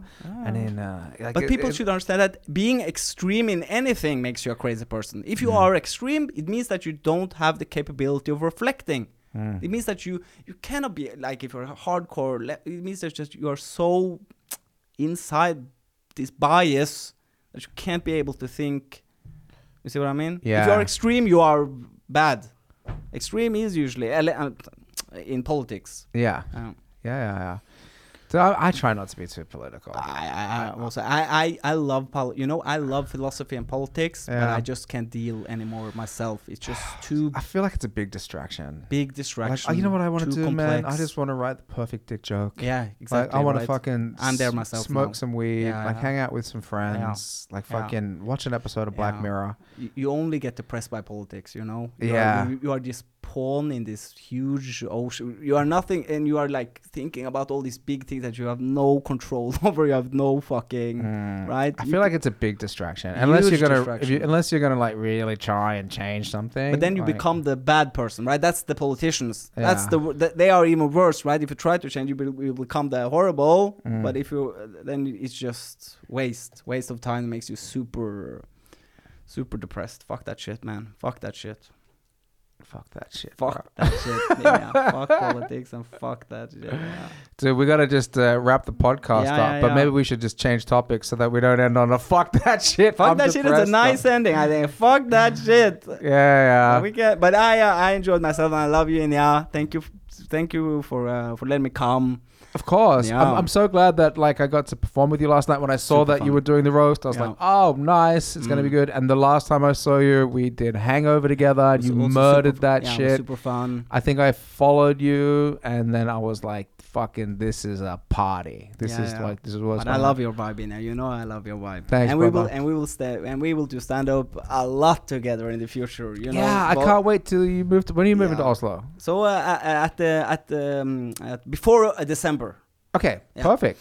[SPEAKER 1] and
[SPEAKER 2] yeah.
[SPEAKER 1] in uh, like
[SPEAKER 2] But
[SPEAKER 1] it-
[SPEAKER 2] people
[SPEAKER 1] it-
[SPEAKER 2] should understand that being extreme in anything makes you a crazy person. If you
[SPEAKER 1] Mm.
[SPEAKER 2] are extreme, it means that you don't have the capability of reflecting.
[SPEAKER 1] Mm.
[SPEAKER 2] It means that you you cannot be like if you're hardcore. le- It means that just you are so inside this bias that you can't be able to think. You see what I mean? If you
[SPEAKER 1] Yeah.
[SPEAKER 2] are extreme, you are bad. Extreme is usually ele- uh, in politics.
[SPEAKER 1] yeah,
[SPEAKER 2] Um,
[SPEAKER 1] yeah, yeah, yeah. So I, I try not to be too political.
[SPEAKER 2] I, I, I also I, I, I love pol- you know I love philosophy and politics, but
[SPEAKER 1] Yeah.
[SPEAKER 2] I just can't deal anymore myself. It's just too
[SPEAKER 1] I feel like it's a big distraction.
[SPEAKER 2] big
[SPEAKER 1] Like,
[SPEAKER 2] distraction.
[SPEAKER 1] oh, you know what I want to
[SPEAKER 2] too
[SPEAKER 1] do, man? I
[SPEAKER 2] complex.
[SPEAKER 1] just want to write the perfect dick joke.
[SPEAKER 2] yeah exactly.
[SPEAKER 1] Like, I want
[SPEAKER 2] right.
[SPEAKER 1] to fucking
[SPEAKER 2] I'm there
[SPEAKER 1] s-
[SPEAKER 2] myself
[SPEAKER 1] smoke
[SPEAKER 2] now.
[SPEAKER 1] some weed,
[SPEAKER 2] Yeah,
[SPEAKER 1] like
[SPEAKER 2] yeah.
[SPEAKER 1] hang out with some friends, like
[SPEAKER 2] Yeah.
[SPEAKER 1] fucking watch an episode of Black
[SPEAKER 2] Yeah.
[SPEAKER 1] Mirror.
[SPEAKER 2] you, you only get depressed by politics you know you
[SPEAKER 1] Yeah.
[SPEAKER 2] are, you, you are this pawn in this huge ocean you are nothing and you are like thinking about all these big things that you have no control over you have no fucking Mm. right
[SPEAKER 1] Mm. I
[SPEAKER 2] You
[SPEAKER 1] feel
[SPEAKER 2] c-
[SPEAKER 1] like it's a big distraction. Unless you're
[SPEAKER 2] Huge
[SPEAKER 1] gonna, if you,
[SPEAKER 2] distraction.
[SPEAKER 1] unless you're gonna like really try and change something.
[SPEAKER 2] but then you
[SPEAKER 1] like-
[SPEAKER 2] become the bad person right that's the politicians that's
[SPEAKER 1] Yeah.
[SPEAKER 2] the wor- th- they are even worse right if you try to change you will, you will become the horrible
[SPEAKER 1] Mm.
[SPEAKER 2] but if you then it's just waste waste of time makes you super super depressed fuck that shit man fuck that shit
[SPEAKER 1] fuck that shit.
[SPEAKER 2] Fuck that shit. Yeah, fuck politics and fuck that shit. Yeah.
[SPEAKER 1] So we gotta just uh, wrap the podcast
[SPEAKER 2] Yeah,
[SPEAKER 1] up,
[SPEAKER 2] yeah,
[SPEAKER 1] but
[SPEAKER 2] yeah.
[SPEAKER 1] maybe we should just change topics so that we don't end on a fuck that shit.
[SPEAKER 2] Fuck
[SPEAKER 1] I'm
[SPEAKER 2] that shit is
[SPEAKER 1] depressed
[SPEAKER 2] a nice ending. I think. Fuck that shit.
[SPEAKER 1] now. Yeah, yeah.
[SPEAKER 2] we get, but I uh, I enjoyed myself and I love you and yeah, thank you, f- thank you for uh, for letting me come.
[SPEAKER 1] Of course.
[SPEAKER 2] Yeah.
[SPEAKER 1] I'm, I'm so glad that like I got to perform with you last night when I saw
[SPEAKER 2] Super
[SPEAKER 1] that you
[SPEAKER 2] fun.
[SPEAKER 1] were doing the roast. I was
[SPEAKER 2] Yeah.
[SPEAKER 1] like, oh, nice. It's gonna be
[SPEAKER 2] Mm.
[SPEAKER 1] good. And the last time I saw you, we did Hangover together.
[SPEAKER 2] It
[SPEAKER 1] And
[SPEAKER 2] was
[SPEAKER 1] you
[SPEAKER 2] also
[SPEAKER 1] murdered
[SPEAKER 2] super,
[SPEAKER 1] that
[SPEAKER 2] yeah, it was
[SPEAKER 1] shit.
[SPEAKER 2] Super fun.
[SPEAKER 1] I think I followed you, and then I was like, "Fucking, this is a party. This
[SPEAKER 2] Yeah,
[SPEAKER 1] is
[SPEAKER 2] yeah.
[SPEAKER 1] like, this is what's."
[SPEAKER 2] But I love your vibe in there. You know I love your vibe.
[SPEAKER 1] Thanks,
[SPEAKER 2] and we will
[SPEAKER 1] brother.
[SPEAKER 2] and we will stay and we will do stand up a lot together in the future. You know.
[SPEAKER 1] yeah, I
[SPEAKER 2] But-
[SPEAKER 1] can't wait till you move. To, when are you moving to
[SPEAKER 2] Yeah.
[SPEAKER 1] Oslo?
[SPEAKER 2] So uh, uh, at the at the um, at before uh, December,
[SPEAKER 1] Okay,
[SPEAKER 2] Yeah.
[SPEAKER 1] perfect.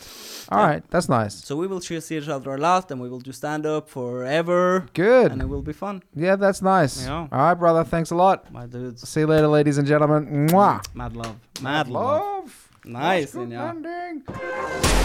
[SPEAKER 1] All right,
[SPEAKER 2] Yeah.
[SPEAKER 1] that's nice.
[SPEAKER 2] so we will see each other a lot, and we will do stand up forever, and
[SPEAKER 1] Good.
[SPEAKER 2] it will be fun.
[SPEAKER 1] Yeah, that's nice.
[SPEAKER 2] Yeah.
[SPEAKER 1] All right, brother. Thanks a lot.
[SPEAKER 2] My dudes,
[SPEAKER 1] See you later, ladies Ah. and gentlemen. Mwah.
[SPEAKER 2] mad love, mad love.
[SPEAKER 1] love.
[SPEAKER 2] Nice,
[SPEAKER 1] That's good
[SPEAKER 2] yeah.
[SPEAKER 1] ending.